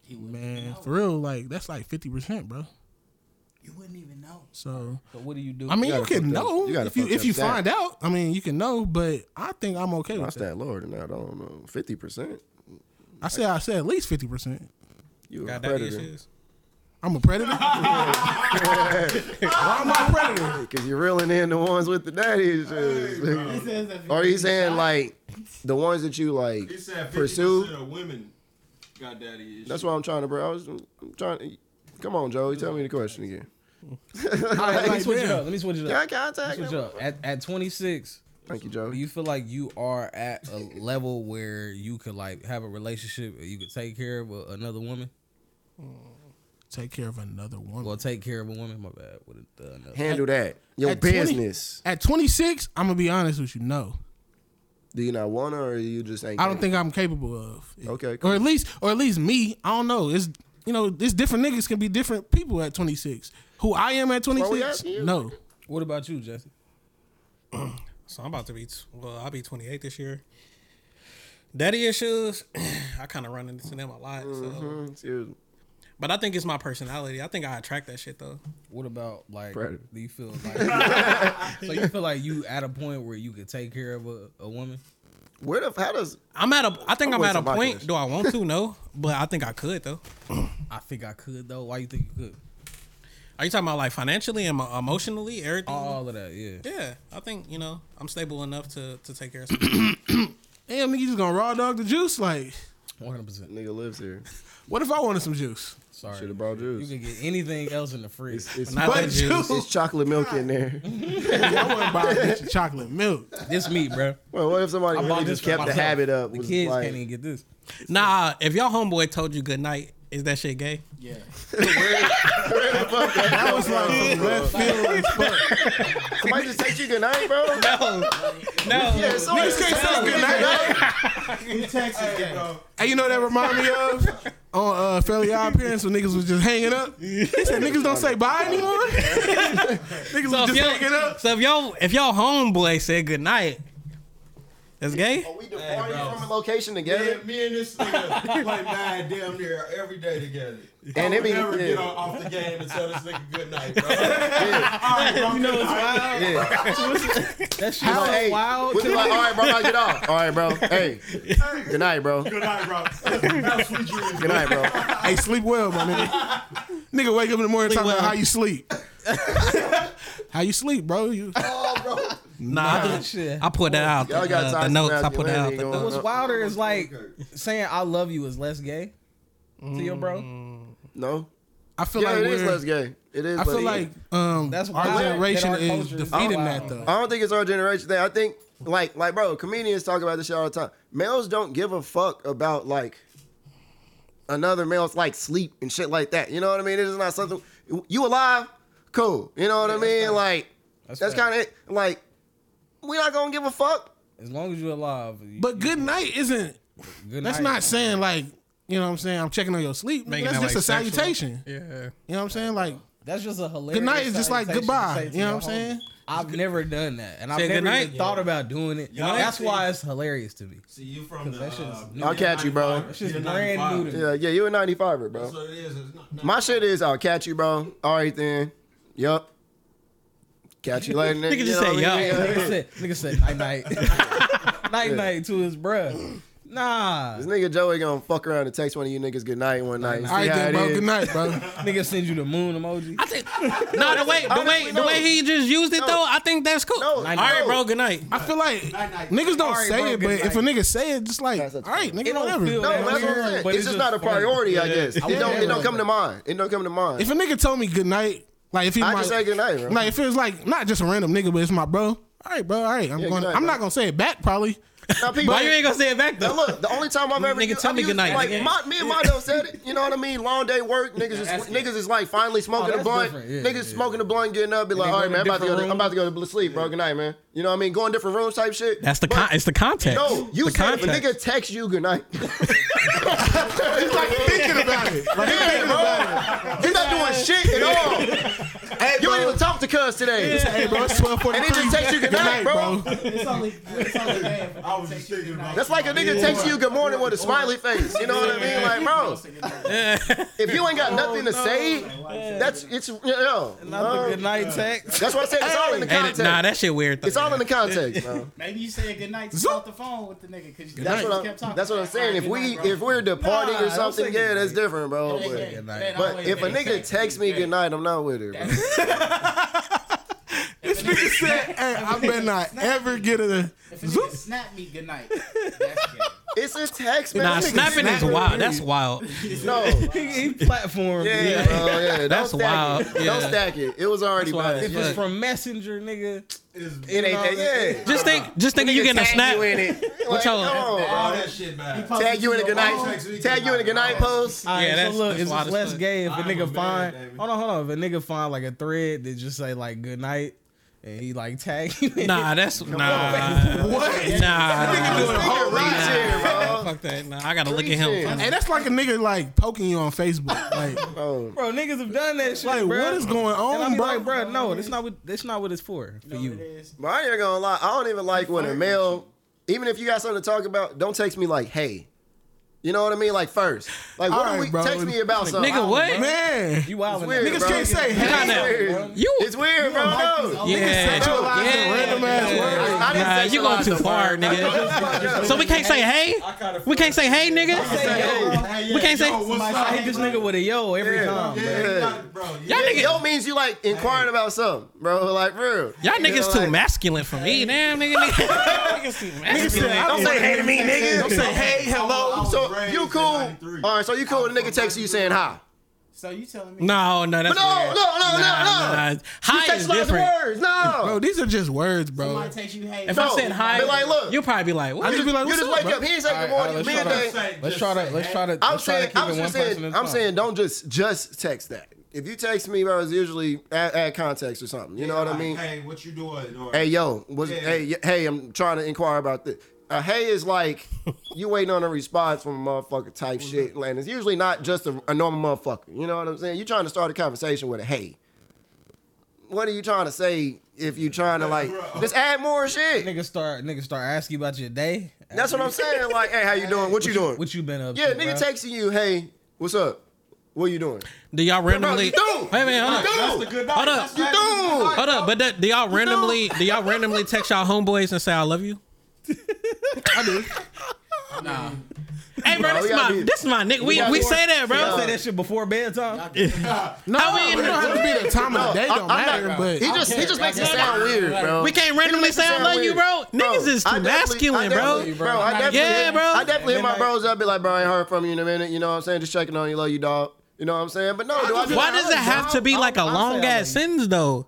Speaker 2: He wouldn't even
Speaker 4: Man,
Speaker 2: know.
Speaker 4: for real, like that's like 50 percent, bro.
Speaker 2: you wouldn't even know.
Speaker 4: So
Speaker 3: So what do you do?
Speaker 4: I mean, you,
Speaker 1: gotta
Speaker 4: can
Speaker 1: fuck up-
Speaker 4: know
Speaker 1: you gotta
Speaker 4: if you
Speaker 1: fuck
Speaker 4: if
Speaker 1: up
Speaker 4: you
Speaker 1: that.
Speaker 4: find out. I mean, you can know, but I think I'm okay with
Speaker 1: That's
Speaker 4: that.
Speaker 1: that lower than that. I don't know. Fifty percent.
Speaker 4: I said I said at least 50 percent.
Speaker 1: You a
Speaker 7: got that
Speaker 1: predator?
Speaker 7: issues.
Speaker 4: I'm a predator. Why am I a predator?
Speaker 1: Because you're reeling in the ones with the daddy issues.
Speaker 2: Says that
Speaker 1: Or you saying like the ones that you like
Speaker 5: He said 50%
Speaker 1: pursue?
Speaker 5: of women got daddy issues.
Speaker 1: That's what I'm trying to, bro. I was I'm trying. To, come on, Joey. Tell me the question again.
Speaker 3: let me switch it up. Let me switch it
Speaker 1: Can I
Speaker 3: up.
Speaker 1: contact
Speaker 3: Switch
Speaker 1: him?
Speaker 3: it up. At at 26,
Speaker 1: Thank you,
Speaker 3: do
Speaker 1: Joey.
Speaker 3: you feel like you are at a level where you could like have a relationship or you could take care of a, another woman?
Speaker 4: Take care of another woman.
Speaker 3: Well, take care of a woman. My bad. With a, uh, no.
Speaker 1: Handle that. Your
Speaker 4: At 20
Speaker 1: business.
Speaker 4: at 26, I'm gonna be honest with you. No,
Speaker 1: Do you not want her, or you just ain't?
Speaker 4: I don't think I'm capable of. it.
Speaker 1: Okay,
Speaker 4: Or at least, or at least me. I don't know. It's you know, it's different niggas can be different people at 26. Who I am at
Speaker 1: we
Speaker 4: 26?
Speaker 1: asking you?
Speaker 4: No.
Speaker 3: What about you, Jesse?
Speaker 7: So I'm about to be t- well, I'll be 28 this year. Daddy issues, I kind of run into them a lot. So.
Speaker 1: Mhm, seriously.
Speaker 7: But I think it's my personality. I think I attract that shit though.
Speaker 3: What about like?
Speaker 1: Predator.
Speaker 3: Do you feel like? so you feel like you at a point where you could take care of a, a woman?
Speaker 1: Where the how does
Speaker 7: I'm at a. I think
Speaker 1: I'm
Speaker 7: I'm,
Speaker 1: with
Speaker 7: at a
Speaker 1: somebody
Speaker 7: point.
Speaker 1: with-
Speaker 7: Do I want to? No, but I think I could though.
Speaker 3: I think I could though. Why you think you could?
Speaker 7: Are you talking about like financially and emo- emotionally, everything?
Speaker 3: All of that, yeah.
Speaker 7: yeah, I think you know I'm stable enough to to take care of. Something.
Speaker 4: Damn, nigga, you just gonna raw dog the juice? Like,
Speaker 3: One hundred percent.
Speaker 1: nigga lives here?
Speaker 4: what if I wanted some juice?
Speaker 3: Sorry.
Speaker 1: Should have brought
Speaker 3: You
Speaker 1: juice.
Speaker 3: can get anything else in the fridge.
Speaker 1: It's, it's,
Speaker 7: Not that
Speaker 4: But you-
Speaker 7: juice.
Speaker 1: it's chocolate milk in there.
Speaker 4: I wouldn't buy a bitch a chocolate milk.
Speaker 3: This meat, bro.
Speaker 1: Well, what if somebody
Speaker 3: bought
Speaker 1: really
Speaker 3: this
Speaker 1: just
Speaker 3: for
Speaker 1: kept the
Speaker 3: myself.
Speaker 1: habit up?
Speaker 3: The
Speaker 1: Was
Speaker 3: kids
Speaker 1: like,
Speaker 3: can't even get this.
Speaker 7: Nah, if your homeboy told you good night, is that shit gay?
Speaker 2: Yeah.
Speaker 4: That was like from left field as fuck.
Speaker 1: somebody just text you good night, bro.
Speaker 7: No, no.
Speaker 1: Yeah, somebody
Speaker 4: Niggas can't
Speaker 1: text
Speaker 4: say
Speaker 1: you
Speaker 4: good night.
Speaker 2: Who texts is gay?
Speaker 4: Hey, you know what that remind me of? On uh, Fairly Odd Parents when niggas was just hanging up. He said niggas don't say bye anymore. niggas
Speaker 7: So
Speaker 4: was
Speaker 7: if,
Speaker 4: just hanging
Speaker 7: your,
Speaker 4: up.
Speaker 7: so if your if your homeboy said good night, that's gay.
Speaker 1: Are we departing
Speaker 5: bro.
Speaker 1: from a location
Speaker 5: Me
Speaker 1: together?
Speaker 5: and- me and this nigga play mad damn near every day together.
Speaker 1: And
Speaker 5: And I
Speaker 1: it
Speaker 5: would
Speaker 1: be-
Speaker 5: never
Speaker 1: yeah.
Speaker 5: get on, off the game and tell this nigga good night, bro. All right, bro. You know it's wild.
Speaker 1: Yeah.
Speaker 3: That shit
Speaker 1: Like, hey,
Speaker 3: so wild.
Speaker 1: we be like, all right, bro, I get off. All right, bro. Hey, good night, bro. Good
Speaker 5: Good night, bro. Have sweet dreams. bro.
Speaker 1: night, bro.
Speaker 4: Hey, sleep well, my nigga. nigga, wake up in the morning talking about
Speaker 7: well.
Speaker 4: how you sleep. how you sleep, bro? You
Speaker 7: Nah, I, just,
Speaker 3: shit.
Speaker 7: I put that out.
Speaker 1: Y'all
Speaker 7: the,
Speaker 1: got
Speaker 7: uh,
Speaker 1: time
Speaker 7: the
Speaker 1: to
Speaker 7: notes. I
Speaker 1: Matthew
Speaker 7: put that out.
Speaker 1: Laney
Speaker 7: The
Speaker 1: going
Speaker 7: notes.
Speaker 3: What's wilder is like saying I love you is less gay to your bro.
Speaker 1: No,
Speaker 4: I feel
Speaker 1: Yeah,
Speaker 4: like
Speaker 1: it is
Speaker 4: we're.
Speaker 1: less gay. It is.
Speaker 4: I feel
Speaker 1: less
Speaker 4: like um,
Speaker 3: That's
Speaker 4: our
Speaker 3: wild that
Speaker 4: generation
Speaker 3: our
Speaker 4: is
Speaker 3: culture is
Speaker 4: defeating
Speaker 3: wild.
Speaker 4: that though.
Speaker 1: I don't think it's our generation thing. I think like like bro, comedians talk about this shit all the time. Males don't give a fuck about like another male's like sleep and shit like that. You know what I mean? It's just not something you alive, cool. You know what I mean? like that's,
Speaker 3: fact.
Speaker 1: kind of it. Like we not gonna give a fuck.
Speaker 3: As long as you're alive. you-
Speaker 4: But good night isn't.
Speaker 3: good
Speaker 4: That's
Speaker 3: night.
Speaker 4: not saying like you know what I'm saying. I'm checking on your sleep.
Speaker 7: Making
Speaker 4: that's
Speaker 7: it,
Speaker 4: just
Speaker 7: like,
Speaker 4: a
Speaker 7: sexual.
Speaker 4: salutation.
Speaker 7: Yeah.
Speaker 4: You know what I'm saying? Like
Speaker 3: That's just a hilarious.
Speaker 4: Good night is just like
Speaker 3: salutation to
Speaker 4: goodbye,
Speaker 3: say to
Speaker 4: you know
Speaker 3: your
Speaker 4: what I'm saying?
Speaker 3: homie. I've never done that, and I've
Speaker 7: Say
Speaker 3: never
Speaker 7: good night.
Speaker 3: even thought about doing it.
Speaker 5: Y'all
Speaker 3: That's
Speaker 5: see-
Speaker 3: why it's hilarious to me.
Speaker 5: See, you from the.
Speaker 3: That shit's
Speaker 5: Uh,
Speaker 3: new.
Speaker 1: I'll catch you, bro.
Speaker 5: That's
Speaker 1: That
Speaker 3: shit's brand new to me.
Speaker 1: Yeah, yeah. You a ninety fiver, bro.
Speaker 5: That's what it is. It's not, not
Speaker 1: My shit is I'll catch you, bro. All right then. Yup. Catch you later. nigga.
Speaker 7: Nigga just
Speaker 1: You know
Speaker 7: say,
Speaker 1: what I mean?
Speaker 7: "Yup."
Speaker 3: nigga said, nigga said night night, night night to his bruh. Nah,
Speaker 1: This nigga Joey gonna fuck around and text one of you niggas good night one night. and
Speaker 4: all right
Speaker 1: see how
Speaker 4: then,
Speaker 1: it
Speaker 4: bro.
Speaker 1: is.
Speaker 4: Good night, bro.
Speaker 3: nigga send you the moon emoji.
Speaker 7: I think no the way the
Speaker 1: Honestly,
Speaker 7: way the
Speaker 1: no.
Speaker 7: way he just used it though. I think that's cool.
Speaker 1: No,
Speaker 7: All
Speaker 1: I
Speaker 7: right,
Speaker 1: know.
Speaker 7: bro. Good night.
Speaker 4: I feel like
Speaker 5: night.
Speaker 4: niggas don't
Speaker 3: right,
Speaker 4: say
Speaker 3: bro,
Speaker 4: it,
Speaker 3: good
Speaker 4: but if a
Speaker 3: night.
Speaker 4: nigga say it, just like,
Speaker 1: That's
Speaker 4: all
Speaker 1: a-
Speaker 4: right, nigga,
Speaker 3: It don't
Speaker 4: whatever.
Speaker 3: feel
Speaker 1: No,
Speaker 3: that
Speaker 1: that's what I'm
Speaker 3: weird,
Speaker 1: saying.
Speaker 3: but
Speaker 1: It's, just not a
Speaker 3: funny.
Speaker 1: priority, I guess.
Speaker 3: I
Speaker 1: it don't. It
Speaker 3: wouldn't-
Speaker 1: don't come to mind. It don't come to mind.
Speaker 4: If a nigga told me good night, like if he
Speaker 1: I
Speaker 4: might,
Speaker 1: just say good night, bro.
Speaker 4: like if it was like not just a random nigga, but it's my bro. All right, bro. All right, I'm
Speaker 1: Yeah,
Speaker 4: going.
Speaker 1: good night,
Speaker 4: I'm
Speaker 1: bro.
Speaker 4: not gonna say it back probably.
Speaker 1: Now, people,
Speaker 7: Why you ain't gonna say it back
Speaker 1: now
Speaker 7: though?
Speaker 1: look, the only time I've ever
Speaker 7: Nigga,
Speaker 1: used-
Speaker 7: tell
Speaker 1: I've
Speaker 7: me
Speaker 1: used-
Speaker 7: good night,
Speaker 1: Like
Speaker 7: nigga.
Speaker 1: my, me and Mondo said it. You know what I mean? Long day work. Niggas is
Speaker 3: that's
Speaker 1: niggas is like finally smoking
Speaker 3: Oh,
Speaker 1: a
Speaker 3: that's
Speaker 1: blunt.
Speaker 3: different. Yeah,
Speaker 1: niggas
Speaker 3: yeah, yeah.
Speaker 1: smoking a blunt, getting up, be like,
Speaker 3: they
Speaker 1: all
Speaker 3: go
Speaker 1: right,
Speaker 3: in
Speaker 1: man, I'm about to go. To,
Speaker 3: different
Speaker 1: I'm about to go to sleep, bro. Good night, man. You know what I mean? Going different rooms, type shit.
Speaker 7: That's the
Speaker 1: But-
Speaker 7: con- it's the context.
Speaker 1: No, you
Speaker 7: the
Speaker 1: said if a nigga text you good night.
Speaker 4: Thinking about it. Like,
Speaker 1: Yeah, bro. He's not doing shit at all. you ain't even talk to cuz today.
Speaker 4: hey, bro, it's twelve forty
Speaker 1: And
Speaker 4: three.
Speaker 1: he just text you good night, bro.
Speaker 2: It's only, it's only bad if
Speaker 5: I was
Speaker 2: they
Speaker 5: just
Speaker 2: text you
Speaker 5: thinking
Speaker 2: goodnight.
Speaker 5: about
Speaker 1: That's like a nigga texts you good morning with a smiley face. You know what I mean? Like, bro, if you ain't got nothing to say, that's it's you know,
Speaker 3: Not the
Speaker 1: uh,
Speaker 3: good night text.
Speaker 1: That's what I said. It's all in the
Speaker 7: Hey, that-
Speaker 1: context.
Speaker 7: nah, that shit weird. Though,
Speaker 1: it's all in the context, bro.
Speaker 2: Maybe you say good night to off the phone with the nigga because you
Speaker 1: That's
Speaker 2: you
Speaker 1: what
Speaker 2: kept
Speaker 1: I'm.
Speaker 2: talking.
Speaker 1: That's what I'm saying. If
Speaker 2: Good
Speaker 1: we
Speaker 2: night, bro.
Speaker 1: if we're departing
Speaker 3: Nah,
Speaker 1: or
Speaker 3: don't say
Speaker 1: something,
Speaker 3: good
Speaker 1: yeah, that's
Speaker 3: night.
Speaker 1: different, bro.
Speaker 2: It ain't-
Speaker 1: But,
Speaker 2: it ain't
Speaker 1: but
Speaker 2: always
Speaker 1: if a
Speaker 2: been
Speaker 1: nigga
Speaker 2: text you
Speaker 1: texts me
Speaker 2: good
Speaker 1: good night, I'm not with it, bro.
Speaker 4: This nigga said, "Hey, I better not ever get a."
Speaker 2: If a nigga snap me good night, that's good.
Speaker 1: It's a text, man.
Speaker 7: nah,
Speaker 1: That nigga
Speaker 7: snapping is
Speaker 1: snapping.
Speaker 7: wild. That's wild.
Speaker 1: No,
Speaker 3: He, he platformed.
Speaker 1: Yeah,
Speaker 3: me.
Speaker 1: bro, yeah. Don't
Speaker 7: That's
Speaker 1: stack
Speaker 7: wild.
Speaker 1: It.
Speaker 7: Yeah.
Speaker 1: Don't stack it. It was already
Speaker 7: That's wild.
Speaker 1: bad.
Speaker 3: If
Speaker 1: It
Speaker 3: it's
Speaker 7: Yeah.
Speaker 3: from Messenger, nigga.
Speaker 1: ain't that. Yeah.
Speaker 7: Just think, just think you getting a
Speaker 1: Tag
Speaker 7: snap.
Speaker 1: You in it. Like,
Speaker 7: y'all-
Speaker 1: come on, bro.
Speaker 5: all that shit bad.
Speaker 1: Tag you in a good night.
Speaker 5: Text me
Speaker 1: Tag you in a good night post.
Speaker 3: All right, so
Speaker 7: that's-
Speaker 3: look,
Speaker 7: that's
Speaker 3: it's
Speaker 7: wild
Speaker 3: just
Speaker 7: as
Speaker 3: less
Speaker 7: fuck.
Speaker 3: gay if a
Speaker 5: I'm a
Speaker 3: nigga
Speaker 5: man,
Speaker 3: find.
Speaker 5: baby.
Speaker 3: Hold on, hold on. If a nigga find like a thread that just say like good night, and he like tag you. in
Speaker 7: Nah,
Speaker 3: it.
Speaker 7: that's nah.
Speaker 4: What?
Speaker 7: Nah.
Speaker 1: This nigga reach here, bro.
Speaker 7: Fuck that. Nah, I gotta look at
Speaker 1: Reaching.
Speaker 7: him.
Speaker 4: Hey, that's like a nigga like poking you on Facebook. Like,
Speaker 1: Bro,
Speaker 3: bro, niggas have done that shit.
Speaker 4: like
Speaker 3: bro.
Speaker 4: what is going
Speaker 3: And I'm
Speaker 4: on, bro?
Speaker 3: like, bro, no, that's not what that's not what it's for for
Speaker 2: It
Speaker 3: you.
Speaker 2: is.
Speaker 1: but I ain't gonna lie. I don't even like when a male. Even if you got something to talk about, don't text me like, hey. You know what I mean? Like first. Like what
Speaker 4: All
Speaker 1: do
Speaker 4: right,
Speaker 1: we
Speaker 4: bro.
Speaker 1: text me about something?
Speaker 7: Nigga, what?
Speaker 4: Man,
Speaker 3: You wild
Speaker 1: weird,
Speaker 4: niggas
Speaker 1: bro.
Speaker 4: can't say
Speaker 1: It's
Speaker 4: hey.
Speaker 7: now.
Speaker 1: weird.
Speaker 7: You?
Speaker 1: It's weird, bro. No.
Speaker 7: Yeah.
Speaker 1: Sexualizing
Speaker 7: Yeah.
Speaker 4: random ass
Speaker 7: Yeah.
Speaker 1: words. I didn't
Speaker 7: Nah, you
Speaker 1: sexualize
Speaker 7: going too
Speaker 1: the
Speaker 7: far,
Speaker 1: word.
Speaker 7: nigga.
Speaker 1: Yeah.
Speaker 7: So we can't say hey. We can't say hey, nigga. We can't say-
Speaker 3: I hit this nigga with a yo every
Speaker 1: Yeah.
Speaker 3: time. bro.
Speaker 5: Yeah, you got it, bro. You
Speaker 7: Y'all
Speaker 5: got
Speaker 1: Nigga,
Speaker 7: niggas,
Speaker 1: yo means you like inquiring about something, bro. Like for real.
Speaker 7: y'all
Speaker 1: You know,
Speaker 7: niggas too
Speaker 1: like,
Speaker 7: masculine for me. Damn, nigga. Niggas too masculine.
Speaker 1: Don't say hey to me, nigga. Don't say hey,
Speaker 5: I
Speaker 1: hello.
Speaker 5: was
Speaker 1: So
Speaker 5: raised
Speaker 1: you
Speaker 5: in
Speaker 1: cool?
Speaker 5: 93.
Speaker 1: All right, so you cool? when A nigga texts you saying hi.
Speaker 2: So you telling me?
Speaker 7: No, no, that's
Speaker 1: But no,
Speaker 7: weird.
Speaker 1: no, no, no,
Speaker 7: Nah,
Speaker 1: no.
Speaker 7: nah. Hi is
Speaker 1: Text lots of
Speaker 7: different.
Speaker 1: words. No.
Speaker 4: Bro, these are just words, bro.
Speaker 2: Somebody text you, hey,
Speaker 7: If
Speaker 1: No.
Speaker 7: I said hi,
Speaker 1: But like, look.
Speaker 7: you'll probably be like, what?
Speaker 4: just be like,
Speaker 1: You
Speaker 4: what's
Speaker 1: just
Speaker 4: up,
Speaker 1: wake
Speaker 4: bro?
Speaker 1: up. He ain't saying good morning.
Speaker 3: let's
Speaker 1: Me and
Speaker 3: try
Speaker 1: Dave-
Speaker 5: Say-
Speaker 3: Let's
Speaker 5: just
Speaker 3: try
Speaker 5: say
Speaker 3: to let's
Speaker 5: hey.
Speaker 3: try to
Speaker 1: I'm
Speaker 3: let's try to
Speaker 1: saying,
Speaker 3: keep
Speaker 1: I'm
Speaker 3: it one
Speaker 1: just
Speaker 3: person
Speaker 1: saying,
Speaker 3: at a
Speaker 1: I'm
Speaker 3: time.
Speaker 1: saying, don't just just text that. If you text me, bro, it's usually add, add context or something. You know what I
Speaker 5: like,
Speaker 1: mean?
Speaker 5: Hey, what you doing? Or,
Speaker 1: Hey, yo, what's,
Speaker 5: Yeah.
Speaker 1: hey, y- hey, I'm trying to inquire about this. Uh, hey is like you waiting on a response from a motherfucker type shit, and it's usually not just a, a normal motherfucker. You know what I'm saying? You trying to start a conversation with a hey. What are you trying to say if you trying to like
Speaker 5: Bro.
Speaker 1: just add more shit?
Speaker 3: Niggas start niggas start asking about your day.
Speaker 1: That's what I'm saying. Like, hey, how you doing? What you doing?
Speaker 3: What you been up?
Speaker 1: Yeah,
Speaker 3: to,
Speaker 1: nigga
Speaker 3: bruh?
Speaker 1: texting you, hey, what's up? What you doing?
Speaker 7: Do y'all randomly?
Speaker 1: Bro, you do.
Speaker 7: Wait a minute, hold up.
Speaker 5: That's
Speaker 1: You
Speaker 5: the
Speaker 1: do.
Speaker 5: good
Speaker 7: Hold
Speaker 5: night.
Speaker 7: up.
Speaker 5: That's
Speaker 1: You
Speaker 5: that-
Speaker 1: do.
Speaker 7: Hold up, but do, do y'all randomly do y'all randomly text y'all homeboys and say I love you?
Speaker 2: nah.
Speaker 7: Hey, bro,
Speaker 1: Nah,
Speaker 7: this
Speaker 1: we gotta
Speaker 7: is my
Speaker 1: be-
Speaker 7: this is my nigga. We
Speaker 1: gotta
Speaker 7: we
Speaker 1: be-
Speaker 7: say
Speaker 3: Y'all say
Speaker 7: that, bro.
Speaker 3: that shit before bedtime.
Speaker 4: No,
Speaker 7: I mean-
Speaker 4: it don't have to be the time of the
Speaker 1: I-
Speaker 4: day. Don't
Speaker 1: I'm not-
Speaker 4: matter, but
Speaker 1: He just he just makes it sound weird, bro.
Speaker 7: We can't randomly
Speaker 1: makes it
Speaker 7: say I
Speaker 1: sound
Speaker 7: love
Speaker 1: weird.
Speaker 7: you, bro.
Speaker 1: Bro,
Speaker 7: Niggas is
Speaker 1: I definitely-
Speaker 7: too masculine,
Speaker 1: I
Speaker 7: bro.
Speaker 1: definitely- Bro, I definitely,
Speaker 7: Yeah, bro.
Speaker 1: I definitely hit my
Speaker 3: Midnight.
Speaker 1: bros up, be like, bro, I ain't heard from you in a minute. You know what I'm saying? Just checking on you, love you, dog. You know what I'm saying? But no, do I just,
Speaker 7: Why does it have to be
Speaker 1: I'm-
Speaker 7: like a
Speaker 1: I'm
Speaker 7: long
Speaker 1: saying
Speaker 7: ass sentence though?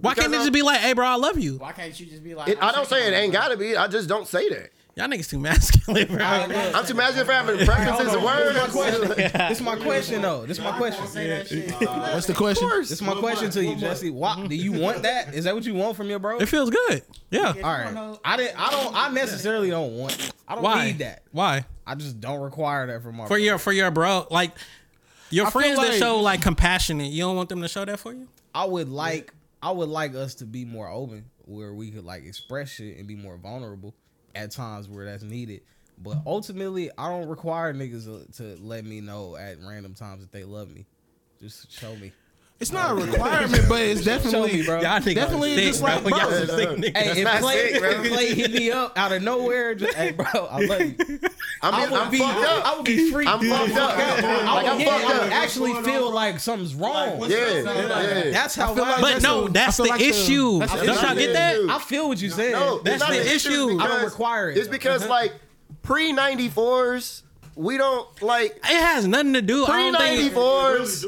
Speaker 7: Why
Speaker 1: Because
Speaker 7: can't it
Speaker 1: I'm-
Speaker 7: just be like, "Hey, bro, I love you"?
Speaker 2: Why can't you just be like?
Speaker 1: It, I don't say it ain't gotta be. I just don't say that.
Speaker 7: Y'all niggas too masculine, bro.
Speaker 1: I'm too imagine if I having preferences and words.
Speaker 3: This is my question though. This is my question.
Speaker 4: What's the question?
Speaker 3: This is my question to you, Jesse. Why do you want that? Is that what you want from your bro?
Speaker 7: It feels good. Yeah.
Speaker 3: All right. I didn't. I don't. I necessarily don't want. I don't
Speaker 7: Why?
Speaker 3: need that.
Speaker 7: Why?
Speaker 3: I just don't require that from my.
Speaker 7: For
Speaker 3: bro.
Speaker 7: your for your bro, like your
Speaker 4: feel
Speaker 7: friends that
Speaker 4: like-
Speaker 7: show like compassionate, you don't want them to show that for you.
Speaker 3: I would like. I would like us to be more open, where we could like express shit and be more vulnerable at times where that's needed. But ultimately, I don't require niggas to, to let me know at random times that they love me. Just show me.
Speaker 4: It's not a requirement, but it's
Speaker 3: Show me,
Speaker 4: definitely.
Speaker 3: bro.
Speaker 7: Y'all niggas
Speaker 4: Definitely
Speaker 7: sick,
Speaker 4: just like,
Speaker 7: bro. Y'all
Speaker 4: bro.
Speaker 7: some sick niggas.
Speaker 3: Hey, if
Speaker 1: not
Speaker 3: Clay,
Speaker 1: sick, bro.
Speaker 3: if Clay hit me up out of nowhere, just hey, bro, I love you.
Speaker 1: I
Speaker 3: I
Speaker 1: mean,
Speaker 3: would
Speaker 1: I'm
Speaker 3: be,
Speaker 1: fucked up.
Speaker 3: I would be freaked.
Speaker 1: I'm
Speaker 3: out.
Speaker 1: fucked up.
Speaker 3: I
Speaker 1: Like
Speaker 3: would,
Speaker 1: I'm
Speaker 3: yeah, I
Speaker 1: fucked
Speaker 3: would
Speaker 1: up.
Speaker 3: actually feel like something's wrong.
Speaker 1: Yeah, yeah.
Speaker 3: That's how. I,
Speaker 4: feel like
Speaker 7: But
Speaker 4: That's
Speaker 7: no,
Speaker 4: the-
Speaker 7: that's
Speaker 4: I feel
Speaker 7: the
Speaker 4: like the-
Speaker 7: issue.
Speaker 4: that's
Speaker 1: the
Speaker 7: Don't y'all
Speaker 1: issue.
Speaker 7: get that?
Speaker 1: Dude.
Speaker 3: I feel what you said.
Speaker 1: No,
Speaker 7: That's
Speaker 1: it's not
Speaker 7: the
Speaker 1: an
Speaker 7: issue. I don't
Speaker 1: because-
Speaker 3: require it,
Speaker 1: It's
Speaker 3: though.
Speaker 1: because like pre ninety fours, we don't like
Speaker 7: It has nothing to do. I
Speaker 1: pre
Speaker 7: don't
Speaker 1: ninety
Speaker 7: think
Speaker 1: fours.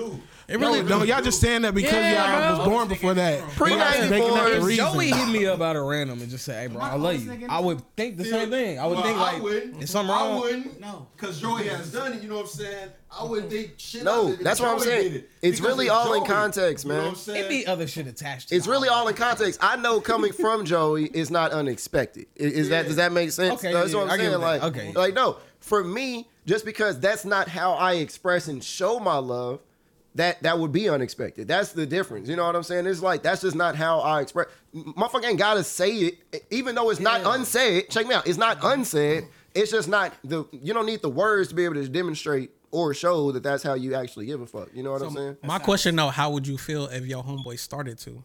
Speaker 7: it
Speaker 4: No,
Speaker 7: really.
Speaker 4: no, y'all just saying that because
Speaker 7: Yeah,
Speaker 4: y'all was born before that.
Speaker 1: Pre
Speaker 4: Y'all just making up the
Speaker 1: 94s.
Speaker 4: reason.
Speaker 3: Joey hit me up out of random and just said, "Hey, bro, I love you." I would think the same thing. I would
Speaker 5: Well,
Speaker 3: think
Speaker 5: I
Speaker 3: like,
Speaker 5: wouldn't.
Speaker 3: "Is something wrong?"
Speaker 5: I wouldn't.
Speaker 2: No.
Speaker 5: Because Joey has done it, you know what I'm saying? I wouldn't think shit.
Speaker 1: No,
Speaker 5: of it if
Speaker 1: that's what I'm
Speaker 5: Joey
Speaker 1: saying.
Speaker 5: did it,
Speaker 1: It's
Speaker 5: because
Speaker 1: really
Speaker 5: of
Speaker 1: all in
Speaker 5: Joey,
Speaker 1: context,
Speaker 5: you know
Speaker 1: man.
Speaker 5: what I'm saying?
Speaker 3: It be other shit attached. To
Speaker 1: It's
Speaker 3: it.
Speaker 1: really all in context. I know coming from Joey is not unexpected. I- Is, that does that make sense?
Speaker 3: Okay,
Speaker 1: that's what
Speaker 3: yeah, I
Speaker 1: I'm
Speaker 3: get
Speaker 1: saying.
Speaker 3: what
Speaker 1: Like,
Speaker 3: that- okay.
Speaker 1: like no, for me, just because that's not how I express and show my love, that that would be unexpected. That's the difference. You know what I'm saying? It's like that's just not how I express. M- Motherfucker ain't gotta say it, even though it's not unsaid. Check me out. It's not
Speaker 3: Mm-hmm.
Speaker 1: unsaid. It's just not the. You don't need the words to be able to demonstrate or show that that's how you actually give a fuck. You know what I'm saying?
Speaker 7: My question though, how would you feel if your homeboy started to?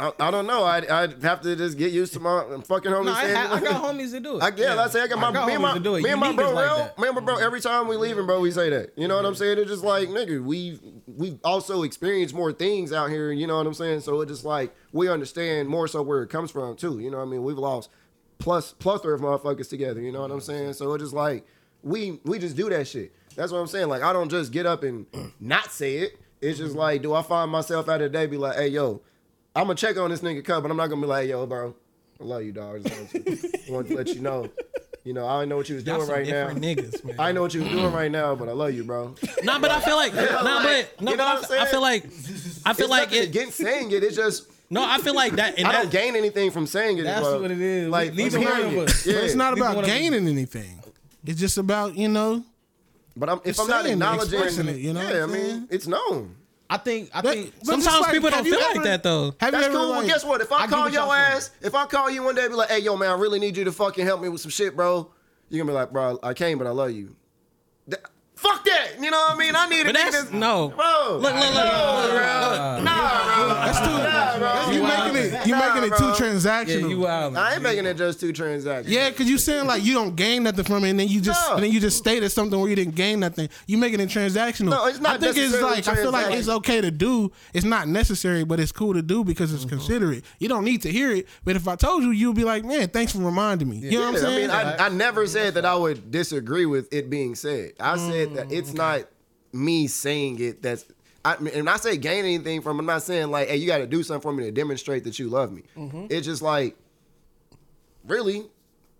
Speaker 1: I, I don't know. I'd, I'd have to just get used to my fucking homies.
Speaker 3: No, I,
Speaker 1: saying-
Speaker 3: ha- I got homies that do it.
Speaker 1: I yeah, I say I got my
Speaker 3: I got
Speaker 1: me and
Speaker 3: homies
Speaker 1: my,
Speaker 3: to do it.
Speaker 1: me and
Speaker 3: You
Speaker 1: my
Speaker 3: niggas
Speaker 1: bro,
Speaker 3: like
Speaker 1: real-
Speaker 3: that.
Speaker 1: me and my bro.
Speaker 7: Mm-hmm.
Speaker 1: Every time we leaving, bro, we say that. You know what I'm saying? It's just like nigga, we we also experience more things out here. You know what I'm saying? So it just like we understand more so where it comes from too. You know what I mean? We've lost plus plethora of motherfuckers together. You know what I'm saying? So it just like we we just do that shit. That's what I'm saying. Like I don't just get up and not say it. It's
Speaker 7: Mm-hmm.
Speaker 1: just like, do I find myself out of the day be like, hey yo, I'm gonna check on this nigga cup, but I'm not gonna be like, yo, bro, I love you, dog. I just want to, want to let you know. You know, I didn't know what you was
Speaker 7: Y'all
Speaker 1: doing
Speaker 7: some
Speaker 1: right now.
Speaker 7: different niggas, man.
Speaker 1: I didn't know what you was doing right now, but I love you, bro.
Speaker 7: Nah, but I feel like nah,
Speaker 1: like,
Speaker 7: but no,
Speaker 1: you know
Speaker 7: but I-
Speaker 1: what I'm
Speaker 7: I
Speaker 1: saying?
Speaker 7: feel like I feel
Speaker 1: It's
Speaker 7: like
Speaker 1: nothing
Speaker 7: it.
Speaker 1: against saying it. It's just
Speaker 7: No, I feel like that. And
Speaker 1: I don't
Speaker 7: that
Speaker 1: gain anything from saying it. is
Speaker 3: That's what it is.
Speaker 1: Like
Speaker 3: Neither
Speaker 1: I'm
Speaker 3: one
Speaker 1: hearing
Speaker 3: of
Speaker 1: it.
Speaker 3: us.
Speaker 1: Yeah.
Speaker 4: But it's not
Speaker 3: People
Speaker 4: about
Speaker 3: wanna-
Speaker 4: gaining anything. It's just about you know.
Speaker 1: But I'm, if
Speaker 4: It's
Speaker 1: I'm not
Speaker 4: saying it,
Speaker 1: acknowledging
Speaker 4: expressing it, you know what
Speaker 1: yeah, I
Speaker 4: I'm saying?
Speaker 1: mean, it's known.
Speaker 3: I think. I
Speaker 4: that-
Speaker 3: think.
Speaker 4: but it's
Speaker 7: sometimes
Speaker 4: like,
Speaker 7: people don't
Speaker 4: have you
Speaker 7: feel
Speaker 4: ever-
Speaker 7: like that though.
Speaker 4: Have you
Speaker 1: That's
Speaker 4: ever
Speaker 1: cool.
Speaker 4: like?
Speaker 1: well, guess what? If
Speaker 3: I
Speaker 1: I,
Speaker 3: get
Speaker 1: call
Speaker 3: what
Speaker 1: your
Speaker 3: y'all saying.
Speaker 1: ass, if I call you one day, and be like, "Hey, yo, man, I really need you to fucking help me with some shit, bro." You're gonna be like, "Bro, I came, but I love you." Th- fuck that. You know what I mean? I need to
Speaker 7: But that's no.
Speaker 1: Bro,
Speaker 7: Look, look, look.
Speaker 1: No, bro. Nah, bro.
Speaker 4: That's too.
Speaker 1: Nah, bro.
Speaker 4: You making it. You
Speaker 1: Nah,
Speaker 4: making it
Speaker 1: bro.
Speaker 4: too
Speaker 3: Yeah,
Speaker 4: transactional.
Speaker 3: you wild.
Speaker 1: I ain't making it just two transactions.
Speaker 4: Yeah, because you saying like you don't gain nothing from it, and then you just
Speaker 1: No.
Speaker 4: and then you just stated something where you didn't gain nothing. You making it transactional.
Speaker 1: No, it's not
Speaker 4: I think it's
Speaker 1: necessarily
Speaker 4: like I feel like
Speaker 1: transactional.
Speaker 4: it's okay to do. It's not necessary, but it's cool to do because it's
Speaker 1: Mm-hmm.
Speaker 4: considerate. You don't need to hear it, but if I told you, you'd be like, man, thanks for reminding me. You know what I'm
Speaker 1: Yeah, I
Speaker 4: saying?
Speaker 1: mean, I, I never said that I would disagree with it being said. I said that
Speaker 4: Mm.
Speaker 1: it's not me saying it. That's I mean, and I say gain anything from. it, I'm not saying like, hey, you got to do something for me to demonstrate that you love me.
Speaker 4: Mm-hmm.
Speaker 1: It's just like, really,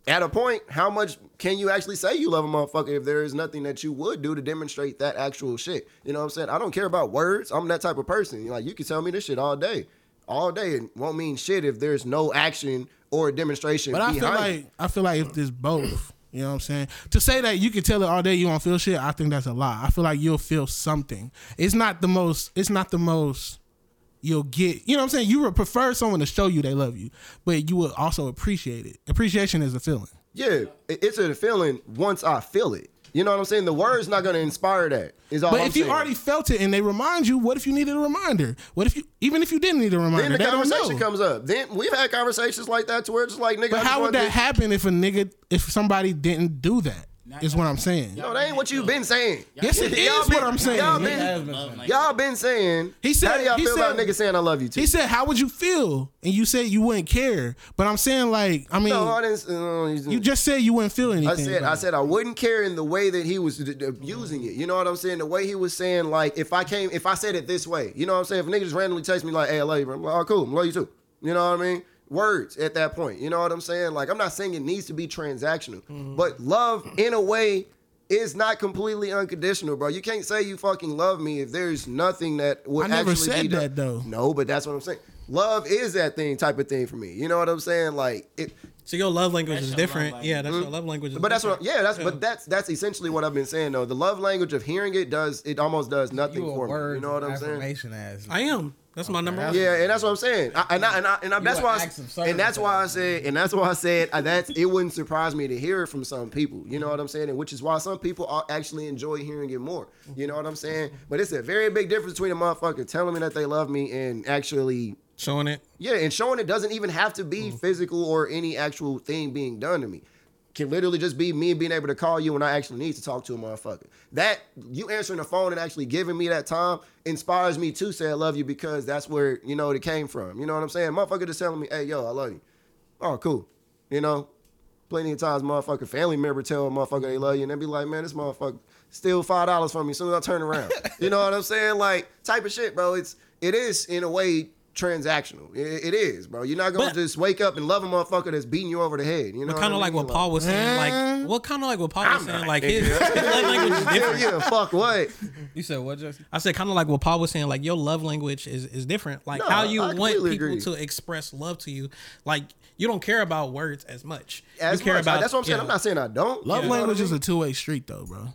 Speaker 1: at a point, how much can you actually say you love a motherfucker if there is nothing that you would do to demonstrate that actual shit? You know what I'm saying? I don't care about words. I'm that type of person. Like you can tell me this shit all day. All day it won't mean shit if there's no action or demonstration.
Speaker 4: But I feel
Speaker 1: behind it.
Speaker 4: like I feel like if there's both, you know what I'm saying? To say that you can tell it all day you won't feel shit, I think that's a lie. I feel like you'll feel something. It's not the most it's not the most you'll get you know what I'm saying? You would prefer someone to show you they love you, but you would also appreciate it. Appreciation is a feeling.
Speaker 1: Yeah, it- it's a feeling once I feel it. You know what I'm saying? The word's not going to inspire that. Is all
Speaker 4: But
Speaker 1: Oh, I'm
Speaker 4: if you
Speaker 1: saying.
Speaker 4: already felt it and they remind you, what if you needed a reminder? What if you even if you didn't need a
Speaker 1: then
Speaker 4: reminder?
Speaker 1: the
Speaker 4: they don't know.
Speaker 1: conversation comes up. Then we've had conversations like that to where it's just like, nigga, I
Speaker 4: But
Speaker 1: just
Speaker 4: how would
Speaker 1: want
Speaker 4: that
Speaker 1: this-
Speaker 4: happen if a nigga if somebody didn't do that? Is what I'm saying.
Speaker 1: No, that ain't what you've been saying.
Speaker 4: Yes, it
Speaker 1: Y'all
Speaker 4: is
Speaker 1: been-
Speaker 4: what I'm
Speaker 1: Y'all
Speaker 4: saying.
Speaker 1: been,
Speaker 3: Has been
Speaker 2: Love
Speaker 3: saying.
Speaker 2: language.
Speaker 1: y'all been saying.
Speaker 4: He said-
Speaker 1: How do y'all
Speaker 4: he
Speaker 1: feel about
Speaker 4: said-
Speaker 1: niggas saying I love you too?
Speaker 4: He said, "How would you feel?" And you said you wouldn't care. But I'm saying, like, I mean,
Speaker 1: no, I didn't. no, you-
Speaker 4: you just said you wouldn't feel anything.
Speaker 1: I said,
Speaker 4: about
Speaker 1: I
Speaker 4: it.
Speaker 1: said, I wouldn't care in the way that he was d- d- using it. You know what I'm saying? The way he was saying, like, if I came, if I said it this way, you know what I'm saying? If a nigga just randomly text me like, "Hey, I love you," bro. I'm like, "Oh, cool, I love you too." You know what I mean? Words at that point. You know what I'm saying? Like, I'm not saying it needs to be transactional,
Speaker 4: Mm-hmm.
Speaker 1: but love in a way is not completely unconditional, bro. You can't say you fucking love me if there's nothing that would
Speaker 4: I never
Speaker 1: actually
Speaker 4: said
Speaker 1: be done.
Speaker 4: that, though.
Speaker 1: No, but that's what I'm saying. Love is that thing type of thing for me. You know what I'm saying? Like it.
Speaker 7: So your love language
Speaker 2: That's
Speaker 7: is
Speaker 2: your
Speaker 7: different.
Speaker 2: love
Speaker 7: yeah, that's your love language. Is
Speaker 1: Mm-hmm. But that's what,
Speaker 7: different.
Speaker 1: yeah, that's but that's that's essentially what I've been saying though. The love language of hearing it does it almost does nothing
Speaker 3: You a
Speaker 1: for me.
Speaker 3: word
Speaker 1: You know what I'm saying?
Speaker 3: affirmation ass.
Speaker 7: I am. That's my number one.
Speaker 1: Yeah, and that's what I'm saying. I, and I, and, I, and I, that's
Speaker 3: an
Speaker 1: why
Speaker 3: acts of
Speaker 1: I,
Speaker 3: service
Speaker 1: and that's why I said and that's why I said uh, that's it wouldn't surprise me to hear it from some people. You know what I'm saying? And which is why some people are- actually enjoy hearing it more. You know what I'm saying? But it's a very big difference between a motherfucker telling me that they love me and actually
Speaker 7: Showing it.
Speaker 1: yeah, and showing it doesn't even have to be physical or any actual thing being done to me. Can literally just be me being able to call you when I actually need to talk to a motherfucker. That you answering the phone and actually giving me that time inspires me to say I love you because that's where you know it came from. You know what I'm saying? Motherfucker just telling me, "Hey, yo, I love you." Oh, cool. You know, plenty of times, motherfucker, family member tell a motherfucker they love you, and they be like, "Man, this motherfucker steal five dollars from me." As soon as I turn around, you know what I'm saying? Like type of shit, bro. It's it is in a way transactional. It, it is, bro. You're not gonna
Speaker 7: But-
Speaker 1: just wake up and love a motherfucker that's beating you over the head. You know,
Speaker 7: But kind of like what Paul was saying, like what kind of like what Paul was saying, like his, his love language is
Speaker 1: Yeah,
Speaker 7: different.
Speaker 1: yeah, fuck what?
Speaker 3: You said what, Justin?
Speaker 7: I said kind of like what Paul was saying, like your love language is is different. Like
Speaker 1: No,
Speaker 7: how you
Speaker 1: I
Speaker 7: want people
Speaker 1: completely agree.
Speaker 7: to express love to you, like you don't care about words as much.
Speaker 1: As
Speaker 7: you care
Speaker 1: much.
Speaker 7: about
Speaker 1: that's what I'm saying.
Speaker 7: yeah.
Speaker 1: I'm not saying I don't. You
Speaker 4: Love
Speaker 1: know what I
Speaker 4: language is
Speaker 1: mean?
Speaker 4: a two way street, though, bro.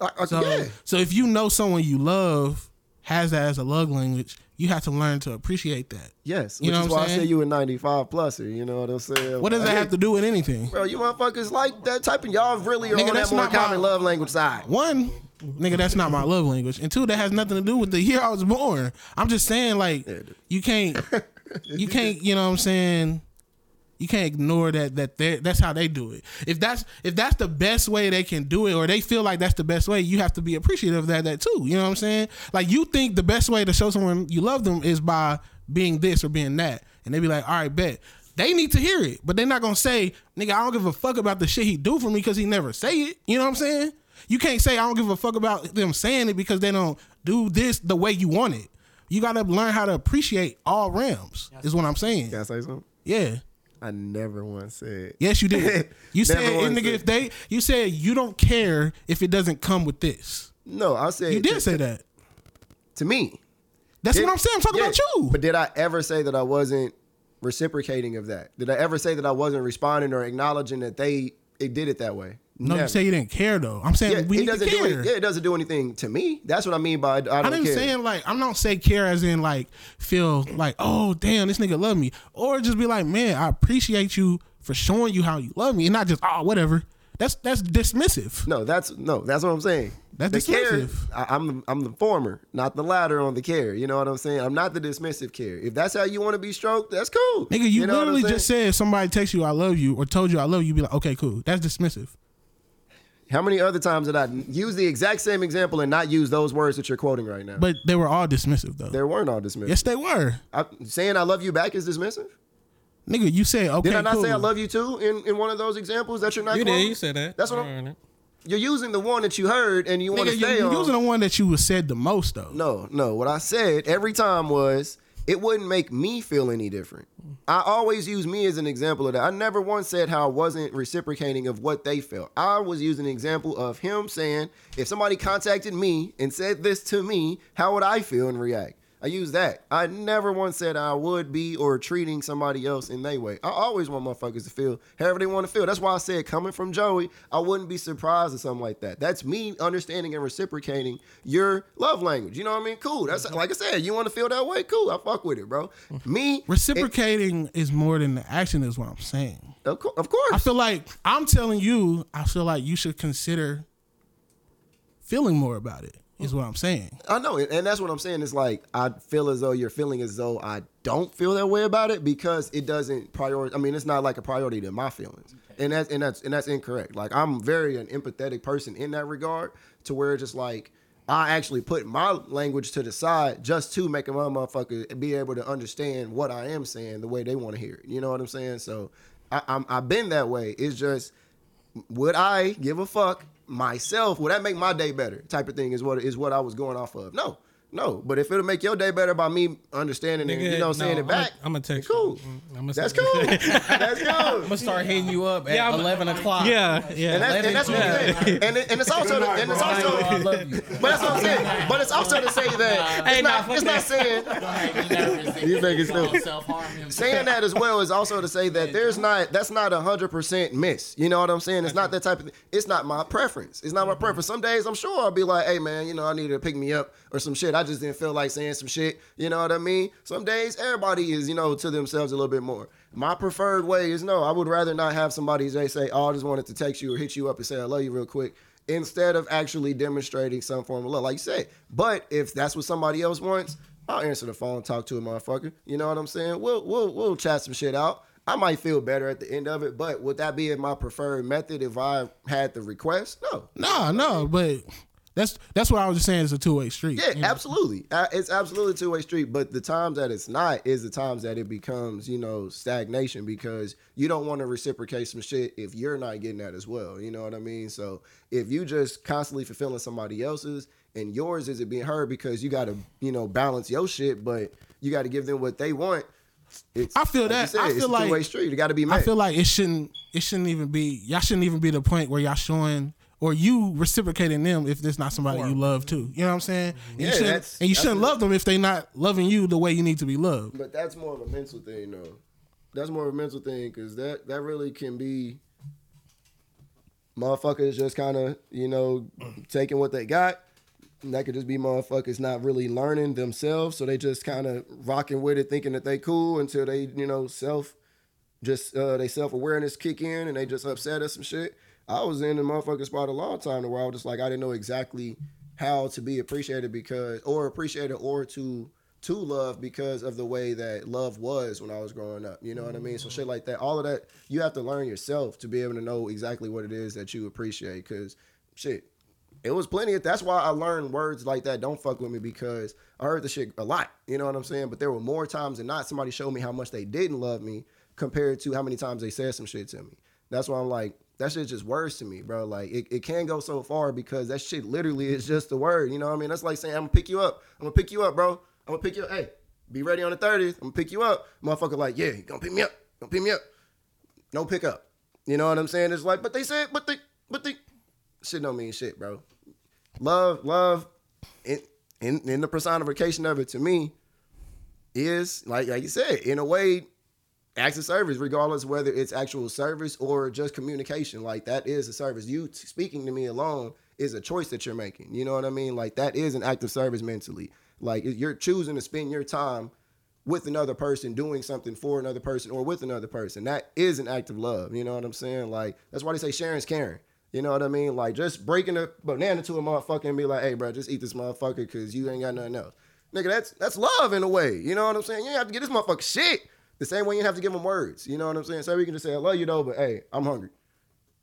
Speaker 1: I- I-
Speaker 4: So,
Speaker 1: yeah.
Speaker 4: so if you know someone you love has that as a love language, you have to learn to appreciate that.
Speaker 1: Yes,
Speaker 4: You
Speaker 1: which
Speaker 4: know
Speaker 1: is
Speaker 4: what I'm
Speaker 1: why I
Speaker 4: saying?
Speaker 1: say you a 95 pluser. You know what I'm saying?
Speaker 4: What does that
Speaker 1: Like,
Speaker 4: have to do with anything?
Speaker 1: Bro, you motherfuckers like that type, and y'all really are
Speaker 4: Nigga,
Speaker 1: on
Speaker 4: that's
Speaker 1: that more
Speaker 4: not my-
Speaker 1: common love language side.
Speaker 4: One, nigga, that's not my love language, and two, that has nothing to do with the year I was born. I'm just saying, like, you can't, you can't, you know what I'm saying. You can't ignore that that they that's how they do it. If that's if that's the best way they can do it, or they feel like that's the best way, you have to be appreciative of that that too. You know what I'm saying? Like you think the best way to show someone you love them is by being this or being that, and they be like, all right, bet. They need to hear it, but they're not gonna say, nigga, I don't give a fuck about the shit he do for me because he never say it. You know what I'm saying? You can't say I don't give a fuck about them saying it because they don't do this the way you want it. You gotta learn how to appreciate all realms. Is what I'm saying.
Speaker 1: Can I say something?
Speaker 4: Yeah.
Speaker 1: I never once said.
Speaker 4: Yes, you did. You said,
Speaker 1: Never once
Speaker 4: and nigga,
Speaker 1: said-
Speaker 4: if they, you said you don't care if it doesn't come with this.
Speaker 1: No, I said
Speaker 4: You
Speaker 1: to,
Speaker 4: did say that.
Speaker 1: to me.
Speaker 4: That's
Speaker 1: Did-
Speaker 4: what I'm saying. I'm talking
Speaker 1: yeah.
Speaker 4: about you.
Speaker 1: But did I ever say that I wasn't reciprocating of that? Did I ever say that I wasn't responding or acknowledging that they it did it that way?
Speaker 4: no,
Speaker 1: Never.
Speaker 4: you say you didn't care though. I'm saying
Speaker 1: yeah,
Speaker 4: we
Speaker 1: it
Speaker 4: need to
Speaker 1: doesn't do
Speaker 4: care.
Speaker 1: any, yeah, it doesn't do anything to me. That's what I mean by I, I don't
Speaker 4: I didn't
Speaker 1: care.
Speaker 4: saying like I'm not say care as in like feel like oh damn this nigga love me or just be like man I appreciate you for showing you how you love me and not just oh whatever. That's that's dismissive.
Speaker 1: No, that's no, that's what I'm saying.
Speaker 4: That's
Speaker 1: the care.
Speaker 4: dismissive.
Speaker 1: I, I'm the, I'm the former, not the latter on the care. You know what I'm saying? I'm not the dismissive care. If that's how you want to be stroked, that's cool.
Speaker 4: Nigga, you,
Speaker 1: know what I'm
Speaker 4: literally
Speaker 1: saying?
Speaker 4: just said somebody text you I love you or told you I love you. Be like okay cool. That's dismissive.
Speaker 1: How many other times did I use the exact same example and not use those words that you're quoting right now?
Speaker 4: But they were all dismissive though.
Speaker 1: there weren't all dismissive.
Speaker 4: yes, they were.
Speaker 1: I, saying "I love you" back is dismissive.
Speaker 4: Nigga, you say okay.
Speaker 1: Did I not
Speaker 4: cool.
Speaker 1: say "I love you" too in, in one of those examples that you're not?
Speaker 7: You
Speaker 1: quoting?
Speaker 7: did. You said that.
Speaker 1: That's what I'm- You're using the one that you heard and you want to
Speaker 4: Nigga, you,
Speaker 1: stay
Speaker 4: you
Speaker 1: on.
Speaker 4: using the one that you was said the most though.
Speaker 1: No, no. What I said every time was it wouldn't make me feel any different. I always use me as an example of that. I never once said how I wasn't reciprocating of what they felt. I was using an example of him saying, if somebody contacted me and said this to me, how would I feel and react? I use that. I never once said I would be or treating somebody else in their way. I always want motherfuckers to feel however they want to feel. That's why I said coming from Joey, I wouldn't be surprised or something like that. That's me understanding and reciprocating your love language. You know what I mean? Cool. That's like I said, you want to feel that way? Cool. I fuck with it, bro. Me,
Speaker 4: Reciprocating is more than the action, is what I'm saying.
Speaker 1: of, cour- of
Speaker 4: I
Speaker 1: course.
Speaker 4: feel like I'm telling you, I feel like you should consider feeling more about it. Is what I'm saying.
Speaker 1: I know, and that's what I'm saying. It's like I feel as though you're feeling as though I don't feel that way about it because it doesn't priority. I mean, it's not like a priority to my feelings, and that's and that's and that's incorrect. Like I'm very an empathetic person in that regard, to where it's just like I actually put my language to the side just to make a motherfucker be able to understand what I am saying the way they want to hear it. You know what I'm saying? So I, I'm, I've been that way. It's just would I give a fuck myself? Would that make my day better? Type of thing is what is what I was going off of. No, no. But if it'll make your day better by me understanding and you know saying it back,
Speaker 7: I'm gonna text. you.
Speaker 1: cool.
Speaker 7: Mm, I'm gonna
Speaker 1: That's cool. that's cool.
Speaker 3: I'm gonna start hitting you up at
Speaker 7: Yeah, I'm-
Speaker 3: 11 o'clock.
Speaker 7: Yeah, yeah.
Speaker 1: And that's, and that's what I'm saying. And, it, and it's also to, and it's
Speaker 3: I know I
Speaker 1: also
Speaker 3: love you.
Speaker 1: but that's what I'm saying. But it's also to say that it's
Speaker 7: Hey, nah,
Speaker 1: not
Speaker 7: fuck
Speaker 1: it's not
Speaker 7: that.
Speaker 1: saying
Speaker 2: You
Speaker 1: niggas stupid.
Speaker 2: self harm him.
Speaker 1: saying that as well is also to say that there's not that's not a hundred percent miss. You know what I'm saying? It's not that type of. It's not my preference. It's not
Speaker 7: Mm-hmm.
Speaker 1: my preference. Some days I'm sure I'll be like, hey man, you know I need to pick me up or some shit. I just didn't feel like saying some shit. You know what I mean? Some days everybody is you know to themselves a little bit more. My preferred way is no. I would rather not have somebody they say, oh, I just wanted to text you or hit you up and say I love you real quick. Instead of actually demonstrating some form of love, like you said. But if that's what somebody else wants, I'll answer the phone, talk to a motherfucker. You know what I'm saying? We'll we'll we'll chat some shit out. I might feel better at the end of it, but would that be my preferred method if I had the request? No.
Speaker 4: No, no, but that's that's what I was just saying. It's a two way street.
Speaker 1: Yeah,
Speaker 4: you know?
Speaker 1: absolutely. Uh, it's absolutely two way street. But the times that it's not is the times that it becomes, you know, stagnation because you don't want to reciprocate some shit if you're not getting that as well. You know what I mean? So if you just constantly fulfilling somebody else's and yours isn't being heard because you got to, you know, balance your shit, but you got to give them what they want. It's,
Speaker 4: I feel
Speaker 1: like you
Speaker 4: that. I
Speaker 1: it's a
Speaker 4: feel like-
Speaker 1: two way street. It got to be met.
Speaker 4: I feel like it shouldn't it shouldn't even be y'all shouldn't even be the point where y'all showing or you reciprocating them if there's not somebody you love too. You know what I'm saying? And
Speaker 1: Yeah,
Speaker 4: you shouldn't,
Speaker 1: that's-
Speaker 4: and you
Speaker 1: that's
Speaker 4: shouldn't
Speaker 1: it.
Speaker 4: love them if they not loving you the way you need to be loved.
Speaker 1: But that's more of a mental thing, though. That's more of a mental thing because that that really can be motherfuckers just kind of you know taking what they got. And that could just be motherfuckers not really learning themselves, so they just kind of rocking with it, thinking that they cool until they you know self just uh, they self awareness kick in and they just upset us some shit. I was in the motherfucking spot a long time to where I was just like I didn't know exactly how to be appreciated because or appreciated or to to love because of the way that love was when I was growing up. You know what I mean? So shit like that, all of that you have to learn yourself to be able to know exactly what it is that you appreciate. Cause shit, it was plenty of that's why I learned words like that. Don't fuck with me because I heard the shit a lot. You know what I'm saying? But there were more times than not somebody showed me how much they didn't love me compared to how many times they said some shit to me. That's why I'm like, that shit's just words to me, bro. Like it, it can go so far because that shit literally is just a word. You know what I mean? That's like saying, I'm gonna pick you up. I'm gonna pick you up, bro. I'm gonna pick you up. Hey, be ready on the 30th. I'm gonna pick you up. Motherfucker, like, yeah, you gonna pick me up. Gonna pick me up. No pickup. You know what I'm saying? It's like, but they said, but they, but they, shit don't mean shit, bro. Love, love, in in, in the personification of it to me is like like you said, in a way, acts of service, regardless whether it's actual service or just communication. Like that is a service. You t- speaking to me alone is a choice that you're making. You know what I mean? Like that is an act of service mentally. Like you're choosing to spend your time with another person doing something for another person or with another person. That is an act of love. You know what I'm saying? Like that's why they say Sharon's caring. You know what I mean? Like just breaking a banana to a motherfucker and be like, hey bro, just eat this motherfucker because you ain't got nothing else. Nigga, that's that's love in a way. You know what I'm saying? You ain't have to get this motherfucker shit. The same way you have to give him words. You know what I'm saying? So we can just say, I love you though, but hey, I'm hungry.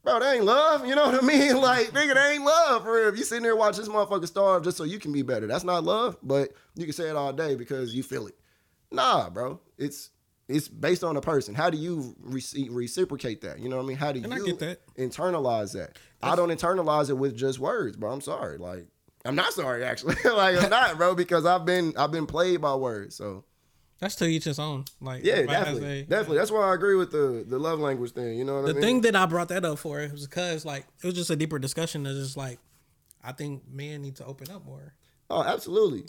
Speaker 1: Bro, that ain't love. You know what I mean? Like, nigga, that ain't love for real. If you sitting there watching this motherfucker starve just so you can be better, that's not love, but you can say it all day because you feel it. Nah, bro. It's it's based on a person. How do you rece reciprocate that? You know what I mean? How do
Speaker 7: And I
Speaker 1: you
Speaker 7: get that.
Speaker 1: internalize that? I don't internalize it with just words, bro. I'm sorry. Like, I'm not sorry actually. like, I'm not, bro, because I've been I've been played by words. So
Speaker 7: That's to each his own. Like
Speaker 1: yeah,
Speaker 7: everybody has
Speaker 1: definitely,
Speaker 7: their-
Speaker 1: definitely. That's why I agree with the the love language thing. You know what I
Speaker 7: The
Speaker 1: mean?
Speaker 7: thing that I brought that up for it was because like it was just a deeper discussion. That's just like I think men need to open up more.
Speaker 1: Oh, absolutely.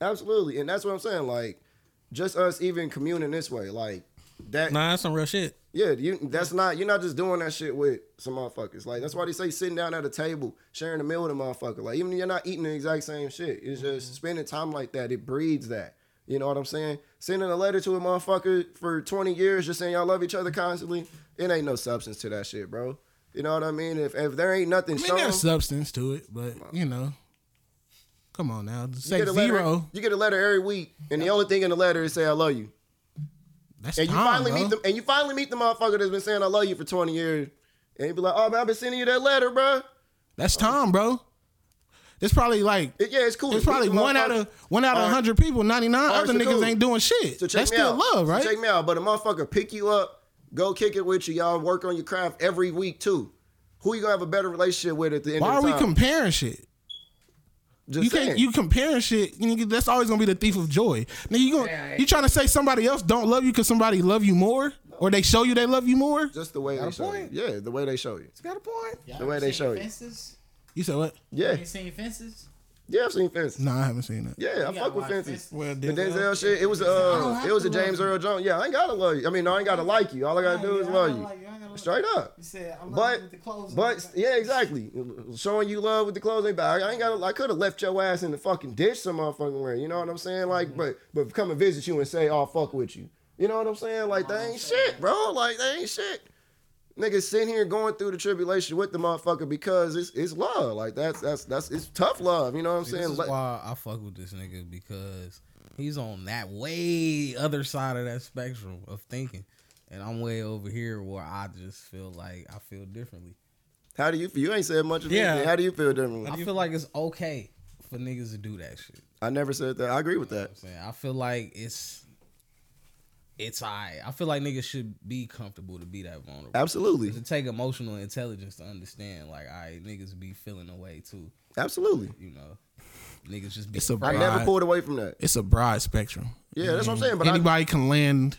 Speaker 1: absolutely. And that's what I'm saying. Like, just us even communing this way, like that
Speaker 7: Nah, that's some real shit.
Speaker 1: yeah, you that's not you're not just doing that shit with some motherfuckers. Like that's why they say sitting down at a table, sharing a meal with a motherfucker. Like even if you're not eating the exact same shit. It's just spending time like that, it breeds that. You know what I'm saying? Sending a letter to a motherfucker for 20 years, just saying y'all love each other constantly, it ain't no substance to that shit, bro. You know what I mean? If if there ain't nothing
Speaker 4: I mean,
Speaker 1: shown,
Speaker 4: there's substance to it, but you know, Come on now,
Speaker 1: You
Speaker 4: say
Speaker 1: get a letter-
Speaker 4: zero.
Speaker 1: You get a letter every week, and the only thing in the letter is say I love you.
Speaker 4: That's
Speaker 1: And you
Speaker 4: time,
Speaker 1: finally
Speaker 4: bro.
Speaker 1: meet them, and you finally meet the motherfucker that's been saying I love you for twenty years, and he be like, "Oh man, I've been sending you that letter, bro."
Speaker 4: That's time, bro. It's probably like
Speaker 1: It- yeah, it's cool.
Speaker 4: it's probably
Speaker 1: Meet the
Speaker 4: one out
Speaker 1: motherfucker.
Speaker 4: of one out of
Speaker 1: Alright.
Speaker 4: hundred people. Ninety nine
Speaker 1: Alright,
Speaker 4: other
Speaker 1: so
Speaker 4: niggas
Speaker 1: cool.
Speaker 4: ain't doing shit.
Speaker 1: So check
Speaker 4: That's
Speaker 1: me
Speaker 4: still
Speaker 1: out. So
Speaker 4: love, right?
Speaker 1: check me out. But a motherfucker pick you up, go kick it with you. Y'all work on your craft every week too. Who you gonna have a better relationship with at the end of
Speaker 4: Why are
Speaker 1: the
Speaker 4: we
Speaker 1: time?
Speaker 4: comparing shit?
Speaker 1: Just
Speaker 4: You can't
Speaker 1: saying.
Speaker 4: you comparing shit. You know, that's always gonna be the thief of joy. Now you going
Speaker 2: Yeah,
Speaker 4: you trying to say somebody else don't love you because somebody love you more, or they show you they love you more.
Speaker 1: Just the way they show
Speaker 3: point.
Speaker 1: you. Yeah, the way they show you.
Speaker 3: Got a point.
Speaker 2: Y'all
Speaker 1: The way
Speaker 2: ever
Speaker 1: they
Speaker 2: seen
Speaker 1: show you.
Speaker 2: Fences?
Speaker 4: You said what?
Speaker 1: Yeah,
Speaker 2: You ain't seen Fences?
Speaker 1: yeah, I've seen fences.
Speaker 4: No, I haven't seen that.
Speaker 1: Yeah, I
Speaker 2: You gotta
Speaker 1: fuck with
Speaker 2: watch
Speaker 1: fences.
Speaker 7: Well,
Speaker 1: The
Speaker 7: Denzel.
Speaker 1: Denzel shit, it was uh, it was a James Earl Jones. Yeah, I ain't gotta love you. I mean, no, I ain't gotta like you. All I gotta do is
Speaker 2: I
Speaker 1: love
Speaker 2: don't
Speaker 1: you,
Speaker 2: like you. I don't like
Speaker 1: straight up.
Speaker 2: You said I love
Speaker 1: But-
Speaker 2: you with the clothes
Speaker 1: But
Speaker 2: on.
Speaker 1: yeah, exactly. Showing you love with the clothes ain't bad. I ain't gotta. I could have left your ass in the fucking ditch some motherfucking where. You know what I'm saying? Like,
Speaker 2: Mm-hmm.
Speaker 1: but but come and visit you and say, oh fuck with you. You know what I'm saying? Like that ain't shit, bro. Like that ain't shit. Niggas sitting here going through the tribulation with the motherfucker because it's it's love. Like that's that's that's it's tough love. You know what I'm
Speaker 3: This
Speaker 1: saying?
Speaker 3: is
Speaker 1: Like-
Speaker 3: why I fuck with this nigga because he's on that way other side of that spectrum of thinking, and I'm way over here where I just feel like I feel differently.
Speaker 1: how do you feel? You ain't said much of
Speaker 7: Yeah.
Speaker 1: anything. How do you feel differently?
Speaker 3: I feel like it's okay for niggas to do that shit.
Speaker 1: I never said that. I agree with that.
Speaker 3: I'm saying? I feel like it's it's I. I feel like niggas should be comfortable to be that vulnerable.
Speaker 1: Absolutely.
Speaker 3: To take emotional intelligence to understand, like, I niggas be feeling away too.
Speaker 1: Absolutely.
Speaker 3: You know, niggas just be.
Speaker 4: It's a
Speaker 1: I
Speaker 4: Right.
Speaker 1: never pulled away from that.
Speaker 4: It's a broad spectrum.
Speaker 1: Yeah, that's what I'm saying. But I,
Speaker 4: Anybody can land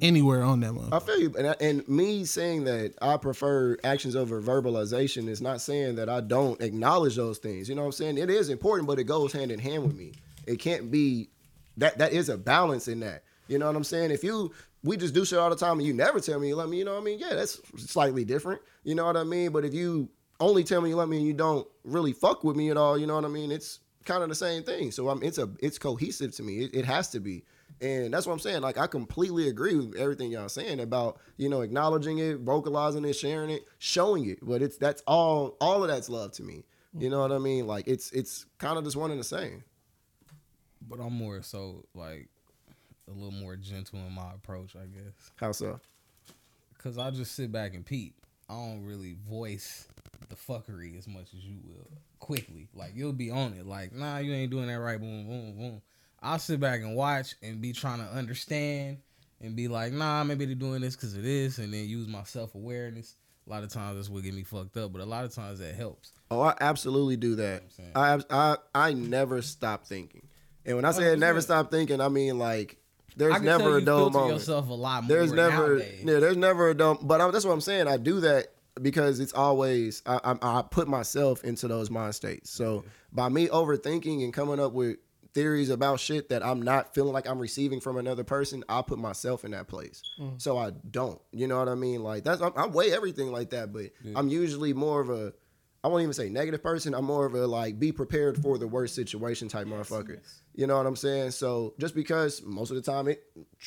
Speaker 4: anywhere on that one.
Speaker 1: I feel you. And, I, and me saying that I prefer actions over verbalization is not saying that I don't acknowledge those things. You know what I'm saying? It is important, but it goes hand in hand with me. It can't be that that is a balance in that. You know what I'm saying? If you we just do shit all the time and you never tell me you love me, you know what I mean? Yeah, that's slightly different. You know what I mean? But if you only tell me you love me and you don't really fuck with me at all, you know what I mean? It's kind of the same thing. So I'm it's a it's cohesive to me. It, it has to be. And that's what I'm saying. Like I completely agree with everything y'all saying about you know acknowledging it, vocalizing it, sharing it, showing it. But it's that's all all of that's love to me. You know what I mean? Like it's it's kind of just one and the same.
Speaker 3: But I'm more so like a little more gentle in my approach, I guess,
Speaker 1: How so?
Speaker 3: because I just sit back and peep. I don't really voice the fuckery as much as you will quickly. Like you'll be on it. Like nah, you ain't doing that right. Boom, boom, boom. I'll sit back and watch and be trying to understand and be like, nah, maybe they're doing this because of this, and then use my self awareness. A lot of times that's what get me fucked up, but a lot of times that helps.
Speaker 1: Oh, I absolutely do that. I abs- I I never stop thinking. And when I say I never stop thinking, I mean like
Speaker 3: I
Speaker 1: there's
Speaker 3: can
Speaker 1: never
Speaker 3: tell
Speaker 1: a
Speaker 3: you
Speaker 1: dull
Speaker 3: filter
Speaker 1: moment.
Speaker 3: yourself a lot more.
Speaker 1: there's never
Speaker 3: nowadays.
Speaker 1: yeah, there's never a dumb but I, that's what i'm saying i do that because it's always I, I, I put myself into those mind states so by me overthinking and coming up with theories about shit that i'm not feeling like i'm receiving from another person i put myself in that place
Speaker 3: Mm.
Speaker 1: so i don't you know what i mean like that's i i weigh everything like that but i'm usually more of a I won't even say negative person. I'm more of a like be prepared for the worst situation type motherfucker. You know what I'm saying? So just because most of the time it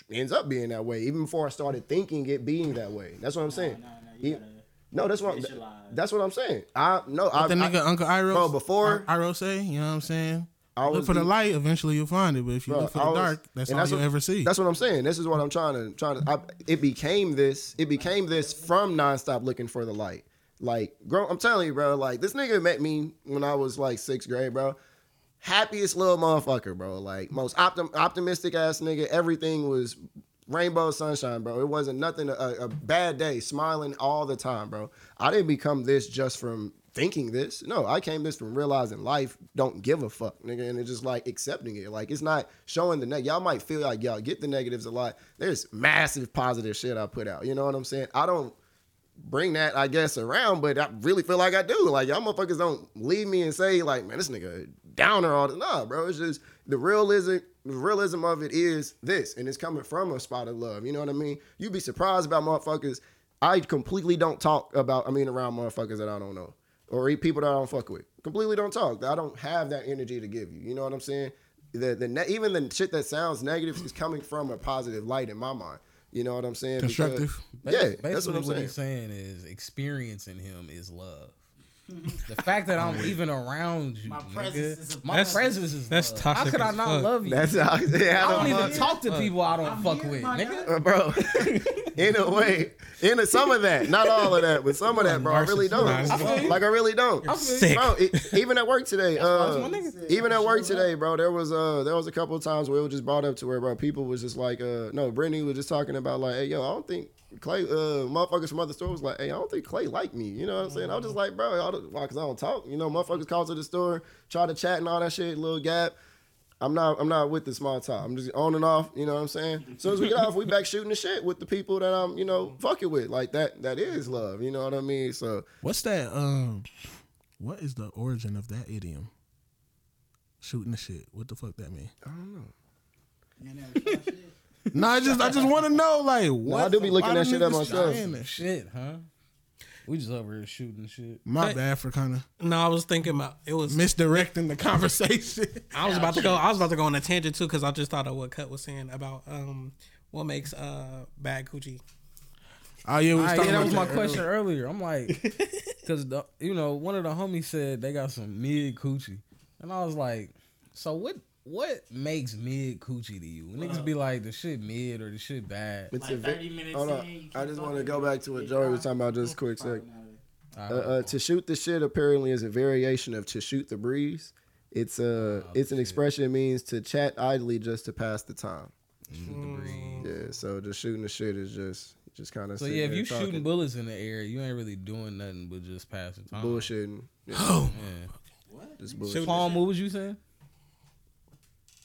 Speaker 1: ends up being that way, even before I started thinking it being that way. That's what I'm saying.
Speaker 2: No, no,
Speaker 1: He-
Speaker 2: you gotta
Speaker 1: No, that's what
Speaker 2: visualize.
Speaker 1: that's what I'm saying. I no, I,
Speaker 4: The nigga
Speaker 1: I,
Speaker 4: Uncle Iroh.
Speaker 1: Bro, before-
Speaker 4: I, Iroh say, you know what I'm saying?
Speaker 1: I
Speaker 4: look
Speaker 1: was
Speaker 4: for the
Speaker 1: deep-
Speaker 4: light, eventually you'll find it. But if you
Speaker 1: Bro,
Speaker 4: look for
Speaker 1: I
Speaker 4: the
Speaker 1: was-
Speaker 4: dark, that's
Speaker 1: and
Speaker 4: all you'll
Speaker 1: what-
Speaker 4: ever see.
Speaker 1: That's what I'm saying. This is what I'm trying to trying to. I, it became this. It became this from nonstop looking for the light. Like, bro, I'm telling you, bro. Like this nigga met me when I was like sixth grade, bro. Happiest little motherfucker, bro. Like most optim- optimistic ass nigga. Everything was rainbow sunshine, bro. It wasn't nothing a, a bad day. Smiling all the time, bro. I didn't become this just from thinking this. No, I came this from realizing life don't give a fuck, nigga, and it's just like accepting it. Like it's not showing the neg. Y'all might feel like y'all get the negatives a lot. There's massive positive shit I put out. You know what I'm saying? I don't bring that, I guess, around, but I really feel like I do. Like y'all motherfuckers don't leave me and say like, man, this nigga downer all the nah, bro. It's just the realism. The realism of it is this, and it's coming from a spot of love. You know what I mean? You'd be surprised about motherfuckers. I completely don't talk about. I mean, around motherfuckers that I don't know or e- people that I don't fuck with. Completely don't talk. I don't have that energy to give you. You know what I'm saying? The the ne- even the shit that sounds negative is coming from a positive light in my mind. You know what I'm saying? Because-
Speaker 4: Constructive.
Speaker 1: yeah,
Speaker 3: Basically,
Speaker 1: that's what I'm saying.
Speaker 3: he's saying is experiencing him is love. The fact that I'm even around you,
Speaker 2: My
Speaker 3: nigga,
Speaker 2: presence is a
Speaker 3: my
Speaker 2: That's-
Speaker 3: presence is
Speaker 7: that's
Speaker 3: love.
Speaker 7: toxic
Speaker 3: How could I
Speaker 7: as
Speaker 3: not
Speaker 7: fuck.
Speaker 3: love you?
Speaker 1: That's how. Yeah,
Speaker 3: I don't
Speaker 1: the
Speaker 3: even
Speaker 1: fuck?
Speaker 3: talk to people I don't
Speaker 2: I'm
Speaker 3: fuck
Speaker 2: here,
Speaker 3: with,
Speaker 2: my
Speaker 3: nigga.
Speaker 1: Uh, bro. in a way, in a, some of that, not all of that, but some of that, bro. I really don't.
Speaker 7: Narcissist.
Speaker 3: I feel you.
Speaker 1: Like I really don't.
Speaker 3: I feel you.
Speaker 7: Sick.
Speaker 1: Bro, it, even at work today, uh,
Speaker 3: my
Speaker 1: even at work today, bro, there was uh there was a couple of times where it was just brought up to where bro people was just like uh no Brittany was just talking about like hey yo I don't think Clay uh motherfuckers from other store was like hey I don't think Clay like me you know what I'm saying I was
Speaker 3: Mm.
Speaker 1: just like bro I don't, why cause I don't talk you know motherfuckers call to the store try to chat and all that shit little gap. I'm not. I'm not with the small talk. I'm just on and off. You know what I'm saying. As soon as we get off, we back shooting the shit with the people that I'm, you know, fucking with. Like that. That is love. You know what I mean. So
Speaker 4: What's that? Um, what is the origin of that idiom? Shooting the shit. What the fuck that mean? No, I just I just want to know like what.
Speaker 1: I do be looking
Speaker 4: why
Speaker 1: that
Speaker 4: do
Speaker 1: shit up
Speaker 4: niggas
Speaker 1: myself.
Speaker 4: saying that shit?
Speaker 3: Shit, huh? We just over here shooting shit.
Speaker 4: My bad for kind of
Speaker 7: No, I was thinking about it was.
Speaker 4: misdirecting the conversation.
Speaker 7: I was about to go. I was about to go on a tangent too because I just thought of what Cut was saying about um what makes uh bad coochie.
Speaker 4: Oh yeah, we
Speaker 7: Ah,
Speaker 4: was
Speaker 3: All right, yeah,
Speaker 4: talking
Speaker 3: that
Speaker 4: about
Speaker 3: was my
Speaker 4: that.
Speaker 3: question earlier. I'm like, because you know, one of the homies said they got some mid coochie, and I was like, so what? What makes mid coochie to you? Niggas be like the shit mid or the shit bad.
Speaker 1: it's
Speaker 2: Like
Speaker 1: a ve-
Speaker 2: 30 minutes
Speaker 1: Hold
Speaker 2: in,
Speaker 1: on.
Speaker 2: you keep
Speaker 1: I just want to
Speaker 2: fucking
Speaker 1: go back to what
Speaker 2: it
Speaker 1: Joey
Speaker 2: dry.
Speaker 1: was talking about just a quick sec.
Speaker 3: All
Speaker 1: Uh,
Speaker 3: right.
Speaker 1: uh, to shoot the shit apparently is a variation of to shoot the breeze. It's uh, it's an expression means to chat idly just to pass the time. Yeah, so just shooting the shit is just just kind of
Speaker 3: So yeah, if you shooting bullets in the air, you ain't really doing nothing but just passing time.
Speaker 1: bullshitting. Yeah,
Speaker 4: Oh,
Speaker 1: just bullshit.
Speaker 3: Palm, what was you saying?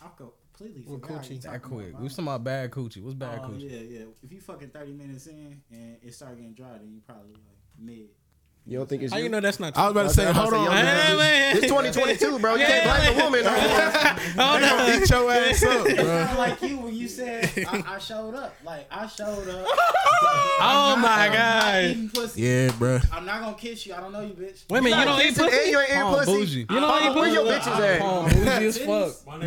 Speaker 2: I completely forgot.
Speaker 7: coochie.
Speaker 2: you talking
Speaker 3: That quick.
Speaker 2: about
Speaker 3: We was talking about bad coochie. What's bad
Speaker 2: Oh,
Speaker 3: coochie?
Speaker 2: yeah, yeah. If you fucking 30 minutes in and it start getting dry, then you probably like mid.
Speaker 1: You don't think it's
Speaker 7: How you
Speaker 1: you?
Speaker 7: know that's not?
Speaker 4: I was about to say, hold on,
Speaker 1: Hey,
Speaker 4: man.
Speaker 1: It's 2022, bro. You can't blame a woman.
Speaker 4: They gonna eat your ass up, bro.
Speaker 2: Not like you when you said I, I showed up. Like I showed up.
Speaker 7: Oh my
Speaker 2: I'm not
Speaker 7: god!
Speaker 2: eating pussy.
Speaker 4: Yeah, bro.
Speaker 2: I'm not gonna kiss you. I don't know you, bitch.
Speaker 7: Wait a minute, you don't eat
Speaker 1: And
Speaker 7: pussy,
Speaker 1: you ain't eating
Speaker 3: Palm bougie.
Speaker 1: pussy.
Speaker 7: You don't eat
Speaker 1: Palmer, Where your
Speaker 7: pussy?
Speaker 1: bitches at?
Speaker 3: Palm bougie as fuck.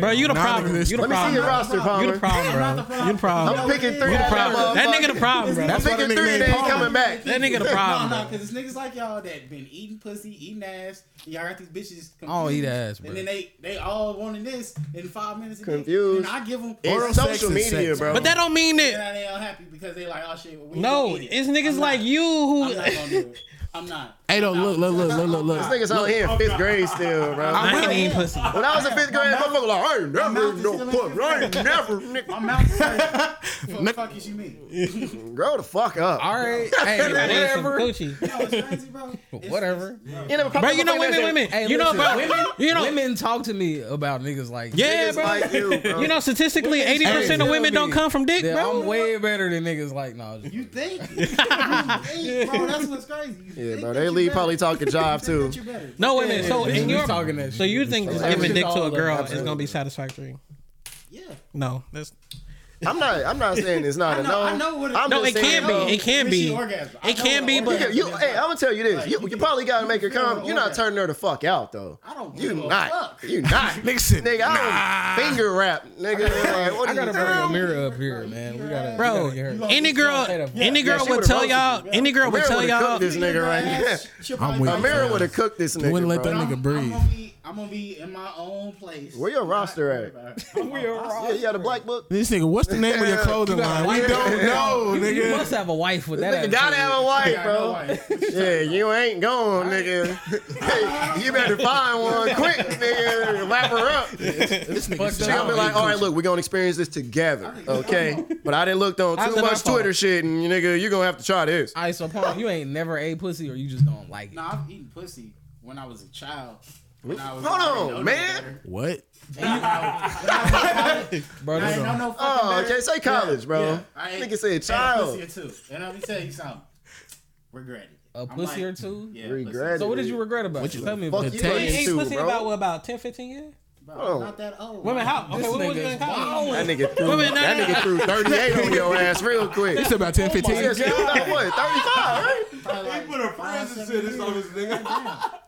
Speaker 7: bro. You the
Speaker 4: Nah, nigga,
Speaker 7: problem. You
Speaker 4: this-
Speaker 7: the
Speaker 1: Let me see your
Speaker 7: problem.
Speaker 1: roster,
Speaker 7: You
Speaker 1: Palmer.
Speaker 7: the problem, bro. You the problem.
Speaker 1: I'm picking three.
Speaker 7: You the
Speaker 1: out of
Speaker 7: problem. That nigga the problem, bro.
Speaker 1: I'm
Speaker 4: That's why
Speaker 1: picking
Speaker 4: that nigga
Speaker 1: three.
Speaker 4: named
Speaker 1: They ain't
Speaker 4: Palmer.
Speaker 1: coming back.
Speaker 7: That nigga the problem.
Speaker 2: No, no,
Speaker 7: bro.
Speaker 2: because it's niggas like y'all that been eating pussy, eating ass. Y'all got these bitches. Confused,
Speaker 3: don't eat ass, bro.
Speaker 2: And then they they all wanting this in five minutes. and they-
Speaker 1: Confused.
Speaker 2: And I give them.
Speaker 4: Oral
Speaker 1: It's
Speaker 4: sex
Speaker 1: social
Speaker 4: is
Speaker 1: media,
Speaker 4: sex,
Speaker 1: bro.
Speaker 7: But that don't mean
Speaker 2: And
Speaker 7: that.
Speaker 2: now they all happy because they like, oh shit. well, we
Speaker 7: No,
Speaker 2: gonna eat it.
Speaker 7: it's niggas
Speaker 2: I'm
Speaker 7: like
Speaker 2: not,
Speaker 7: you who.
Speaker 2: I'm not gonna do it. I'm not.
Speaker 4: Hey, no, look, look, look, look, look, look.
Speaker 1: This nigga's out here in fifth grade still, bro.
Speaker 7: I ain't eating pussy.
Speaker 1: When I was in fifth grade, motherfucker was like, I ain't never
Speaker 2: mouth
Speaker 1: eat
Speaker 2: is
Speaker 1: no
Speaker 2: still in
Speaker 1: pussy. I ain't never,
Speaker 2: My
Speaker 1: nigga.
Speaker 2: mouth is hurting. What the fuck is you mean? You
Speaker 1: Grow the fuck up.
Speaker 3: All right, hey, whatever.
Speaker 7: Coochie.
Speaker 2: know what's crazy, bro? It's-
Speaker 3: Whatever.
Speaker 1: You know,
Speaker 7: Bro, you know women, women.
Speaker 3: Hey,
Speaker 7: you know,
Speaker 3: listen,
Speaker 7: bro.
Speaker 3: women,
Speaker 7: you know,
Speaker 3: women talk to me about niggas like uh,
Speaker 7: yeah,
Speaker 1: Niggas
Speaker 7: bro.
Speaker 1: like you, bro.
Speaker 7: know, statistically, eighty percent of
Speaker 3: Tell
Speaker 7: women
Speaker 3: me
Speaker 7: don't come from dick,
Speaker 3: that
Speaker 7: bro.
Speaker 3: I'm way better than niggas like no. Nah,
Speaker 2: You think? You think, bro? That's what's crazy. You
Speaker 1: Yeah,
Speaker 2: think
Speaker 1: bro.
Speaker 2: that
Speaker 1: They
Speaker 2: you
Speaker 1: leave
Speaker 2: better.
Speaker 1: probably talking job
Speaker 2: You think
Speaker 1: too.
Speaker 2: that you better.
Speaker 7: no, wait a minute. So,
Speaker 3: Yeah,
Speaker 7: in
Speaker 3: we
Speaker 7: your,
Speaker 3: talking that
Speaker 7: so
Speaker 3: shit.
Speaker 7: you think just
Speaker 3: Like,
Speaker 7: giving
Speaker 3: shit
Speaker 7: dick to
Speaker 3: all
Speaker 7: a
Speaker 3: up,
Speaker 7: girl is
Speaker 3: absolutely.
Speaker 7: gonna be satisfactory?
Speaker 2: Yeah.
Speaker 7: No, that's
Speaker 1: I'm not. I'm not saying it's not
Speaker 2: I
Speaker 1: a
Speaker 2: know.
Speaker 1: no.
Speaker 2: I know what it-
Speaker 1: I'm
Speaker 7: no. It
Speaker 1: just saying,
Speaker 7: can
Speaker 1: bro,
Speaker 7: be. It can
Speaker 2: Richie
Speaker 7: be.
Speaker 2: orgasm. I
Speaker 7: It
Speaker 2: know
Speaker 7: can be,
Speaker 2: what
Speaker 7: but
Speaker 1: You, you, hey, I'm gonna tell you this. You, you probably gotta make her come. You're not turning her the fuck out though.
Speaker 2: I don't
Speaker 1: You
Speaker 2: give a
Speaker 1: not.
Speaker 2: fuck.
Speaker 1: You not.
Speaker 4: Nigga said,
Speaker 1: Nigga, I don't finger rap. Nigga, like, what
Speaker 3: I
Speaker 1: are
Speaker 3: gotta
Speaker 1: you
Speaker 3: bring
Speaker 1: doing?
Speaker 3: Amira up here, man. We gotta,
Speaker 7: Bro,
Speaker 3: we gotta get her.
Speaker 7: any girl,
Speaker 3: Yeah,
Speaker 7: any
Speaker 1: yeah,
Speaker 7: girl
Speaker 1: she
Speaker 7: would
Speaker 1: would've
Speaker 7: tell
Speaker 1: roasted
Speaker 7: y'all.
Speaker 1: you,
Speaker 7: Any girl would
Speaker 1: Amira
Speaker 7: tell
Speaker 1: would've
Speaker 7: y'all.
Speaker 1: cooked this nigga right here.
Speaker 4: I'm with you.
Speaker 1: Amira would have cooked this nigga.
Speaker 4: Wouldn't let
Speaker 1: bro.
Speaker 4: that nigga
Speaker 2: I'm
Speaker 4: breathe.
Speaker 2: gonna, be, I'm gonna be in my own place.
Speaker 1: Where your roster at?
Speaker 2: Where your roster?
Speaker 1: Yeah, you got a black book.
Speaker 4: This nigga, what's the name of your clothing line? We don't know,
Speaker 3: You, you
Speaker 4: nigga.
Speaker 3: must have a wife with that.
Speaker 1: Nigga, gotta
Speaker 3: attitude.
Speaker 1: have a wife, bro.
Speaker 2: Bro.
Speaker 1: Yeah, you ain't going, nigga. Hey, you better find one quick, nigga. Wrap her up.
Speaker 4: This nigga,
Speaker 3: Fucked
Speaker 1: She
Speaker 3: up.
Speaker 1: gonna be like, all right, look, we're gonna experience this together, okay? But I didn't look on
Speaker 7: How's
Speaker 1: too
Speaker 7: that my
Speaker 1: much
Speaker 7: fault?
Speaker 1: Twitter shit, and nigga, you're gonna have to try this.
Speaker 3: All right, so Paul, you ain't never ate pussy, or you just don't like it.
Speaker 2: Nah, I've eaten pussy when I was a child. When I was
Speaker 1: Hold
Speaker 2: I didn't
Speaker 1: on,
Speaker 2: know no
Speaker 1: man.
Speaker 2: better.
Speaker 4: what?
Speaker 3: Bro,
Speaker 2: I
Speaker 3: this-
Speaker 2: ain't know no fucking
Speaker 1: Oh,
Speaker 2: better.
Speaker 1: okay, say college, bro.
Speaker 2: Yeah, I ain't-
Speaker 1: Nigga said
Speaker 2: had a
Speaker 1: child.
Speaker 2: pussy or two. And let me tell you something. Regretted it.
Speaker 3: a
Speaker 2: I'm
Speaker 3: pussy or
Speaker 2: like,
Speaker 3: two.
Speaker 2: Yeah,
Speaker 1: Regret
Speaker 3: So what did you regret about? it? Tell me about
Speaker 1: Fuck
Speaker 3: it.
Speaker 1: you,
Speaker 4: taste.
Speaker 7: You ain't
Speaker 1: too,
Speaker 7: pussy
Speaker 1: bro.
Speaker 7: about what about 10, 15 years?
Speaker 2: Bro,
Speaker 1: Hold on.
Speaker 2: I'm not that old.
Speaker 7: Women, how? Okay,
Speaker 3: This
Speaker 7: what was you
Speaker 3: nigga's
Speaker 7: in
Speaker 1: That
Speaker 7: college?
Speaker 1: nigga threw,
Speaker 7: Women, no,
Speaker 1: that
Speaker 7: no,
Speaker 1: nigga threw 38 on your ass real quick.
Speaker 4: It's about 10, 15.
Speaker 1: Yes, you about what? 35, right?
Speaker 2: Probably
Speaker 5: He
Speaker 2: like
Speaker 5: put a
Speaker 2: five,
Speaker 5: prison
Speaker 2: seven
Speaker 5: sentence on
Speaker 2: years.
Speaker 5: this nigga.
Speaker 2: Goddamn.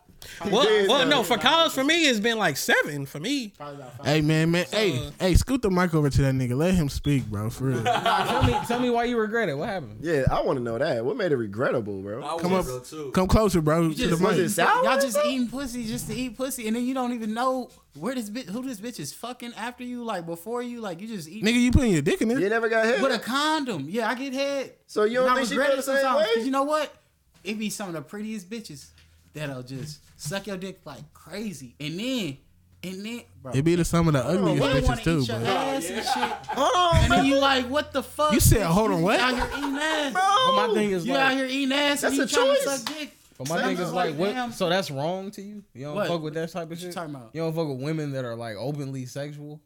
Speaker 7: Well, well, no, for college for me it's been like seven for me.
Speaker 8: Probably about five.
Speaker 4: Hey man, man, hey, hey, scoot the mic over to that nigga. Let him speak, bro. For real.
Speaker 3: tell me, tell me why you regret it. What happened?
Speaker 1: Yeah, I want to know that. What made it regrettable, bro?
Speaker 5: I
Speaker 4: Come
Speaker 5: was
Speaker 4: up-
Speaker 5: too.
Speaker 4: Come closer, bro. to the
Speaker 1: Was it
Speaker 4: mic.
Speaker 1: sour?
Speaker 2: Y'all just eating pussy just to eat pussy, and then you don't even know where this bitch, who this bitch is fucking after you, like before you, like you just eat
Speaker 4: Nigga, you putting your dick in it?
Speaker 1: You never got hit.
Speaker 2: with a condom. Yeah, I get head.
Speaker 1: so you
Speaker 2: And
Speaker 1: don't
Speaker 2: I
Speaker 1: think she
Speaker 2: regret
Speaker 1: feel the
Speaker 2: it
Speaker 1: same
Speaker 2: sometimes. 'cause
Speaker 1: way?
Speaker 2: You know what? It be some of the prettiest bitches that'll just suck your dick like crazy, and then, and then, bro,
Speaker 4: It be the some of the ugliest
Speaker 2: they want
Speaker 4: bitches
Speaker 2: to
Speaker 4: too,
Speaker 2: eat your
Speaker 4: bro.
Speaker 2: ass and shit.
Speaker 1: Hold on,
Speaker 2: And then you like, what the fuck?
Speaker 4: You said,
Speaker 2: bitch?
Speaker 4: hold on,
Speaker 2: You out
Speaker 4: what?
Speaker 2: here eating ass.
Speaker 3: But my thing is
Speaker 2: You out
Speaker 3: like,
Speaker 2: here eating ass
Speaker 1: That's
Speaker 2: and you
Speaker 1: a
Speaker 2: trying to
Speaker 1: choice.
Speaker 2: suck dick.
Speaker 3: but my thing
Speaker 2: Sounds
Speaker 3: is like,
Speaker 2: like,
Speaker 3: what?
Speaker 2: damn.
Speaker 3: So that's wrong to you. You don't
Speaker 2: What?
Speaker 3: fuck with that type of
Speaker 2: What you
Speaker 3: shit.
Speaker 2: talking about?
Speaker 3: You don't fuck with women that are like openly sexual.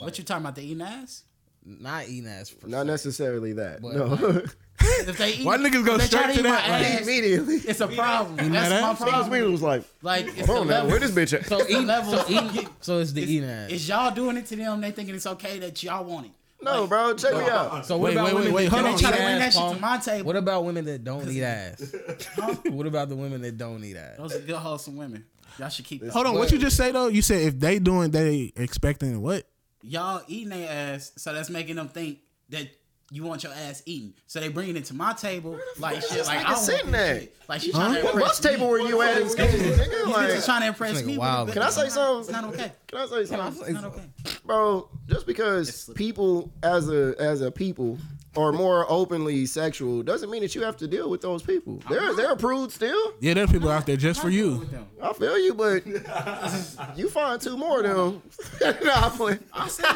Speaker 2: What you talking about? They eating ass?
Speaker 3: Not eating ass. For
Speaker 1: Not necessarily that.
Speaker 3: But,
Speaker 1: no.
Speaker 2: If they eat,
Speaker 4: Why niggas go
Speaker 2: if they try
Speaker 4: straight to
Speaker 2: eat my
Speaker 4: that, like-
Speaker 2: ass,
Speaker 1: Immediately.
Speaker 2: It's a problem.
Speaker 4: know
Speaker 2: That's
Speaker 4: that?
Speaker 2: my
Speaker 1: Charles
Speaker 2: problem.
Speaker 1: Wheeler was like,
Speaker 2: Like,
Speaker 1: hold
Speaker 2: it's the
Speaker 1: on now,
Speaker 2: level.
Speaker 1: where this bitch at?
Speaker 3: So eating,
Speaker 2: level
Speaker 3: so
Speaker 2: of-
Speaker 3: eating, so it's the eating ass.
Speaker 2: Is y'all doing it to them? They thinking it's okay that y'all want it.
Speaker 1: No, bro, check me out.
Speaker 3: So what
Speaker 4: Wait,
Speaker 3: about
Speaker 4: wait, wait,
Speaker 3: women
Speaker 4: wait,
Speaker 3: that
Speaker 4: hold
Speaker 3: don't
Speaker 4: on.
Speaker 3: eat
Speaker 2: Try to bring that
Speaker 3: ass?
Speaker 2: shit to
Speaker 3: Pom?
Speaker 2: my table.
Speaker 3: What about women that don't eat ass? what about the women that don't eat ass?
Speaker 2: Those are good wholesome women. Y'all should keep.
Speaker 4: Hold on, what you just say though? You said if they doing, they expecting what?
Speaker 2: Y'all eating their ass, so that's making them think that you want your ass eaten. So they bringing it to my table, like shit.
Speaker 1: this
Speaker 2: Like
Speaker 1: nigga
Speaker 2: I don't
Speaker 1: sitting
Speaker 2: want this
Speaker 1: at?
Speaker 2: shit. Like she's trying to
Speaker 1: What bus
Speaker 2: impress
Speaker 1: table were you at in school, nigga?
Speaker 2: me. She's
Speaker 1: Like,
Speaker 2: trying to impress
Speaker 3: nigga
Speaker 2: me. with
Speaker 3: wild.
Speaker 2: it.
Speaker 1: can I say
Speaker 2: It's
Speaker 1: something?
Speaker 2: not okay.
Speaker 1: Can I say something?
Speaker 2: It's not okay.
Speaker 1: Bro, just because people as a as a people are more openly sexual doesn't mean that you have to deal with those people. They're they're prudes still.
Speaker 4: Yeah, there's people out there just for you.
Speaker 1: I feel you, but you find two more of them. no, I'm playing.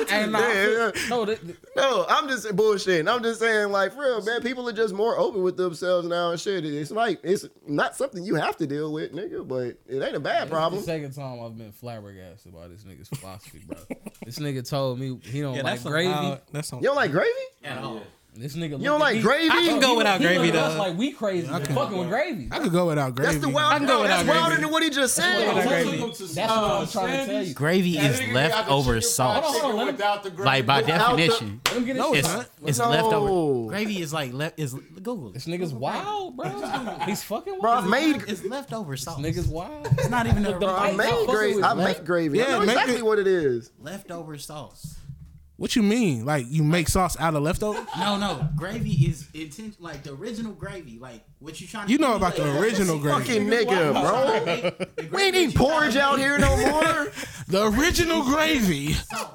Speaker 3: Hey, nah, I
Speaker 1: Yeah,
Speaker 3: feel-
Speaker 1: yeah.
Speaker 3: no, that- that-
Speaker 1: No, I'm just bullshitting. I'm just saying, like, for real, man, people are just more open with themselves now and shit. It's like, it's not something you have to deal with, nigga, but it ain't a bad
Speaker 3: This
Speaker 1: problem.
Speaker 3: is the second time I've been flabbergasted by this nigga's philosophy, bro. this nigga told me he don't
Speaker 7: Yeah,
Speaker 3: like
Speaker 7: that's some
Speaker 3: gravy.
Speaker 7: wild- That's some.
Speaker 1: You don't like gravy?
Speaker 2: At all.
Speaker 3: This nigga
Speaker 1: You don't like gravy?
Speaker 7: I can go without gravy
Speaker 3: That's
Speaker 7: though.
Speaker 3: like we crazy. for fucking with gravy.
Speaker 4: I could go without gravy.
Speaker 1: That's the wild.
Speaker 7: I can go
Speaker 1: that's
Speaker 7: without
Speaker 1: wilder
Speaker 7: gravy.
Speaker 1: than what he just said.
Speaker 3: That's what I'm trying to tell you.
Speaker 2: Gravy is leftover sauce.
Speaker 3: Hold on, let him-
Speaker 5: Without the gravy.
Speaker 2: Like by
Speaker 1: Without the- Oh,
Speaker 2: definition,
Speaker 3: Let him get his
Speaker 4: No,
Speaker 3: shit.
Speaker 4: it's
Speaker 2: it's
Speaker 4: not.
Speaker 2: it's
Speaker 1: no.
Speaker 2: leftover. Gravy is like left is Google it.
Speaker 3: This nigga's wild, bro. He's fucking
Speaker 1: Bro, I
Speaker 3: wild.
Speaker 1: made,
Speaker 2: It's leftover sauce.
Speaker 3: Niggas wild.
Speaker 2: It's not even a
Speaker 1: I
Speaker 3: I
Speaker 1: made
Speaker 3: fuck
Speaker 1: gravy.
Speaker 3: with
Speaker 1: I
Speaker 3: it,
Speaker 1: make gravy. I
Speaker 4: Yeah,
Speaker 1: know
Speaker 4: make
Speaker 1: exactly
Speaker 4: it-
Speaker 1: what it is.
Speaker 2: leftover sauce.
Speaker 4: What you mean? Like you make sauce out of leftovers?
Speaker 2: No, no, gravy is intent like the original gravy. Like what you trying to
Speaker 4: You know
Speaker 2: do,
Speaker 4: about
Speaker 2: like-
Speaker 4: the original gravy.
Speaker 1: Fucking nigga, bro.
Speaker 2: The
Speaker 1: We
Speaker 2: gravy
Speaker 1: ain't
Speaker 2: that
Speaker 1: eating
Speaker 2: you
Speaker 1: porridge
Speaker 2: trying
Speaker 1: out
Speaker 2: to
Speaker 1: here no more.
Speaker 4: The original gravy
Speaker 2: make sauce.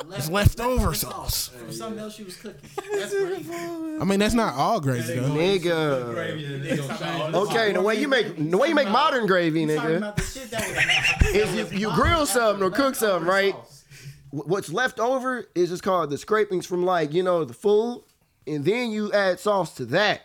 Speaker 4: is
Speaker 2: Left-
Speaker 4: leftover sauce.
Speaker 2: From something else she was cooking. That's gravy.
Speaker 4: I mean, that's not all gravy though.
Speaker 1: nigga.
Speaker 5: Gravy and they gonna shower.
Speaker 1: Okay, the way you make the way you make modern gravy,
Speaker 2: Talking
Speaker 1: nigga,
Speaker 2: about the shit that was
Speaker 1: is you, you grill something or cook something, right?
Speaker 2: Sauce.
Speaker 1: Wh- What's left over is just called the scrapings from like you know the food, and then you add sauce to that.